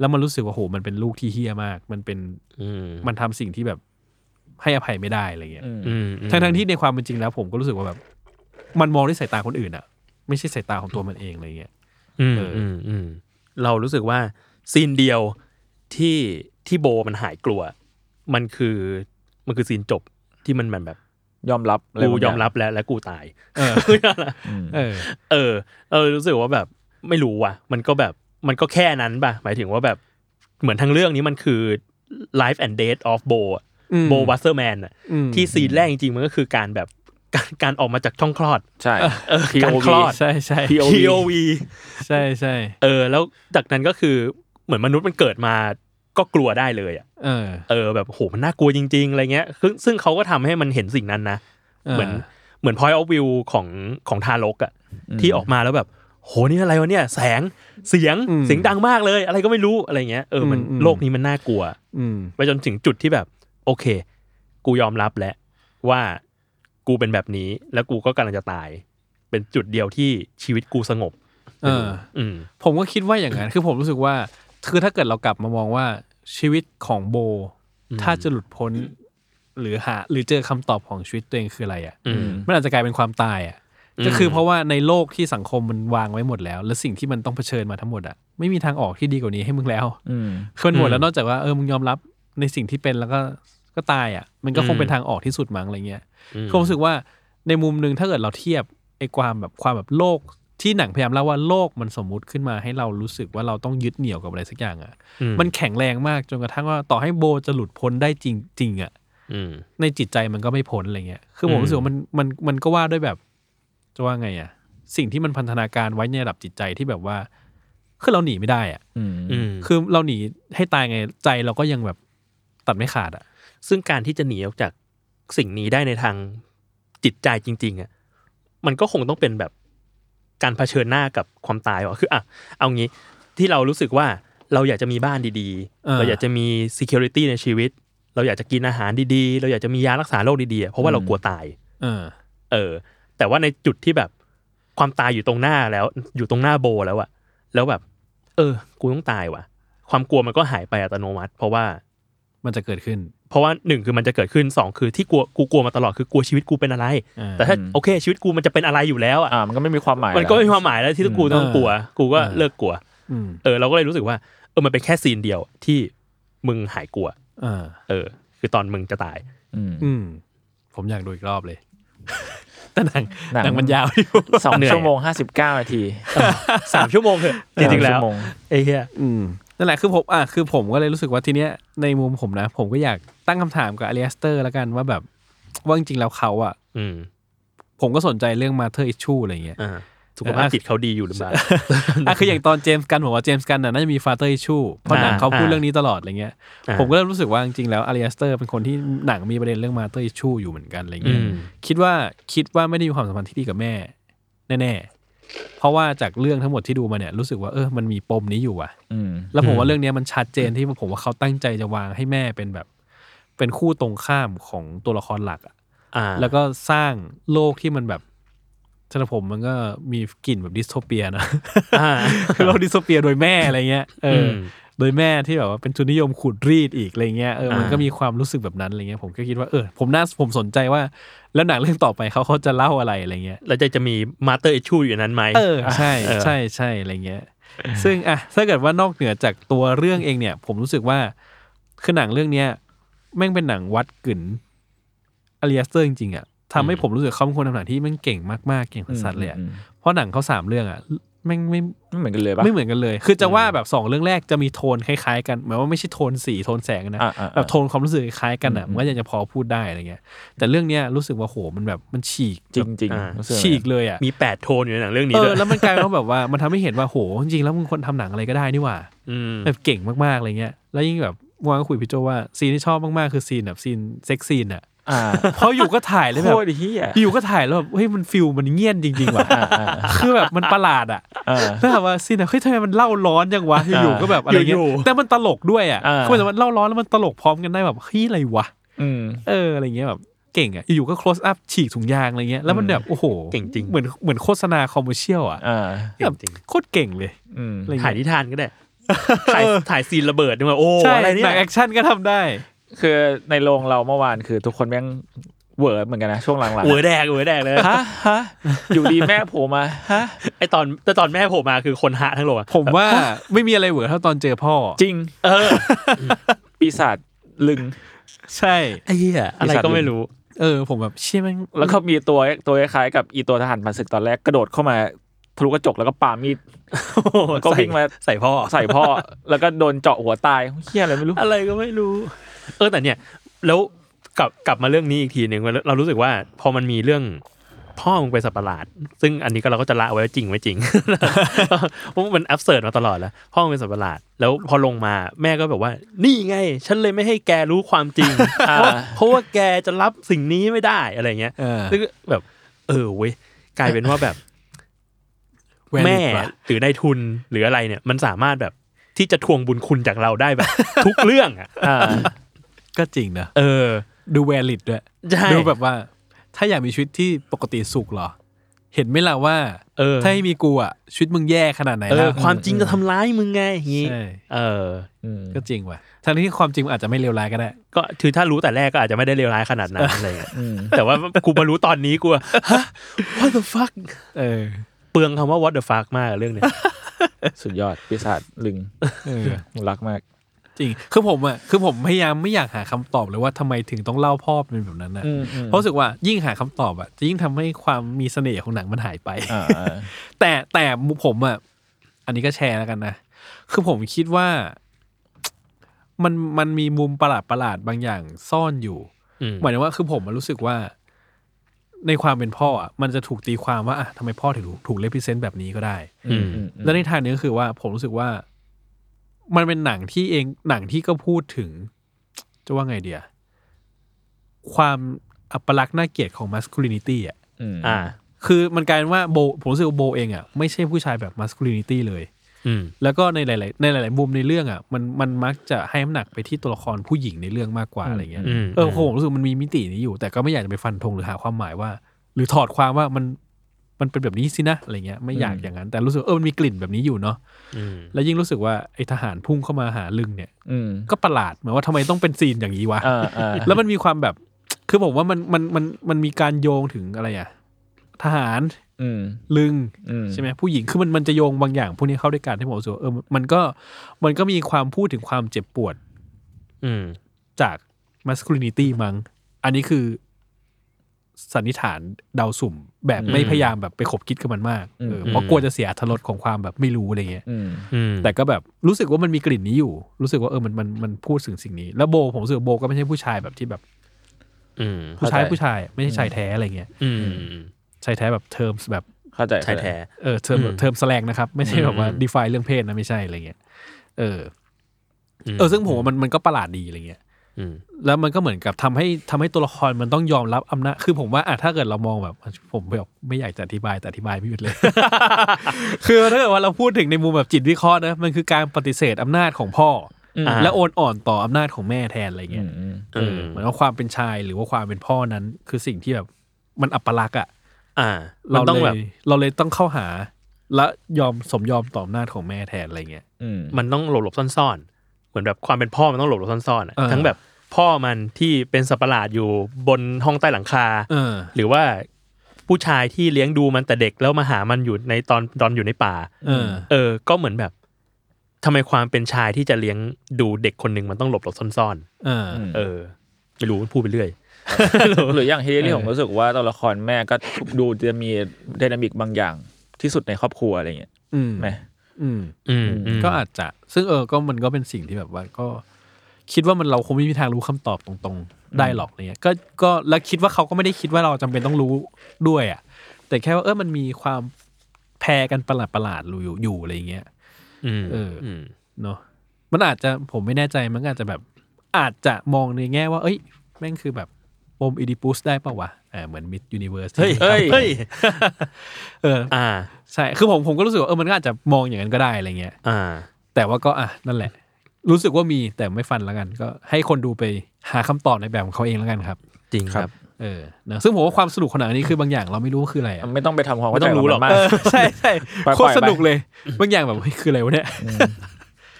Speaker 2: แล้วมันรู้สึกว่าโหมันเป็นลูกที่เฮี้ยมาก มันเป็น
Speaker 3: อืม
Speaker 2: มันทำสิ่งที่แบบให้อภัยไม่ได้อะไรเงี้ย
Speaker 4: อืม
Speaker 3: อืม
Speaker 2: ทั้งทั้งๆที่ในความเป็นจริงแล้ว ผมก็รู้สึกว่าแบบ มันมองด้วยสายตาคนอื่นอะไม่ใช่สายตาของตัวมันเองอะไรเงี้ย
Speaker 3: อืม
Speaker 2: เอออื
Speaker 3: มอืมเรารู้สึกว่าซีนเดียวที่ที่โบมันหายกลัว มันคือมันคือซีนจบที่มันแบบแบบ
Speaker 4: ยอมรับ
Speaker 3: กูยอมรับแล้วและกูตาย
Speaker 2: เออ
Speaker 4: อืม
Speaker 2: เออ
Speaker 3: เออเรารู้สึกว่าแบบไม่รู้ว่ะ มันก็แบบมันก็แค่นั้นป่ะ หมายถึงว่าแบบเหมือนทั้งเรื่องนี้มันคือ life and death of Bo อะ
Speaker 2: อืม
Speaker 3: Bo Wasserman อะ
Speaker 2: อืม
Speaker 3: ที่ซีนแรกจริงๆ มันก็คือการแบบ *laughs* การการออกมาจากช่องคลอด
Speaker 4: ใช่
Speaker 3: เออ
Speaker 4: พี
Speaker 3: การ
Speaker 4: โอ
Speaker 3: คล
Speaker 4: วี
Speaker 3: อด
Speaker 2: ใช่ใช่
Speaker 4: POV
Speaker 3: POV
Speaker 2: *laughs* ใช่ใช่
Speaker 3: เออ แล้วจากนั้นก็คือเหมือนมนุษย์มันเกิดมาก็กลัวได้เลยอะ
Speaker 2: เออ
Speaker 3: เออแบบโหมันน่ากลัวจริง ๆอะไรเงี้ยซึ่งซึ่งเขาก็ทำให้มันเห็นสิ่งนั้นนะ เหมือนเหมือน point of view ของของทารกอะที่ออกมาแล้วแบบ โหนี่อะไรวะเนี่ย แสงเสียงเสียงดังมากเลย อะไรก็ไม่รู้อะไรเงี้ยเออมันโลกนี้มันน่ากลัว
Speaker 2: อืม
Speaker 3: ไปจนถึงจุดที่แบบ โอเค กูยอมรับแล้วว่ากูเป็นแบบนี้ แล้วกูก็กำลังจะตาย เป็นจุดเดียวที่ชีวิตกูสงบ
Speaker 2: เออ
Speaker 3: อืม
Speaker 2: ผมก็คิดว่าอย่างนั้น คือผมรู้สึกว่า คือถ้าเกิดเรากลับมามองว่าชีวิตของโบ ถ้าจะหลุดพ้น หรือหา หรือเจอคำตอบของชีวิตตัวเองคืออะไรอ่ะ
Speaker 3: อืม
Speaker 2: มันอาจจะกลายเป็นความตายอ่ะ
Speaker 3: อืม
Speaker 2: ก็คือเพราะว่าในโลกที่สังคมมันวางไว้หมดแล้ว และสิ่งที่มันต้องเผชิญมาทั้งหมดอ่ะ ไม่มีทางออกที่ดีกว่านี้ให้มึงแล้ว
Speaker 4: อืม
Speaker 2: คือมันหมดแล้
Speaker 3: อื
Speaker 2: ว
Speaker 3: ม
Speaker 2: นอกจากว่าเออมึงยอมรับในสิ่งที่เป็นแล้วก็ก็ตายอ่ะ มันก็คงเป็นทางออกที่สุดมั้งอะไรเงี้ย
Speaker 3: อืม
Speaker 2: คือผมรู้สึกว่าในมุมหนึ่งถ้าเกิดเราเทียบไอ้ความแบบความแบบโลกที่หนังพยายามเล่าว่าโลกมันสมมุติขึ้นมาให้เรารู้สึกว่าเราต้องยึดเหนี่ยวกับอะไรสักอย่างอ่ะ
Speaker 3: อื
Speaker 2: มันแข็งแรงมากจนกระทั่งว่าต่อให้โบจะหลุดพ้นได้จริงจริงๆอ่ะ
Speaker 3: อืม
Speaker 2: ในจิตใจมันก็ไม่พ้นอะไรเงี้ย คือผม
Speaker 3: อืม
Speaker 2: รู้สึกว่ามันมันมันก็ว่าด้วยแบบ จะว่าไงอ่ะ สิ่งที่มันพันธนาการไว้ในระดับจิตใจที่แบบว่า คือเราหนีไม่ได้อ่ะ
Speaker 4: อืม
Speaker 3: อืม
Speaker 2: คือเราหนีให้ตายไงใจเราก็ยังแบบตัดไม่ขาดอ่ะ
Speaker 3: ซึ่งการที่จะหนีออกจากสิ่งนี้ได้ในทางจิตใจจริง ๆอ่ะมันก็คงต้องเป็นแบบการเผชิญหน้ากับความตายว่ะคืออ่ะเอางี้ที่เรารู้สึกว่าเราอยากจะมีบ้านดี
Speaker 2: เออ
Speaker 3: ๆ เราอยากจะมี security ในชีวิต เราอยากจะกินอาหารดีๆ เราอยากจะมียารักษาโรคดีๆอ่ะเพราะว่าเรากลัวตาย
Speaker 2: เออ
Speaker 3: เออ แต่ว่าในจุดที่แบบความตายอยู่ตรงหน้าแล้ว อยู่ตรงหน้าโบแล้วอะแล้วแบบ เออ กูต้องตายว่ะ ความกลัวมันก็หายไปอัตโนมัติ เพราะว่า
Speaker 2: มันจะเกิดขึ้น
Speaker 3: เพราะว่าหนึ่งคือมันจะเกิดขึ้นสองคือที่กลัวกูกลัวมาตลอดคือกลัวชีวิตกูเป็นอะไร
Speaker 2: อ่า
Speaker 3: แต่ถ้า
Speaker 4: อืม
Speaker 3: โอเค ชีวิตกูมันจะเป็นอะไรอยู่แล้วอ่ะ
Speaker 4: อ่ามันก็ไม่มีความหมาย
Speaker 3: มันก็ไม่มี
Speaker 4: แล้ว
Speaker 3: ความหมายแล้วที่กูต้อง
Speaker 2: อ่าก
Speaker 3: ลัว กูก็
Speaker 2: อ่า
Speaker 3: เลิกกลัว
Speaker 2: อืม
Speaker 3: เออเราก็เลยรู้สึกว่าเออมันเป็นแค่ซีนเดียวที่มึงหายกลัว
Speaker 2: เออ
Speaker 3: เออ คือตอนมึงจะตาย
Speaker 4: อืม
Speaker 2: อืม ผมอยากดูอีกรอบเลย แต่หนัง
Speaker 4: หนัง
Speaker 2: หนังมันยาวอยู่
Speaker 4: สอง
Speaker 3: เหนื่อย
Speaker 4: ชั่วโมงห้าสิบเก้านาที
Speaker 3: สามชั่วโมงเถอะจริงๆแล้ว
Speaker 4: สามชั่โม
Speaker 3: ไอ้เหี้ย
Speaker 2: อืมนั่นแหละคือผมอ่ะคือผมก็เลยรู้สึกว่าทีเนี้ยในมุมผมนะ ผมก็อยากตั้งคำถามกับอเลสเตอร์แล้วกันว่าแบบ ว่าจริงๆแล้วเขาอ่ะ
Speaker 3: อืม
Speaker 2: ผมก็สนใจเรื่องมาเธออิชชูอะไรเงี้ย
Speaker 3: อ่าสุขภาพจิตเขาดีอยู่
Speaker 2: *laughs*
Speaker 3: หรือเปล่า
Speaker 2: อ่ะคืออย่างตอนเจมส์กันผมว่าเจมส์กันน่ะน่าจะมีฟาเตอร์อิชูเพราะหนังเขาพูด
Speaker 3: อ่า
Speaker 2: เรื่องนี้ตลอดอะไรเงี้ย
Speaker 3: อ่า
Speaker 2: ผมก็เริ่มรู้สึกว่าจริงๆแล้วอาริอัสเตอร์เป็นคนที่หนังมีประเด็นเรื่องมาเตอร์อิชูอยู่เหมือนกันอะไรเงี้ย
Speaker 3: อืม
Speaker 2: คิดว่าคิดว่าไม่ได้มีความสัมพันธ์ที่ดีกับแม่ แน่ๆ เพราะว่าจากเรื่องทั้งหมดที่ดูมาเนี่ยรู้สึกว่าเออมันมีปมนี้อยู่ว่ะ
Speaker 4: อืม
Speaker 2: แล้วผมว่าเรื่องเนี้ยมันชัดเจนที่ผมว่าเขาตั้งใจจะวางให้แม่เป็นแบบ เป็นคู่ตรงข้ามของตัวละครหลักอะ
Speaker 3: อ่า
Speaker 2: แล้วก็สร้างโลกที่มันแบบสำหรับผมมันก็มีกลิ่นแบบดิสโทเปียนะ
Speaker 3: อ่า
Speaker 2: คือโลกดิสโทเปียโดยแม่อะไรเงี้ยเอออ
Speaker 3: ม
Speaker 2: โดยแม่ที่แบบว่าเป็นทุนนิยมขูดรีดอีกอะไรเงี้ยเออมัน
Speaker 3: อ่า
Speaker 2: ก็มีความรู้สึกแบบนั้นอะไรเงี้ยผมก็คิดว่าเออผมน่าผมสนใจว่า แล้วหนังเรื่องต่อไปเขาเขาจะเล่าอะไรอะไรเงี้ย
Speaker 3: แล้วจะจะมีมาเตอร์อิชูอยู่ในนั้นไหม
Speaker 2: เออใช่
Speaker 3: เออ
Speaker 2: ใช่ใช่อะไรเงี้ย ซึ่งอ่ะถ้าเกิดว่านอกเหนือจากตัวเรื่องเองเนี่ย ผมรู้สึกว่าคือหนังเรื่องเนี้ยแม่งเป็นหนังวัดกึ๋นอาริอัสเตอร์จริงๆอ่ะทำให้ผมรู้สึกเขาเป็นคนทำหนังที่แม่งเก่งมากๆเก่งสัสๆเลยอะ
Speaker 4: อืมอืม
Speaker 2: เพราะหนังเขาสามเรื่องอ่ะแม่งไม่
Speaker 4: ไม่เหมือนกันเลยปะ
Speaker 2: ไม่เหมือนกันเลย คือจะว่าแบบสองเรื่องแรกจะมีโทนคล้ายๆกันหมายว่าไม่ใช่โทนสีโทนแสงนะ
Speaker 4: อ่ะอ่ะอ่ะ
Speaker 2: แบบโทนความรู้สึกคล้ายกันอ่ะ
Speaker 4: อืม
Speaker 2: มันก็ยังจะพอพูดได้อะไรเงี้ย แต่เรื่องเนี้ยรู้สึกว่าโหมันแบบมันฉีก
Speaker 4: จริงจริง
Speaker 3: อ่า
Speaker 4: รู้สึก
Speaker 2: ฉีกเลยอ่ะ
Speaker 3: มีแปดโทนอยู่ในหนังเรื่องนี้
Speaker 2: เออ
Speaker 3: ด้วย
Speaker 2: แล้วมันกลายว่าแบบว่ามันทำให้เห็นว่าโหจริงๆแล้วมึงคนทำหนังอะไรก็ได้นี่หว่า
Speaker 3: อืม
Speaker 2: แบบเก่งมากๆอะไรเงี้ย แล้วยิ่งแบบเมื่อวางคุยกับพี่โจว่าซีนที่ชอบมากๆคือซีนแบบซีนเซ็กซีนอ่ะ
Speaker 4: อ่า
Speaker 2: เพราะอยู่ก็ถ่ายแล้ว
Speaker 4: โค
Speaker 2: แบบ
Speaker 4: ตรเฮีย
Speaker 2: อยู่ก็ถ่ายแล้วแบบเฮ้ยมันฟิลมันเงียนจริงๆว่ะ
Speaker 4: อ่าอ่า
Speaker 2: คือแบบมันประหลาดอ่ะ
Speaker 4: อ่า
Speaker 2: ถ้าถามว่าซีนแบบเฮ้ยทำไมมันเล่าร้อนจังวะอยู่ๆก็แบบอะไร
Speaker 4: อยู่
Speaker 2: เงี้ยแต่มันตลกด้วยอ่ะ
Speaker 4: อ่า
Speaker 2: คือมันเล่าร้อนแล้วมันตลกพร้อมกันได้แบบเฮ้ยอะไรวะ
Speaker 4: อืม
Speaker 2: เอออะไรเงี้ยแบบ เก่งอ่ะอยู่ๆก็ close up ฉีกถุงยางอะไรเงี้ยแล้วมันแบบโอ้โห
Speaker 3: เก่งจริง
Speaker 2: เหมือนเหมือนโฆษณาคอมเมอร์เชียลอ่ะ
Speaker 4: อ่า
Speaker 2: แบบโคตรเก่งเลย
Speaker 4: อืม
Speaker 2: อะไร
Speaker 3: ถ่าย
Speaker 2: เงี้ย
Speaker 3: นิทานก็ได้ ถ่ายถ่ายซีนระเบิดด้วยโอ้
Speaker 2: ใช่
Speaker 3: อะไรเนี่
Speaker 2: หนั
Speaker 3: ย
Speaker 2: งแอคชั่นก็ทำได้
Speaker 4: คือในโรงเราเมื่อวานคือทุกคนแม่งเหวอเหมือนกันนะช่วงหลัง
Speaker 3: เวอร์แดกเวอร์แดกเลย
Speaker 4: ๆฮะฮะอยู่ดีแม่โผล่มาฮะ
Speaker 3: ไอตอนแต่ตอนแม่โผล่มาคือคนหะทั้งโลกอะ
Speaker 2: ผม
Speaker 3: *laughs*
Speaker 2: ว่าไม่มีอะไรเหวอเท่าตอนเจอพ่อ
Speaker 4: จริง
Speaker 3: เออ
Speaker 4: ปีศาจลึง
Speaker 2: ใช่
Speaker 3: ไอ้เหี้ยอะไรก็ไม่รู้
Speaker 2: เออ ผมแบบเชี่ยแม่ง
Speaker 4: แล้วก็มีตัวตัวคล้ายๆกับอีตัวทหารผ่านศึกตอนแรกกระโดดเข้ามาทะลุกระจกแล้วก็ปามีด ก็วิ่งมา
Speaker 3: ใส่พ่อ
Speaker 4: ใส่พ่อ แล้วก็โดนเจาะหัวตายเฮี้ยอะไรไม่รู้
Speaker 3: อะไรก็ไม่รู้ เออแต่เนี่ย แล้วกลับกลับมาเรื่องนี้อีกทีหนึ่งเรารู้สึกว่า พอมันมีเรื่องพ่อมึงเป็นสัตว์ประหลาด ซึ่งอันนี้ก็เราก็จะละไว้ว่าจริงไม่จ *laughs* ริง เพราะมันอัพเสิร์มาตลอดแล้ว พ่อมึงเป็นสัตว์ประหลาด แล้วพอลงมาแม่ก็แบบว่า นี่ไง ฉันเลยไม่ให้แกรู้ความจริง เพราะเพราะว่าแกจะรับสิ่งนี้ไม่ได้อะไรเงี้ย
Speaker 2: เออ
Speaker 3: ซึ่งแบบ เออเว้ยกลายเป็นว่าแบบ แม่หรือนายทุนหรืออะไรเนี่ย มันสามารถแบบที่จะทวงบุญคุณจากเราได้ *laughs* แบบ ทุกเรื่องอ่ะ
Speaker 2: ก็จริงนะ
Speaker 3: เออ
Speaker 2: ดูแวลิดด้วย
Speaker 3: ใช่
Speaker 2: ดูแบบว่า ถ้าอยากมีชีวิตที่ปกติสุขเหรอ เห็นไหมล่ะว่า
Speaker 3: เออ
Speaker 2: ถ้าไม่มีกูอ่ะ ชีวิตมึงแย่ขนาดไหน
Speaker 3: เออ
Speaker 2: แล้ว
Speaker 3: ความจริงจะทำร้ายมึงไงอย่างงี้
Speaker 2: ใช่
Speaker 3: เออ
Speaker 2: ก็จริงว่ะทั้งที่ความจริงอาจจะไม่เลวร้ายก็ได้
Speaker 3: ก็คือถ้ารู้แต่แรกก็อาจจะไม่ได้เลวร้ายขนาดนั้นอะไรเงี้ย
Speaker 4: อืม
Speaker 3: แต่ว่ากูมารู้ตอนนี้กูอะฮะ what the fuck
Speaker 2: เออ
Speaker 3: เปลืองคำว่า what the fuck มากอะเรื่องเนี้ย
Speaker 4: สุดยอดปีศาจลึง
Speaker 2: เออ
Speaker 4: รักมาก
Speaker 2: จริง คือผมอ่ะ คือผมพยายามไม่อยากหาคำตอบเลยว่าทำไมถึงต้องเล่าพ่อเป็นแบบนั้นนะ
Speaker 4: อืมอืม
Speaker 2: เพราะรู้สึกว่ายิ่งหาคำตอบอ่ะจะยิ่งทำให้ความมีเสน่ห์ของหนังมันหายไป
Speaker 4: อ่า
Speaker 2: แต่แต่ผมอ่ะอันนี้ก็แชร์แล้วกันนะ คือผมคิดว่า มันมันมีมุมประหลาดประหลาดๆบางอย่างซ่อนอยู่
Speaker 3: อืม
Speaker 2: หมายถึงว่าคือผมอะรู้สึกว่า ในความเป็นพ่ออ่ะมันจะถูกตีความว่าอ่ะทำไมพ่อถึงถูกถูกเลพิเซนต์แบบนี้ก็ได้
Speaker 3: อืม
Speaker 2: และ
Speaker 4: ว
Speaker 2: ในทางหนึงก็คือว่า ผมรู้สึกว่า มันเป็นหนังที่เองหนังที่ก็พูดถึง จะว่าไงเดียความอัปลักษณ์น่าเกลียดของ masculinity อ่ะ
Speaker 3: อ่า
Speaker 2: คือมันกลายเป็นว่าโบผมรู้สึกว่าโบเองอ่ะไม่ใช่ผู้ชายแบบมัสคูลินิตี้เลย
Speaker 3: อืม
Speaker 2: แล้วก็ในหลาย ๆ ในหลาย ๆ มุมในเรื่องอ่ะมันมันมักจะให้น้ำหนักไปที่ตัวละครผู้หญิงในเรื่องมากกว่าอะไรเงี้ย
Speaker 3: อืม
Speaker 2: เออผมรู้สึกมันมีมิตินี้อยู่ แต่ก็ไม่อยากจะไปฟันธงหรือหาความหมายว่า หรือถอดความว่ามันมันเป็นแบบนี้สินะอะไรเงี้ยไม่อยากอย่างนั้น แต่รู้สึกว่าเออมันมีกลิ่นแบบนี้อยู่เนาะ
Speaker 3: อืม
Speaker 2: แล้วยิ่งรู้สึกว่าไอ้ทหารพุ่งเข้ามาหาลึงเนี่ย
Speaker 4: อืม
Speaker 2: ก็ประหลาดเหมือนว่าทำไมต้องเป็นซีนอย่างนี้วะ
Speaker 4: อ่าอ่า
Speaker 2: แล้วมันมีความแบบ คือผมว่ามันมันมันมันมีการโยงถึงอะไรอ่ะทหาร
Speaker 4: อืม
Speaker 2: ลึง
Speaker 4: อืม
Speaker 2: ใช่ไหมผู้หญิงคือมันมันจะโยงบางอย่างพวกนี้เข้าด้วยกันที่ผมรู้สึกว่าเออมันก็มันก็มีความพูดถึงความเจ็บปวด
Speaker 3: อืม
Speaker 2: จาก masculinity มั้งอันนี้คือสันนิษฐานเดาสุ่ม แบบไม่พยายามแบบไปขบคิดกับมันมากเออเพราะกลัวจะเสียอรรถรสของความแบบไม่รู้อะไรเงี้ย
Speaker 4: อืม
Speaker 3: อืม
Speaker 2: แต่ก็แบบรู้สึกว่ามันมีกลิ่นนี้อยู่ รู้สึกว่าเออมันมันมันพูดถึงสิ่งนี้ แล้วโบผมรู้สึกว่าโบก็ไม่ใช่ผู้ชายแบบที่แบบ
Speaker 3: อืม
Speaker 2: ผู้ชายผู้ชายไม่ใช่ชายแท้อะไรเงี้ย
Speaker 3: อืมอืม
Speaker 2: ชายแท้แบบเทอมแบบ
Speaker 4: เข้าใจ
Speaker 3: ชายแท้
Speaker 2: เออเทอม
Speaker 3: อืม
Speaker 2: เทอมสแลงนะครับ ไม่ใช่แบบว่า
Speaker 3: อืม
Speaker 2: define เรื่องเพศนะไม่ใช่อะไรเงี้ยเอออเออซึ่งผมว่ามันมันก็ประหลาดดีอะไรเงี้ย
Speaker 3: อืม
Speaker 2: แล้วมันก็เหมือนกับทำให้ทำให้ตัวละครมันต้องยอมรับอำนาจคือผมว่าอ่ะถ้าเกิดเรามองแบบ ผมแบบไม่อยากจะอธิบายแต่อธิบายไม่หยุดเลย *laughs* คือถ้าเกิดว่าเราพูดถึงในมุมแบบจิตวิเคราะห์นะมันคือการปฏิเสธอำนาจของพ่ออ
Speaker 3: ม
Speaker 2: และโอนอ่อนต่ออำนาจของแม่แทนอะไร
Speaker 4: อื
Speaker 2: เงี้ย
Speaker 4: มอืม
Speaker 2: เออเหมือนว่าความเป็นชายหรือว่าความเป็นพ่อนั้น คือสิ่งที่แบบมันอัปลักษณ์อะ
Speaker 3: อ่ามั
Speaker 2: เรา
Speaker 3: น
Speaker 2: ต้
Speaker 3: ต้อ
Speaker 2: อง
Speaker 3: ง
Speaker 2: แบ
Speaker 3: แบบ บ
Speaker 2: เราเลยต้องเข้าหา และยอมสมยอมต่ออำนาจของแม่แทนอะไรเงี้ย
Speaker 4: อืม
Speaker 3: มันต้องหลบหลบซ่อนๆ เหมือนแบบความเป็นพ่อมันต้องหลบหลบซ่อนๆอะ
Speaker 2: เออ
Speaker 3: ทั้งแบบพ่อมันที่เป็นสัตว์ประหลาดอยู่บนห้องใต้หลังคา
Speaker 2: เออ
Speaker 3: หรือว่าผู้ชายที่เลี้ยงดูมันแต่เด็กแล้วมาหามันอยู่ในตอนตอนอยู่ในป่า
Speaker 2: เออ
Speaker 3: เออ ก็เหมือนแบบทำไมความเป็นชายที่จะเลี้ยงดูเด็กคนหนึ่งมันต้องหลบหลบซ่อน
Speaker 2: เออ
Speaker 4: อืม
Speaker 3: ๆ เออ ไม่รู้พูดไปเรื่อย
Speaker 4: หรืออย่างเฮ
Speaker 2: เอ
Speaker 4: ลี่
Speaker 2: อ
Speaker 4: ผมรู้สึกว่าตัวละครแม่ก็ดูจะมีไดนามิกบางอย่างที่สุดในครอบครัวอะไรเงี้ย
Speaker 2: อืม
Speaker 4: ไหม
Speaker 2: อืม
Speaker 3: อืมม
Speaker 2: ก็อาจจะ ซึ่งเออก็มันก็เป็นสิ่งที่แบบว่าก็ คิดว่ามันเราคงไม่มีทางรู้คำตอบตรงๆ ได้หรอกเนี่ยก็ก็แล้วคิดว่าเขาก็ไม่ได้คิดว่าเราจำเป็นต้องรู้ด้วยอ่ะ แต่แค่ว่าเออมันมีความแพรกันประหลาดประหลาดๆอยู่อยู่อะไรเงี้ย
Speaker 3: อืม
Speaker 2: เอออื
Speaker 3: ม
Speaker 2: เนาะมันอาจจะผมไม่แน่ใจมันก็อาจจะแบบ อาจจะมองในแง่ว่า เอ้ย แม่งคือแบบปมอีดิปุสได้เปล่าวะอ่าเหมือนมิดยูนิเวิร์ส
Speaker 3: เฮ้ย
Speaker 4: เฮ้ย
Speaker 3: เฮ้ย
Speaker 2: เออ
Speaker 3: อ่า
Speaker 2: ใช่คือผมผมก็รู้สึกว่าเออมันก็อาจจะมองอย่างนั้นก็ได้อะไรเงี้ย
Speaker 3: อ่า
Speaker 2: แต่ว่าก็อ่ะนั่นแหละ รู้สึกว่ามีแต่ไม่ฟันแล้วกัน ก็ให้คนดูไปหาคำตอบในแบบของเขาเองแล้วกันครับ
Speaker 3: จริงครับ
Speaker 2: เ เออนะซึ่งผมว่าความสนุกขนาดนี้คือบางอย่างเราไม่รู้ว่าคืออะไรอะ
Speaker 4: ไม่ต้องไปทำความ
Speaker 3: ไม่
Speaker 4: เข้า
Speaker 3: ต้อ
Speaker 4: ใจ
Speaker 3: ง
Speaker 4: กับ
Speaker 3: รู้หรอก
Speaker 4: มันมาก
Speaker 2: เออใช่ใช่
Speaker 4: ปล่อยๆ
Speaker 2: โคตรสนุกเลย บางอย่างแบบเฮ้ยคืออะไรวะเนี่ย
Speaker 4: ม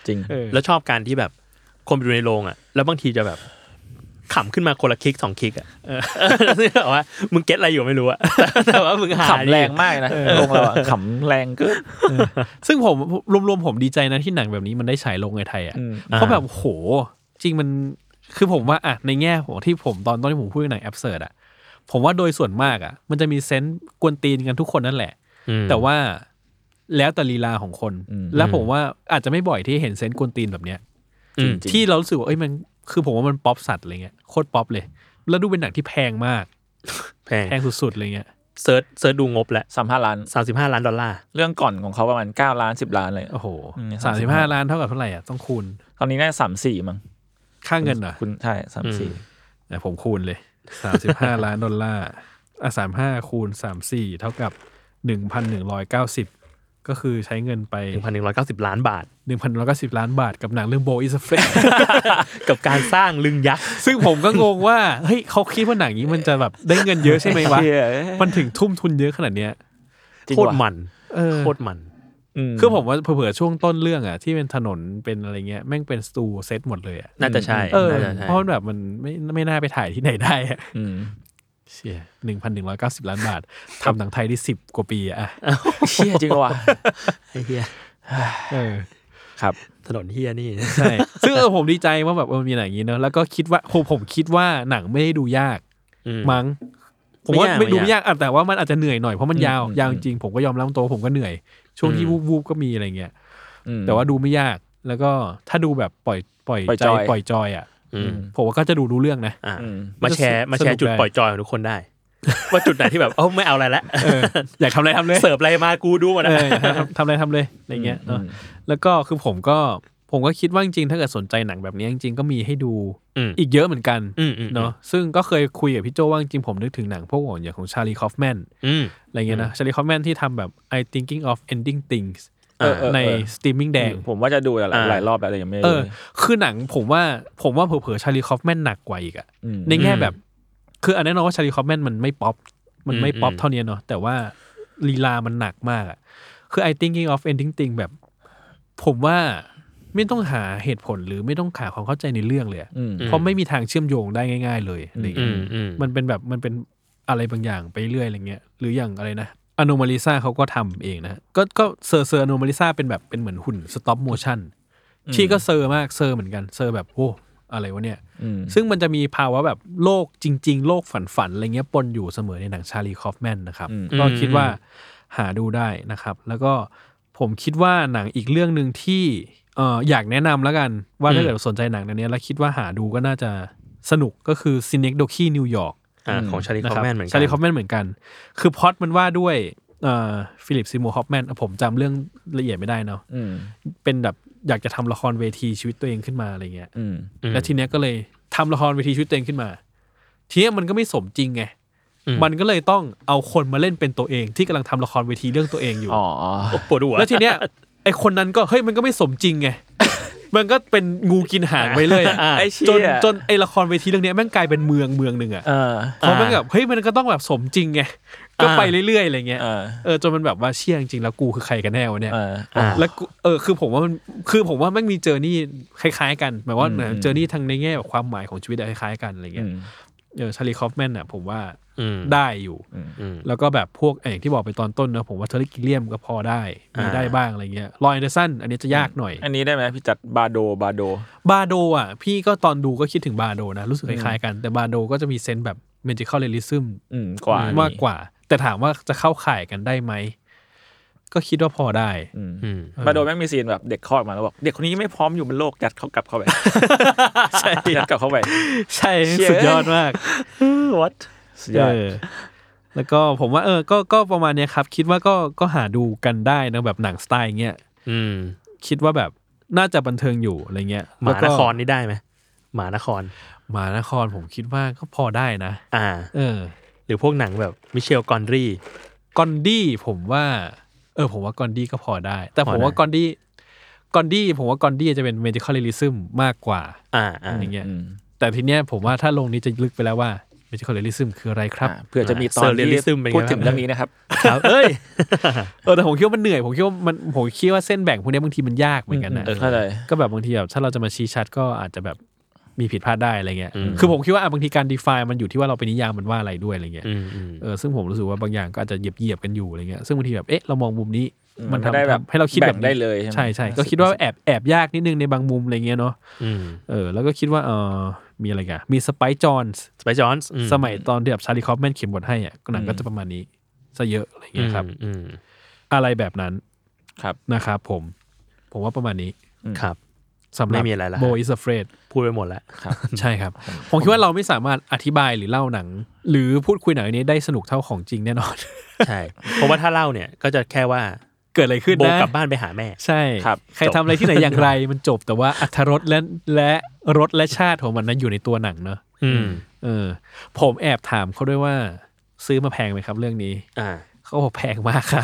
Speaker 4: จริง
Speaker 2: เออ
Speaker 3: แล้วชอบการที่แบบคนไปดูในโรงอ่ะ แล้วบางทีจะแบบขำขึ้นมาคนละคลิกสองคลิกอ่ะเออ *laughs* นึกออกว่ามึงเก็ตอะไรอยู่ไม่รู้อ่ะ *laughs* แต่ว่ามึงหา
Speaker 4: ขำแรงมากนะลงเราอะขำแรงเก็
Speaker 2: ซึ่งผมรวมๆผมดีใจนะที่หนังแบบนี้มันได้ฉายลงในไทยอ่ะ
Speaker 3: อ่
Speaker 2: เขาะแบบโหจริงมันคือผมว่าอะในแง่ของที่ผมตอนต้นที่ผมพูดในแอปเสิร์ตอะผมว่าโดยส่วนมากอะมันจะมีเซนส์กวนตีนกันทุกคนนั่นแหละ
Speaker 3: อืม
Speaker 2: แต่ว่าแล้วแต่ลีลาของคน และผมว่าอาจจะไม่บ่อยที่เห็นเซนส์กวนตีนแบบเนี้ย
Speaker 3: อืม
Speaker 2: ที่เรารู้สึกว่าเอ้ยมันคือผมว่ามันป๊อปสัตว์อะไรเงี้ยโคตรป๊อปเลย แล้วดูเป็นหนังที่แพงมาก
Speaker 3: แพง
Speaker 2: แพงสุดๆอะไรเงี้ย
Speaker 3: เซิร์ชเซิร์ชดูงบแหละ
Speaker 4: สามห้าล้าน
Speaker 3: สามสิบห้าล้านดอลลาร์
Speaker 4: เรื่องก่อนของเขาประมาณเก้าล้านสิบล้านเลย
Speaker 2: โอ้โห
Speaker 4: อืม
Speaker 2: สามสิบห้าล้านเท่ากับเท่าไหร่อะต้องคูณ
Speaker 4: ตอนนี้น่าจะสามสี่มั้ง
Speaker 2: ค่าเงินเหรอ
Speaker 4: คุณใช่สามสี่
Speaker 3: อืม
Speaker 2: นะผมคูณเลย สามสิบห้า ล้านดอลลาร์ อ่ะสามห้าคูณสามสี่เท่ากับหนึ่งพันหนึ่งร้อยเก้าสิบก็คือใช้เงินไป
Speaker 3: หนึ่งพันหนึ่งร้อยเก้าสิบล้านบาท
Speaker 2: หนึ่งพันร้อยเก้าสิบล้านบาทกับหนังเรื่องโบอิสเฟร
Speaker 3: กับการสร้างลึงยักษ์
Speaker 2: ซึ่งผมก็งงว่า เฮ้ยเขาคิดว่าหนังนี้มันจะแบบได้เงินเยอะใช่ไหมวะ
Speaker 4: เหี้ย
Speaker 2: มันถึงทุ่มทุนเยอะขนาดเนี้ย
Speaker 4: จริง
Speaker 3: โคตร
Speaker 4: ว่ะ
Speaker 3: มัน
Speaker 2: เออ
Speaker 3: โคตรมัน
Speaker 4: ม
Speaker 2: คือผมว่าเผื่อๆช่วงต้นเรื่องอ่ะ ที่เป็นถนนเป็นอะไรเงี้ยแม่งเป็นสตูเซตหมดเลยอ่ะ
Speaker 3: น่าจะใช่
Speaker 2: เออ
Speaker 3: น่าจะใช่
Speaker 2: เพราะมันแบบมันไม่ไม่น่าไปถ่ายที่ไหนได้อ่ะ
Speaker 4: อืม
Speaker 2: เชี่ยหนึ่งพันหนึ่งร้อยเก้าสิบล้านบาททำหนังไทยได้สิบกว่าปีอะ
Speaker 4: เชี่ยจริงว่ะ
Speaker 3: ไอ้เฮีย
Speaker 2: เออ
Speaker 4: ครับ
Speaker 3: ถนนเฮียนี่
Speaker 2: ใช่ ซึ่งเออผมดีใจว่าแบบเออมีหนังอย่างนี้เนอะแล้วก็คิดว่าผมผมคิดว่าหนังไม่ได้ดูยากมั้งผมว่า
Speaker 3: ไม่
Speaker 2: ไม่
Speaker 3: ยาก
Speaker 2: ดูไม่ยากอ่ะแต่ว่ามันอาจจะเหนื่อยหน่อยเพราะมันยาว
Speaker 4: อืม
Speaker 2: ยาวจริงผมก็ยอมรับตรงผมก็เหนื่อย ช่วงที่วูบวูบๆก็มีอะไรเงี้ย
Speaker 4: อืม
Speaker 2: แต่ว่าดูไม่ยากแล้วก็ถ้าดูแบบปล่อยปล่อย
Speaker 4: ปล่อย
Speaker 2: ใจ
Speaker 4: จอย
Speaker 2: ปล่อยจอยอ่ะ
Speaker 3: อืม
Speaker 2: ผมว่าก็จะดูรู้เรื่องนะ
Speaker 3: อ่ะ
Speaker 4: อืม
Speaker 3: มาแชร์มาแช
Speaker 2: สนุ
Speaker 3: ร์
Speaker 2: ก
Speaker 3: จุด
Speaker 2: ได้
Speaker 3: ปล่อยจอยของทุกคนได้ *laughs* ว่าจุดไหนที่แบบเอ้าไม่เอาอะไรละ
Speaker 2: เอออยากทำอะไรทำเลย
Speaker 3: เสิร์ฟอะไรมากูดูหมด
Speaker 2: เอ
Speaker 3: อะ
Speaker 2: ออยาก *laughs* ทำทำอะไรทำเลยอะไรเงี้ยเนอะ
Speaker 4: อืม
Speaker 2: แล้วก็คือผมก็ผมก็คิดว่าจริงๆถ้าเกิดสนใจหนังแบบนี้จริงๆก็มีให้ดู
Speaker 3: อืม
Speaker 2: อีกเยอะเหมือนกัน
Speaker 3: อืมอืม
Speaker 2: เนาะซึ่งก็เคยคุยกับพี่โจว่าจริงๆผมนึกถึงหนังพวกอย่างของชาลีคอฟแมน
Speaker 3: อืม
Speaker 2: อะไรเงี้ยนะชาลีคอฟแมนที่ทำแบบ I thinking of ending things
Speaker 3: เออเออเออ
Speaker 2: ในสตรีมมิ่งแดง
Speaker 4: ผมว่าจะดูหลาย
Speaker 3: อ่า
Speaker 4: หลายรอบแล้วแต่ยังไม่ได้
Speaker 2: เอ
Speaker 4: ดู
Speaker 2: อ คือหนังผมว่าผมว่าเผลอๆชาลีคอฟแมนหนักกว่าอีกอะ
Speaker 4: ม
Speaker 2: ในแง่แบบ คืออันแน่นอนว่าชาลีคอฟแมนมันไม่ป๊อปมันไม่
Speaker 3: อืม
Speaker 2: ป๊อป
Speaker 3: อืม
Speaker 2: เท่านี้เนาะแต่ว่าลีลามันหนักมากอะคือ I thinking of ending things แบบ ผมว่าไม่ต้องหาเหตุผลหรือไม่ต้องหาความเข้าใจในเรื่องเลยอะ
Speaker 4: อืม
Speaker 3: อืม
Speaker 2: เพราะไม่มีทางเชื่อมโยงได้ง่าย ๆ เลยอะไรเงี้ย
Speaker 3: อืมอืม
Speaker 2: มันเป็นแบบมันเป็นอะไรบางอย่างไปเรื่อยอะไรเงี้ยหรืออย่างอะไรนะอโนมาลิซาเขาก็ทำเองนะก็ก็เซอร์เซอร์อโนมาลิซาเป็นแบบเป็นเหมือนหุ่นสต็อปโมชั่น
Speaker 4: อืม
Speaker 2: ที่ก็เซอร์มากเซอร์เหมือนกันเซอร์แบบโอ้อะไรวะเนี่ย
Speaker 4: อืม
Speaker 2: ซึ่งมันจะมีภาวะแบบโลกจริง ๆ โลกฝันๆอะไรเงี้ยปนอยู่เสมอในหนังชาลีคอฟแมนนะครับ
Speaker 4: อืม
Speaker 2: ก็คิดว่าหาดูได้นะครับ แล้วก็ผมคิดว่าหนังอีกเรื่องหนึ่งที่เอ่ออยากแนะนำแล้วกัน ว่าถ้าเกิดสนใจหนังอันเนี้ยแล้วคิดว่าหาดูก็น่าจะสนุกก็คือ c i n e c d o k i New York
Speaker 3: อ่าของชาลีค
Speaker 2: นะ
Speaker 3: อฟ
Speaker 2: ครับ
Speaker 3: แมนเหมือนกัน
Speaker 2: ชาลีคอฟแมนเหมือนกัน คือพล็อดมันว่าด้วยเอ่อฟิลิปซิมูฮอฟแมนผมจำเรื่องละเอียดไม่ได้เนาะ
Speaker 4: อืม
Speaker 2: เป็นแบบอยากจะทำละครเวทีชีวิตตัวเองขึ้นมาอะไรเงี้ย
Speaker 4: อืม
Speaker 3: อืม
Speaker 2: แล้วทีเนี้ยก็เลยทำละครเวทีชีวิตตัวเองขึ้นมา ทีเนี้ยมันก็ไม่สมจริงไง
Speaker 3: อืม
Speaker 2: มันก็เลยต้องเอาคนมาเล่นเป็นตัวเองที่กำลังทำละครเวทีเรื่องตัวเองอยู่
Speaker 4: อ๋อ
Speaker 3: โอ้ปวดหัว
Speaker 2: แล้วทีเนี้ยไอคนนั้นก็เฮ้ยมันก็ไม่สมจริงไง *laughs* มันก็เป็นงูกินหางไปเลยอะ
Speaker 3: อ่า
Speaker 4: ไอ้เชี่ย
Speaker 2: จนจนไอละครเวทีเรื่องเนี้ยแม่งกลายเป็นเมืองเมืองหนึ่งอะ
Speaker 4: เออ
Speaker 2: เพราะมันแบบเฮ้ยมันก็ต้องแบบสมจริงไง ก็ไปเรื่อยๆอะไรเงี้ย
Speaker 4: เออ
Speaker 2: เออจนมันแบบว่าเชี่ยจริงๆแล้วกูคือใครกันแน่วะเนี่ย
Speaker 4: เออ
Speaker 3: อ่า
Speaker 2: แล้วกูเออคือผมว่ามันคือผมว่าแม่งมีเจอร์นี่คล้ายๆ กันหมายว่า
Speaker 4: อืม
Speaker 2: เจอร์นี่ทางในแง่แบบความหมายของชีวิตอะคล้ายๆกันอะไร
Speaker 4: อื
Speaker 2: เงี้ย
Speaker 4: ม
Speaker 2: เออชาลีคอฟแมนอ่ะผมว่า
Speaker 3: อืม
Speaker 2: ได้อยู่
Speaker 3: อืม
Speaker 2: แล้วก็แบบพวกเอออย่างที่บอกไปตอนต้นนะผมว่าเทอร์ริกิเลียมก็พอได้มี
Speaker 3: อ่า
Speaker 2: ได้บ้างอะไรเงี้ยลอยเดอร์สันอันนี้จะยากหน่อย
Speaker 4: อันนี้ได้ไหมพี่จัดบาโดบาโด
Speaker 2: บาโดอ่ะพี่ก็ตอนดูก็คิดถึงบาโดนะรู้สึกคล้ายๆกันแต่บาโดก็จะมีเซนส์แบบเมจิคอลเรลิซึม
Speaker 4: อืมกว่านี้
Speaker 2: มากกว่า แต่ถามว่าจะเข้าข่ายกันได้ไหมก็คิดว่าพอได้
Speaker 4: อืม
Speaker 3: อืม
Speaker 4: บาโดแม่งมีซีนแบบเด็กคลอดมาแล้วบอกเด็กคนนี้ยังไม่พร้อมอยู่บนโลกยัดเขากลับเข้าไป ใช่
Speaker 2: *laughs*
Speaker 4: ยัดกลับเข้าไป
Speaker 2: ใช่
Speaker 4: เชี่ย
Speaker 2: สุดยอดมาก
Speaker 3: what
Speaker 4: สุดยอด
Speaker 2: เออแล้วก็ผมว่าเออ ก็ก็ประมาณเนี้ยครับ คิดว่าก็ก็หาดูกันได้นะแบบหนังสไตล์เงี้ย
Speaker 3: อืม
Speaker 2: คิดว่าแบบน่าจะบันเทิงอยู่อะไรเงี้ย
Speaker 3: หมา
Speaker 2: แล้วก็
Speaker 3: นครนี่ได้ไหมหมานคร
Speaker 2: หมานครผมคิดว่าก็พอได้นะ
Speaker 3: อ่า
Speaker 2: เออ
Speaker 3: หรือพวกหนังแบบมิเชลกอนรี
Speaker 2: กอนดี้ผมว่า เออ ผมว่ากอนดี้ก็พอได้ แต่ผมว่ากอนดี้กอนดี้ผมว่ากอนดี้จะเป็นเมดิคอลเรลิซึมมากกว่า
Speaker 3: อ่าอ่า
Speaker 2: อย่างเงี้ย
Speaker 4: อืม
Speaker 2: แต่ทีเนี้ยผมว่าถ้าลงนี้จะลึกไปแล้วว่า ไม่ใช่คอลเลริซึมคืออะไรครับ
Speaker 4: อ่าเพื่อจะมีตอน
Speaker 3: เซอร์เรียลลิซึมเป็นไง
Speaker 4: พูดถึง
Speaker 3: บ้าง
Speaker 4: เรื่องนี้นะครับ
Speaker 3: ครับเอ้ย
Speaker 2: เออแต่ผมคิดว่ามันเหนื่อยผมคิดว่ามันผมคิดว่าเส้นแบ่งพวกเนี้ยบางทีมันยากเหมือนกันนะ
Speaker 4: อืมเออเข้าใจ
Speaker 2: ก็แบบบางทีแบบถ้าเราจะมาชี้ชัดก็อาจจะแบบมีผิดพลาดได้อะไรเงี้ย
Speaker 3: อืม
Speaker 2: คือผมคิดว่าอ่ะบางทีการ define มันอยู่ที่ว่าเราไปนิยามมันว่าอะไรด้วยอะไรเงี้ย
Speaker 3: อืมอืม
Speaker 2: เออซึ่งผมรู้สึกว่าบางอย่างก็อาจจะเหยียบๆกันอยู่อะไรเงี้ยซึ่งบางทีแบบเอ๊ะเรามองมุมนี้มัน
Speaker 4: ก็
Speaker 2: ทำทำให้เราคิดแบบ
Speaker 4: ง
Speaker 2: นี้
Speaker 4: ได้เลย
Speaker 2: ใช่ใช่ก็คิดว่าแอบแอบยากนิดนึงในบางมุมอะไรเงี้ยเนาะ
Speaker 3: อืม
Speaker 2: เออแล้วก็คิดว่าเออมีอะไรกันมีสไปจอนส์
Speaker 3: สไปจอนส์
Speaker 2: สมัยตอนที่แบบชาลีคอฟแมนเขียนบทให้อ่ะก็หนังก็จะประมาณนี้ซะเยอะอะไรเงี้ยครับ
Speaker 3: อืม
Speaker 2: อะไรแบบนั้น
Speaker 4: ครับ
Speaker 2: นะครับผม ผมว่าประมาณนี้
Speaker 3: ครับ
Speaker 2: สำหรั
Speaker 3: ไม่
Speaker 2: บ
Speaker 3: มีอะไรละ
Speaker 2: โบอิสเฟร
Speaker 3: *laughs*
Speaker 2: ด
Speaker 3: พูดไปหมดแล้ว
Speaker 4: ครับ
Speaker 2: ใช่ครับ ผมคิดว่าเราไม่สามารถอธิบายหรือเล่าหนัง หรือพูดคุยหนังอันนี้ได้สนุกเท่าของจริงแน่นอน *laughs*
Speaker 3: ใช่เพราะว่าถ้าเล่าเนี่ยก็จะแค่ว่า
Speaker 2: เกิดอะไรขึ้น
Speaker 3: โบ
Speaker 2: นะ
Speaker 3: กลับบ้านไปหาแม่
Speaker 2: ใช่
Speaker 3: ครับ
Speaker 2: ใคร
Speaker 3: จบ
Speaker 2: ทำอะไรที่ไหนอย่างไรมันจบแต่ว่าอัธรสและและรสและชาติของมันนั้นอยู่ในตัวหนังเนอะ
Speaker 3: อืม
Speaker 2: เออ ผมแอบถามเขาด้วยว่า ซื้อมาแพงไหมครับเรื่องนี้
Speaker 3: อ่า
Speaker 2: เขาบอกแพงมากค่ะ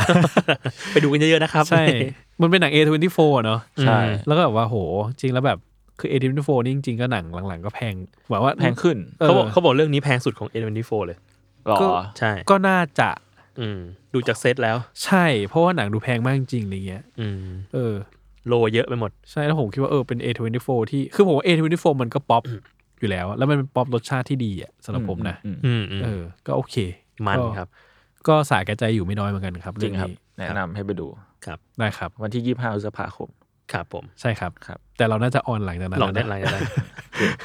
Speaker 3: ไปดูกันเยอะๆนะครับ
Speaker 2: ใช่ มันเป็นหนัง A24 เนอะ
Speaker 3: อืม
Speaker 4: ใช่
Speaker 2: แล้วก็แบบว่าโหจริงแล้วแบบคือเอทีมโฟนี่จริงๆก็หนังหลังๆก็แพงหมายว่า
Speaker 4: แพงขึ้น
Speaker 3: เขาบอกเขาบอกเรื่องนี้แพงสุดของ A24 เลย
Speaker 4: หรอ
Speaker 3: ใช่
Speaker 2: ก็น่าจะ
Speaker 3: อืมดูจากเซตแล้ว
Speaker 2: ใช่ เพราะว่าหนังดูแพงมากจริงอะไรเงี้ย
Speaker 3: อืม
Speaker 2: เออ
Speaker 3: โลเยอะไปหมด
Speaker 2: ใช่แล้วผมคิดว่าเออเป็น A24 ที่คือผมว่า A24 มันก็ป๊อปอยู่แล้ว แล้วมันเป็นป๊อปรสชาติที่ดีอ่ะสำหรับผมนะ
Speaker 4: อืม
Speaker 3: อืมอืม
Speaker 2: เออ ก็โอเค
Speaker 3: มัน
Speaker 2: ก็
Speaker 3: ครับ
Speaker 2: ก็สาแก่ใจอยู่ไม่น้อยเหมือนกันครับ
Speaker 4: จริงครับ
Speaker 2: เอนี้
Speaker 4: แนะนำให้ไปดู
Speaker 2: ได้ครับ
Speaker 4: วันที่ยี่สิบห้าพฤษภาคม *laughs*
Speaker 3: ครับผม
Speaker 2: ใช่ครับ
Speaker 4: ครับ
Speaker 2: แต่เราน่าจะออนหลังจากนั้น
Speaker 3: ลองได้
Speaker 2: แล้วนะ
Speaker 3: ไล
Speaker 2: *laughs*
Speaker 3: น์ได้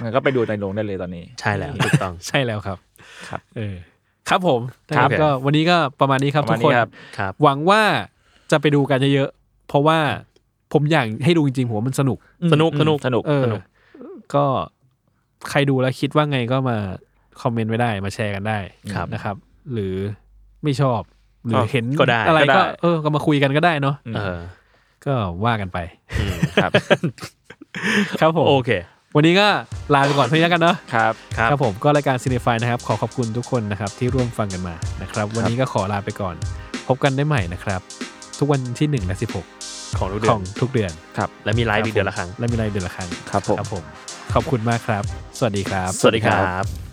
Speaker 4: งั้นก็ไปดูในโรงได้เลยตอนนี้
Speaker 3: ใช่แล้วถูกต้อง
Speaker 2: ใช่แล้วครับ
Speaker 4: ครับ
Speaker 2: เออครับผม
Speaker 4: ครับ
Speaker 2: ก็วันนี้ก็ประมาณนี้ครับ
Speaker 4: ประ
Speaker 2: ทุก
Speaker 4: มาณ
Speaker 2: คน
Speaker 4: นี้ครับ
Speaker 3: ครับ
Speaker 2: หวังว่าจะไปดูกันเยอะๆ เพราะว่าผมอยากให้ดูจริงๆผมว่ามันสนุก
Speaker 3: สนุก
Speaker 4: อืม
Speaker 3: สนุก
Speaker 4: สนุก
Speaker 2: เออ
Speaker 4: สนุก
Speaker 2: ก็ใครดูแล้วคิดว่าไงก็มาคอมเมนต์ไว้ได้มาแชร์กันได้
Speaker 3: ครับ
Speaker 2: นะครับ หรือไม่ชอบ หรือ
Speaker 3: ก็
Speaker 2: เห็น
Speaker 3: ก็ได้
Speaker 2: อะไร
Speaker 4: ก็ได้
Speaker 2: ก็เออก็มาคุยกันก็ได้เนาะ
Speaker 3: เออ
Speaker 2: ก็ว่ากันไป
Speaker 3: อืม
Speaker 4: ครับ
Speaker 2: ครับผม
Speaker 3: โอเค
Speaker 2: วันนี้ก็ลาไปก่อนเท่านี้แล้วกันเนาะ
Speaker 4: ครับ
Speaker 3: ครับ
Speaker 2: ผมก็รายการซีเนฟายนะครับ ขอขอบคุณทุกคนนะครับ ที่ร่วมฟังกันมานะครับ วันนี้ก็ขอลาไปก่อน พบกันได้ใหม่นะครับ ทุกวันที่1และ
Speaker 3: ของทุก
Speaker 2: 16
Speaker 3: เดื
Speaker 2: ข
Speaker 3: อ
Speaker 2: อน งทุกเดือน
Speaker 3: และมีไลฟ์อีกเดือนละครั้ง
Speaker 2: และมีไลฟ์เดือนละครั้ง
Speaker 4: ครับผม
Speaker 2: ขอบคุณมากครับ สวัสดีครับ
Speaker 3: สวัสดีครับ